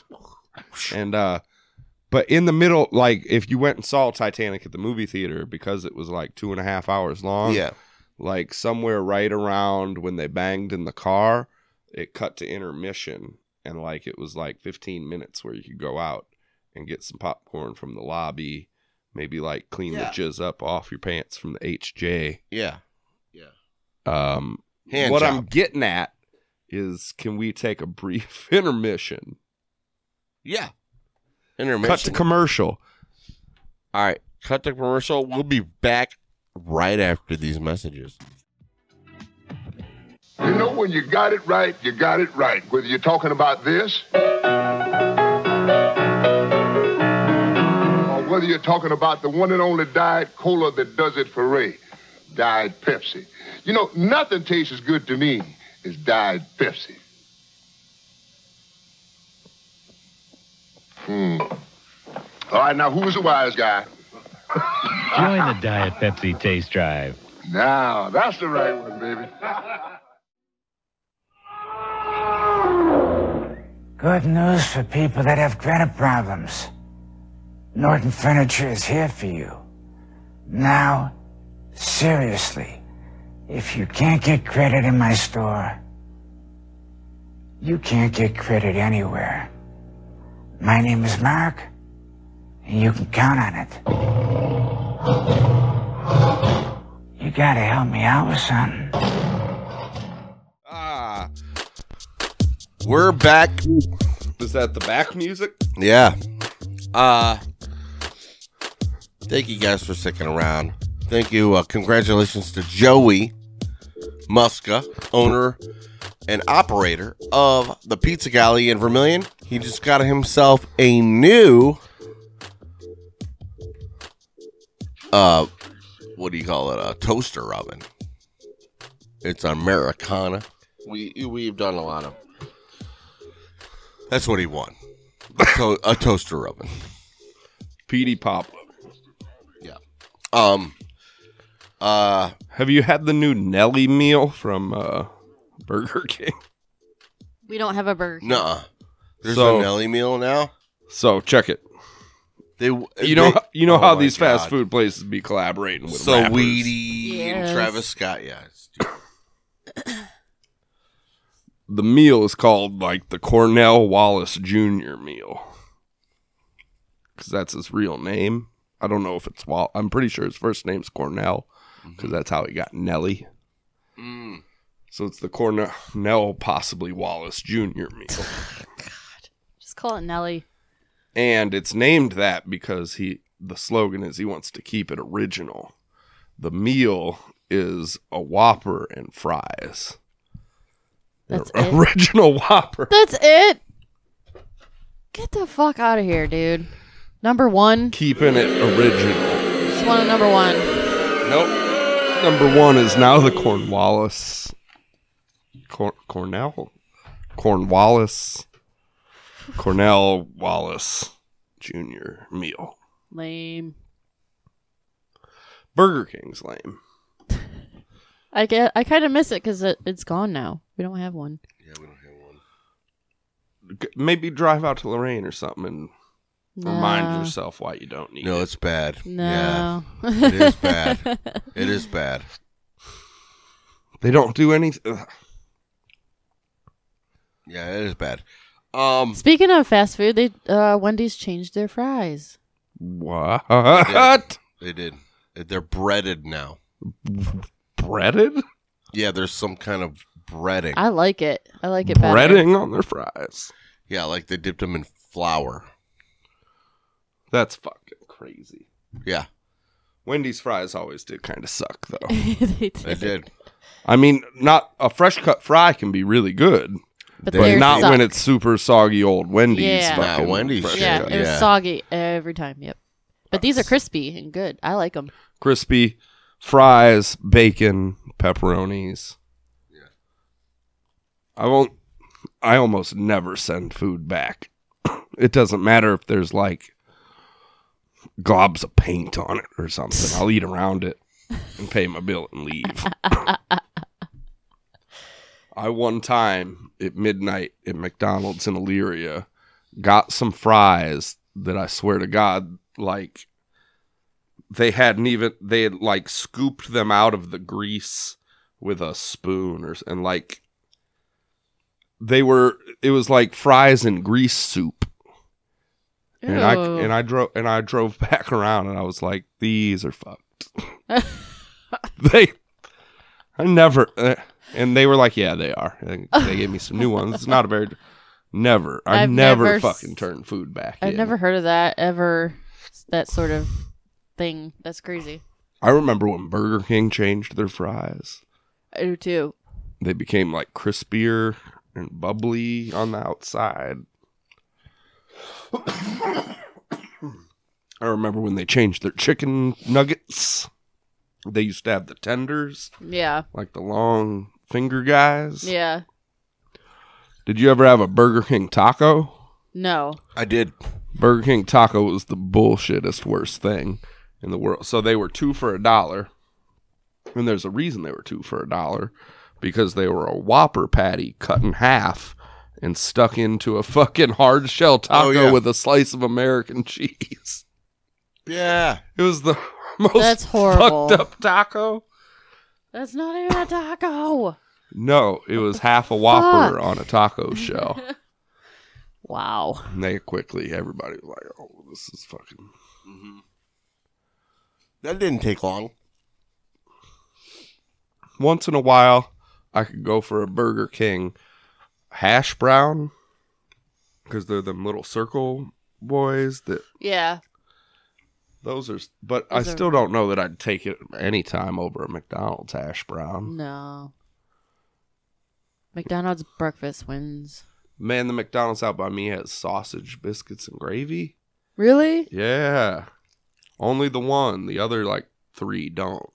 Speaker 6: and uh but in the middle like if you went and saw titanic at the movie theater because it was like two and a half hours long
Speaker 3: yeah.
Speaker 6: like somewhere right around when they banged in the car it cut to intermission and like it was like 15 minutes where you could go out and get some popcorn from the lobby maybe like clean
Speaker 3: Yeah.
Speaker 6: the jizz up off your pants from the hj
Speaker 3: Yeah.
Speaker 6: um
Speaker 3: Hand
Speaker 6: what
Speaker 3: job.
Speaker 6: i'm getting at is can we take a brief intermission
Speaker 3: yeah.
Speaker 6: cut to
Speaker 3: Intermission.
Speaker 6: commercial
Speaker 3: All right. Cut the commercial. We'll be back right after these messages.
Speaker 11: You know, when you got it right, you got it right. Whether you're talking about this or whether you're talking about the one and only Diet Cola that does it for Ray, Diet Pepsi. You know, nothing tastes as good to me as Diet Pepsi. Hmm. All right, now who's the wise guy?
Speaker 12: Join the Diet Pepsi Taste Drive.
Speaker 11: Now, that's the right one, baby.
Speaker 13: Good news for people that have credit problems. Norton Furniture is here for you. Now, seriously, if you can't get credit in my store, you can't get credit anywhere. My name is Mark, and you can count on it. You gotta help me out with something.
Speaker 6: ah
Speaker 3: We're back.
Speaker 6: Is that the back music?
Speaker 3: Yeah. Uh Thank you guys for sticking around. Thank you. Uh, congratulations to Joey Muska, owner and operator of the Pizza Galley in Vermillion. He just got himself a new uh what do you call it? A toaster oven. It's Americana. We we've done a lot of That's what he won. A, to- a toaster oven.
Speaker 6: Petey Pop.
Speaker 3: Um. Uh.
Speaker 6: Have you had the new Nelly meal from uh, Burger King?
Speaker 7: We don't have a burger.
Speaker 3: Nuh. There's
Speaker 6: So-
Speaker 3: a Nelly meal now.
Speaker 6: So check it.
Speaker 3: They.
Speaker 6: You know you know
Speaker 3: Oh
Speaker 6: how
Speaker 3: my
Speaker 6: these fast
Speaker 3: God.
Speaker 6: food places be collaborating with
Speaker 3: So
Speaker 6: rappers.
Speaker 3: Weedy and
Speaker 7: Yes.
Speaker 3: Travis Scott. Yeah. it's-
Speaker 6: The meal is called like the Cornell Wallace Jr. meal because that's his real name. I don't know if it's Wall. I'm pretty sure his first name's Cornell because that's how he got Nelly.
Speaker 3: Mm-hmm. Mm.
Speaker 6: So it's the Cornell possibly Wallace Jr. meal.
Speaker 7: Just call it Nelly.
Speaker 6: and it's named that because he the slogan is he wants to keep it original the meal is a whopper and fries An
Speaker 7: That's it?
Speaker 6: original whopper
Speaker 7: That's it. Get the fuck out of here, dude. Number one.
Speaker 6: keeping it original
Speaker 7: Just want a number one.
Speaker 6: nope number one is now the cornwallis Cor- cornell cornwallis cornell wallace junior meal
Speaker 7: Lame.
Speaker 6: burger king's lame
Speaker 7: I get. I kind of miss it because it, it's gone now. We don't have one.
Speaker 6: G- maybe drive out to lorraine or something and
Speaker 7: No.
Speaker 6: Remind yourself why you don't need
Speaker 3: No,
Speaker 6: it.
Speaker 3: it's bad.
Speaker 7: No.
Speaker 3: Yeah. It is bad. It is bad.
Speaker 6: They don't do anything.
Speaker 3: Yeah, it is bad. Um.
Speaker 7: Speaking of fast food, they uh, Wendy's changed their fries.
Speaker 6: What?
Speaker 3: They did. They're breaded now.
Speaker 6: Breaded?
Speaker 3: Yeah. There's some kind of breading.
Speaker 7: I like it. I like it better.
Speaker 6: Breading on their fries.
Speaker 3: yeah, like they dipped them in flour.
Speaker 6: That's fucking crazy.
Speaker 3: Yeah,
Speaker 6: Wendy's fries always did kind of suck, though.
Speaker 7: they did.
Speaker 3: they did.
Speaker 6: I mean, not a fresh cut fry can be really good, but
Speaker 7: But they're
Speaker 6: not
Speaker 7: suck.
Speaker 6: when it's super soggy old Wendy's.
Speaker 7: Yeah. Nah,
Speaker 6: fucking
Speaker 2: Wendy's
Speaker 6: fresh
Speaker 7: yeah,
Speaker 6: cut.
Speaker 7: it was soggy every time. Yep. But these are crispy and good. I like them.
Speaker 6: crispy fries, bacon, pepperonis. I won't. I almost never send food back. It doesn't matter if there's like globs of paint on it or something. I'll eat around it and pay my bill and leave. I one time at midnight at McDonald's in Elyria got some fries that I swear to God, like they hadn't even they had like scooped them out of the grease with a spoon or s- and like they were it was like fries and grease soup and i
Speaker 7: Ew.
Speaker 6: and i drove and i drove back around and i was like these are fucked they i never uh, and they were like yeah they are and they gave me some new ones it's not a very never i
Speaker 7: I've
Speaker 6: never,
Speaker 7: never s-
Speaker 6: fucking turned food back
Speaker 7: I've
Speaker 6: in.
Speaker 7: never heard of that ever. That sort of thing. That's crazy.
Speaker 6: i remember when burger king changed their fries
Speaker 7: I do too.
Speaker 6: they became like crispier and bubbly on the outside. I remember when they changed their chicken nuggets. They used to have the tenders,
Speaker 7: Yeah.
Speaker 6: like the long finger guys.
Speaker 7: Yeah.
Speaker 6: Did you ever have a Burger King taco?
Speaker 7: No.
Speaker 6: I did. Burger King taco was the bullshittest worst thing in the world. So they were two for a dollar. And there's a reason they were two for a dollar because they were a Whopper patty cut in half and stuck into a fucking hard shell taco
Speaker 2: yeah.
Speaker 6: with a slice of American cheese.
Speaker 2: Yeah.
Speaker 6: It was the most
Speaker 7: That's horrible.
Speaker 6: fucked up taco.
Speaker 7: That's not even a taco.
Speaker 6: No, it was half a Whopper
Speaker 7: fuck?
Speaker 6: on a taco shell.
Speaker 7: wow.
Speaker 6: And they quickly, everybody was like, oh, this is fucking.
Speaker 2: That didn't take long.
Speaker 6: once in a while I could go for a Burger King hash brown because they're them little circle boys that
Speaker 7: Yeah.
Speaker 6: those are but I
Speaker 7: Those are-
Speaker 6: still don't know that I'd take it any time over a McDonald's hash brown.
Speaker 7: No. McDonald's breakfast wins.
Speaker 6: Man, the McDonald's out by me has sausage biscuits and gravy.
Speaker 7: Really?
Speaker 6: Yeah. Only the one, the other like 3 don't.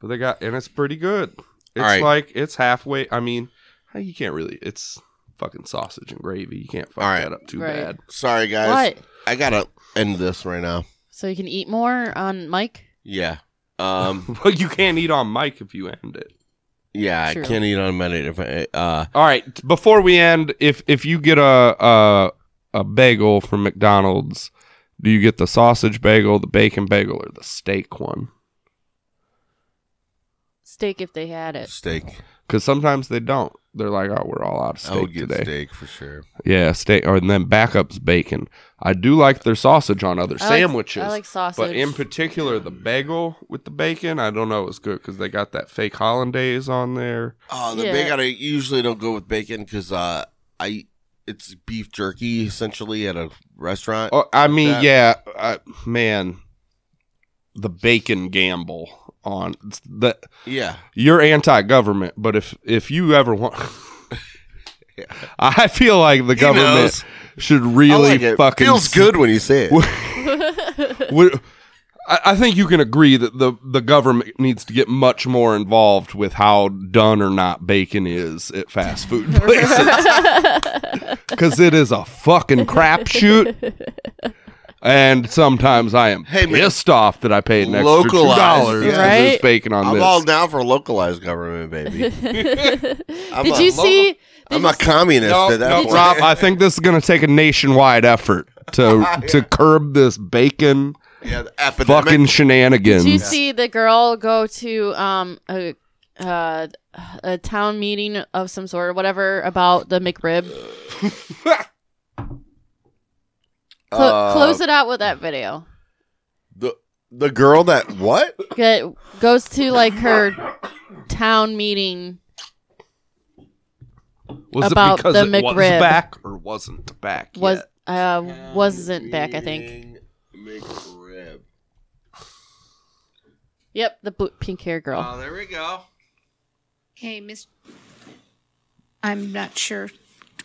Speaker 6: But they got and it's pretty good. It's
Speaker 2: right.
Speaker 6: like it's halfway, I mean, you can't really it's fucking sausage and gravy. You can't fuck
Speaker 2: All right.
Speaker 6: that up too
Speaker 7: Right.
Speaker 6: bad.
Speaker 2: Sorry, guys.
Speaker 7: What?
Speaker 2: I got to end this right now.
Speaker 7: So you can eat more on Mike?
Speaker 2: Yeah. Um.
Speaker 6: well, you can't eat on Mike if you end it.
Speaker 2: Yeah,
Speaker 7: True.
Speaker 2: I can't eat on many different. Uh,
Speaker 6: All right. t- Before we end, if if you get a a, a bagel from McDonald's, do you get the sausage bagel, the bacon bagel, or the steak one?
Speaker 7: Steak if they had it.
Speaker 2: steak.
Speaker 6: Because sometimes they don't. They're like, oh, we're all out of steak
Speaker 2: I would get
Speaker 6: today.
Speaker 2: steak for sure.
Speaker 6: Yeah, steak, or and then backup's bacon. I do like their sausage on other
Speaker 7: I like-
Speaker 6: sandwiches.
Speaker 7: I like
Speaker 6: but
Speaker 7: sausage.
Speaker 6: in particular the bagel with the bacon. I don't know, it's good because they got that fake hollandaise on there.
Speaker 2: Oh, the
Speaker 7: Yeah.
Speaker 2: bacon. I usually don't go with bacon because uh, I it's beef jerky essentially at a restaurant.
Speaker 6: Oh, I mean,
Speaker 2: That-
Speaker 6: yeah, I, man, the bacon gamble on it's the
Speaker 2: Yeah.
Speaker 6: You're anti-government, but if if you ever want, I feel like the
Speaker 2: He
Speaker 6: government
Speaker 2: knows.
Speaker 6: should
Speaker 2: I
Speaker 6: really
Speaker 2: like it.
Speaker 6: fucking
Speaker 2: feels good when you say it.
Speaker 6: Would- I I think you can agree that the, the government needs to get much more involved with how done or not bacon is at fast food places. Because it is a fucking crapshoot. And sometimes I am
Speaker 2: Hey, man.
Speaker 6: pissed off that I paid an extra $2
Speaker 2: Localized,
Speaker 6: because
Speaker 2: yeah.
Speaker 6: there's
Speaker 7: Right?
Speaker 6: bacon on
Speaker 2: I'm
Speaker 6: this.
Speaker 2: all down for localized government, baby. I'm
Speaker 7: did
Speaker 2: a
Speaker 7: you see?
Speaker 2: I'm a communist
Speaker 6: No,
Speaker 2: at that
Speaker 6: no,
Speaker 2: point.
Speaker 6: Rob, I think this is going to take a nationwide effort to to curb this bacon
Speaker 2: yeah, the epidemic.
Speaker 6: fucking shenanigans.
Speaker 7: Did you see the girl go to um a uh, a town meeting of some sort or whatever about the McRib? Clo-
Speaker 2: Uh,
Speaker 7: close it out with that video.
Speaker 2: the the girl that what?
Speaker 7: Get, goes to like her town meeting.
Speaker 6: was
Speaker 7: about
Speaker 6: it because
Speaker 7: the
Speaker 6: it was
Speaker 7: McRib.
Speaker 6: back or wasn't back?
Speaker 7: Was
Speaker 6: yet?
Speaker 7: uh wasn't back. I think.
Speaker 2: McRib.
Speaker 7: Yep, the blue, pink hair girl.
Speaker 2: there we go.
Speaker 14: Hey, Miss. I'm not sure.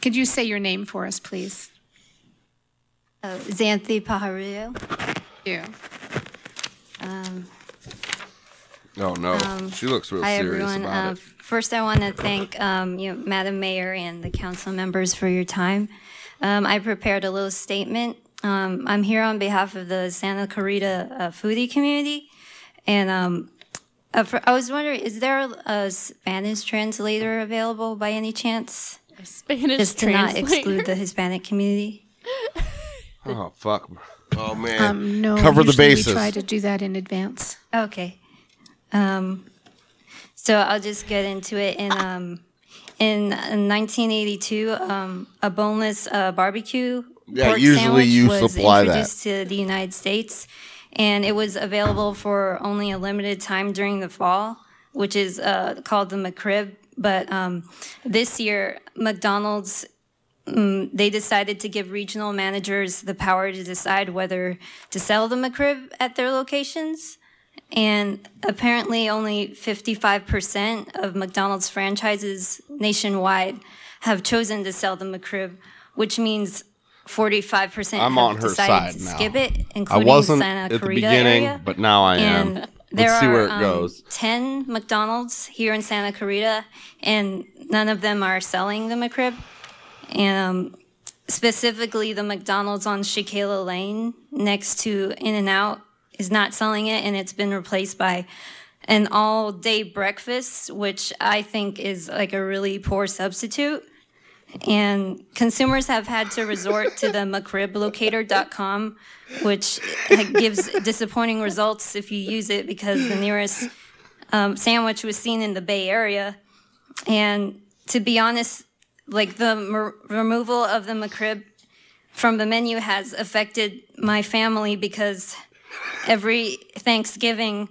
Speaker 14: Could you say your name for us, please?
Speaker 15: Oh, Xanthi Pajarillo.
Speaker 14: You.
Speaker 15: Um,
Speaker 6: Oh no,
Speaker 15: um,
Speaker 6: she looks real
Speaker 15: hi,
Speaker 6: serious
Speaker 15: everyone.
Speaker 6: about
Speaker 15: Uh,
Speaker 6: it.
Speaker 15: First, I want to thank um, you, know, Madam Mayor, and the council members for your time. Um, I prepared a little statement. Um, I'm here on behalf of the Santa Clarita uh, foodie community, and um, uh, for, I was wondering, is there a Spanish translator available by any chance?
Speaker 7: Spanish
Speaker 15: Just to not
Speaker 7: translator.
Speaker 15: exclude the Hispanic community.
Speaker 6: Oh fuck.
Speaker 2: Oh man.
Speaker 14: Um, no,
Speaker 2: Cover the
Speaker 14: usually
Speaker 2: bases.
Speaker 14: We try to do that in advance.
Speaker 15: Okay. Um, so I'll just get into it. In um, in 1982, um, a boneless uh, barbecue
Speaker 2: Yeah,
Speaker 15: pork
Speaker 2: usually
Speaker 15: sandwich
Speaker 2: you
Speaker 15: was
Speaker 2: supply that.
Speaker 15: introduced to the United States, and it was available for only a limited time during the fall, which is uh, called the McRib. But um, this year, McDonald's mm, they decided to give regional managers the power to decide whether to sell the McRib at their locations. And apparently, only 55% of McDonald's franchises nationwide have chosen to sell the McRib, which means 45%
Speaker 6: I'm
Speaker 15: have
Speaker 6: on her side
Speaker 15: decided to
Speaker 6: now.
Speaker 15: skip it,
Speaker 6: I
Speaker 15: including
Speaker 6: wasn't
Speaker 15: Santa
Speaker 6: at the
Speaker 15: Clarita
Speaker 6: beginning,
Speaker 15: area.
Speaker 6: but now I am.
Speaker 15: And there
Speaker 6: Let's see
Speaker 15: are,
Speaker 6: where it
Speaker 15: um,
Speaker 6: goes.
Speaker 15: 10 McDonald's here in Santa Clarita, and none of them are selling the McRib. And um, specifically, the McDonald's on Shikala Lane next to In N Out is not selling it, and it's been replaced by an all day breakfast, which I think is like a really poor substitute. And consumers have had to resort to the McRibLocator.com, which gives disappointing results if you use it because the nearest um, sandwich was seen in the Bay Area. And to be honest, like the mer- removal of the McRib from the menu has affected my family because every Thanksgiving,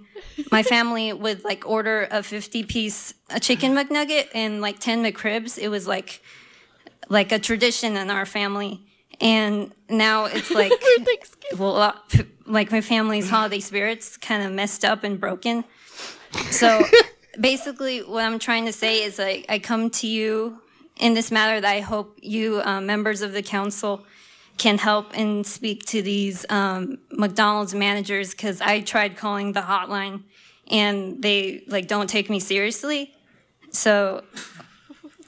Speaker 15: my family would like order a 50 piece a chicken McNugget and like 10 McRibs. It was like like a tradition in our family. And now it's like, well, uh, p- like my family's holiday spirit's kind of messed up and broken. So basically, what I'm trying to say is like, I come to you in this matter that I hope you, uh, members of the council, can help and speak to these um, McDonald's managers because I tried calling the hotline and they like don't take me seriously. So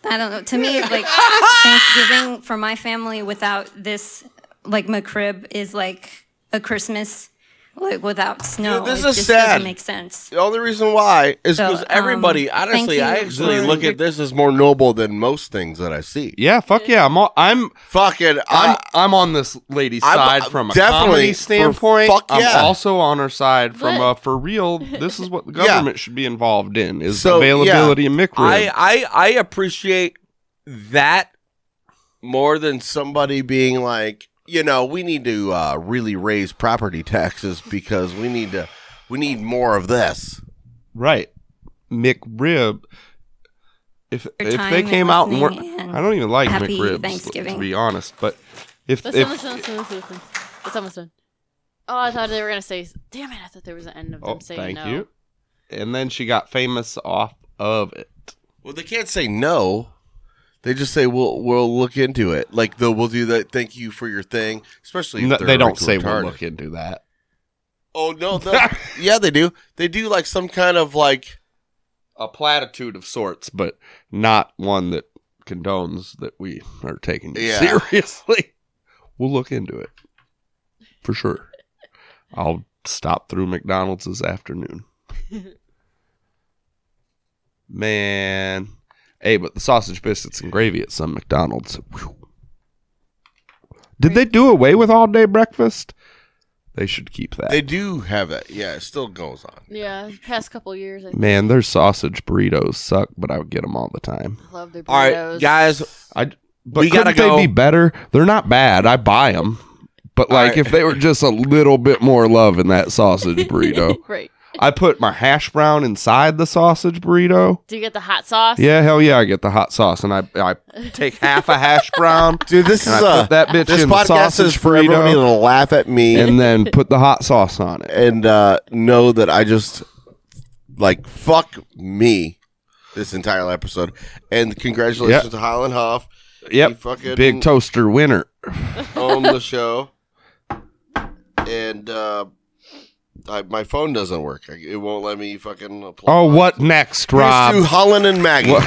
Speaker 15: I don't know. To me, like Thanksgiving for my family without this like McRib is like a Christmas like without snow.
Speaker 2: this
Speaker 15: it
Speaker 2: is
Speaker 15: just
Speaker 2: sad.
Speaker 15: Doesn't make sense.
Speaker 2: The only reason why is
Speaker 15: So,
Speaker 2: because everybody,
Speaker 15: um,
Speaker 2: honestly,
Speaker 15: thank you
Speaker 2: I actually
Speaker 15: for
Speaker 2: look
Speaker 15: your-
Speaker 2: at this as more noble than most things that I see.
Speaker 6: Yeah, fuck yeah. I'm all, I'm
Speaker 2: fucking
Speaker 6: I'm I'm on this lady's
Speaker 2: I'm-
Speaker 6: side
Speaker 2: I'm
Speaker 6: from a
Speaker 2: definitely
Speaker 6: comedy
Speaker 2: for
Speaker 6: standpoint.
Speaker 2: fuck yeah.
Speaker 6: I'm also on her side from
Speaker 2: But-
Speaker 6: a for real. This is what the
Speaker 2: Yeah.
Speaker 6: government should be involved in is
Speaker 2: So, yeah,
Speaker 6: availability of McRib.
Speaker 2: I, I I appreciate that more than somebody being like, you know, we need to uh, really raise property taxes because we need to we need more of this.
Speaker 6: Right. McRib. If
Speaker 15: Your
Speaker 6: if
Speaker 15: time
Speaker 6: they
Speaker 15: and
Speaker 6: came out and were,
Speaker 15: listening and
Speaker 6: I don't even like
Speaker 15: happy
Speaker 6: McRibs
Speaker 15: Thanksgiving.
Speaker 6: to be honest. But if
Speaker 7: That's
Speaker 6: if
Speaker 7: almost done. That's almost done. That's almost done. Oh, I thought they were gonna say. Damn it! I thought there was an end of them
Speaker 6: oh,
Speaker 7: saying
Speaker 6: thank
Speaker 7: no.
Speaker 6: you, and then she got famous off of it.
Speaker 2: Well, they can't say no. They just say we'll we'll look into it. Like though we'll do that. Thank you for your thing. Especially if
Speaker 6: No,
Speaker 2: they're
Speaker 6: they don't
Speaker 2: retarded.
Speaker 6: say we'll look into that.
Speaker 2: Oh no, no. yeah, they do. They do like some kind of like
Speaker 6: a platitude of sorts, but not one that condones that we are taking you
Speaker 2: Yeah.
Speaker 6: seriously. We'll look into it for sure. I'll stop through McDonald's this afternoon. Man, hey, but the sausage biscuits and gravy at some McDonald's. whew. Did they do away with all day breakfast? They should keep that.
Speaker 2: They do have that. Yeah, it still goes on.
Speaker 7: Yeah, past couple years, I
Speaker 6: Man, their sausage burritos suck, but I would get them all the time.
Speaker 7: love their burritos.
Speaker 2: All right, guys.
Speaker 6: I but
Speaker 2: We gotta
Speaker 6: couldn't they
Speaker 2: go.
Speaker 6: be better? They're not bad. I buy them, but like
Speaker 2: right.
Speaker 6: if they were just a little bit more love in that sausage burrito,
Speaker 7: Right.
Speaker 6: I put my hash brown inside the sausage burrito.
Speaker 7: Do you get the hot sauce?
Speaker 6: Yeah, hell yeah, I get the hot sauce, and I I take half a hash brown.
Speaker 2: Dude, this
Speaker 6: and
Speaker 2: is
Speaker 6: I
Speaker 2: a
Speaker 6: put that bitch
Speaker 2: this
Speaker 6: in the
Speaker 2: podcast
Speaker 6: sausage
Speaker 2: is for
Speaker 6: burrito,
Speaker 2: everybody to laugh at me
Speaker 6: and then put the hot sauce on it.
Speaker 2: and uh, know that I just like fuck me
Speaker 3: this entire episode. And congratulations
Speaker 6: Yeah.
Speaker 3: to Holland Hoff. He
Speaker 6: Yep.
Speaker 3: fucking
Speaker 6: Big toaster winner.
Speaker 3: owned the show. And uh, I, my phone doesn't work. I- It won't let me fucking apply.
Speaker 6: Oh, what next,
Speaker 3: Here's
Speaker 6: Rob?
Speaker 3: to Holland and Maggie. All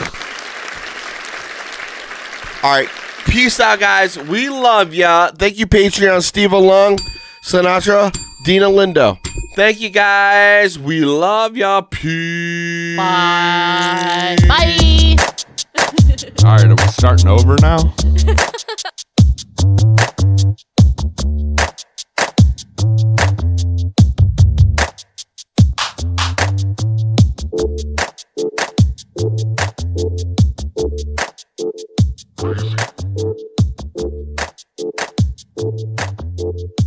Speaker 3: right. Peace out, guys. We love ya. Thank you, Patreon. Steve Alung, Sinatra, Dina Lindo. Thank you, guys. We love ya. Peace.
Speaker 7: Bye. Bye.
Speaker 6: All right, are we starting over now?
Speaker 1: Thank you.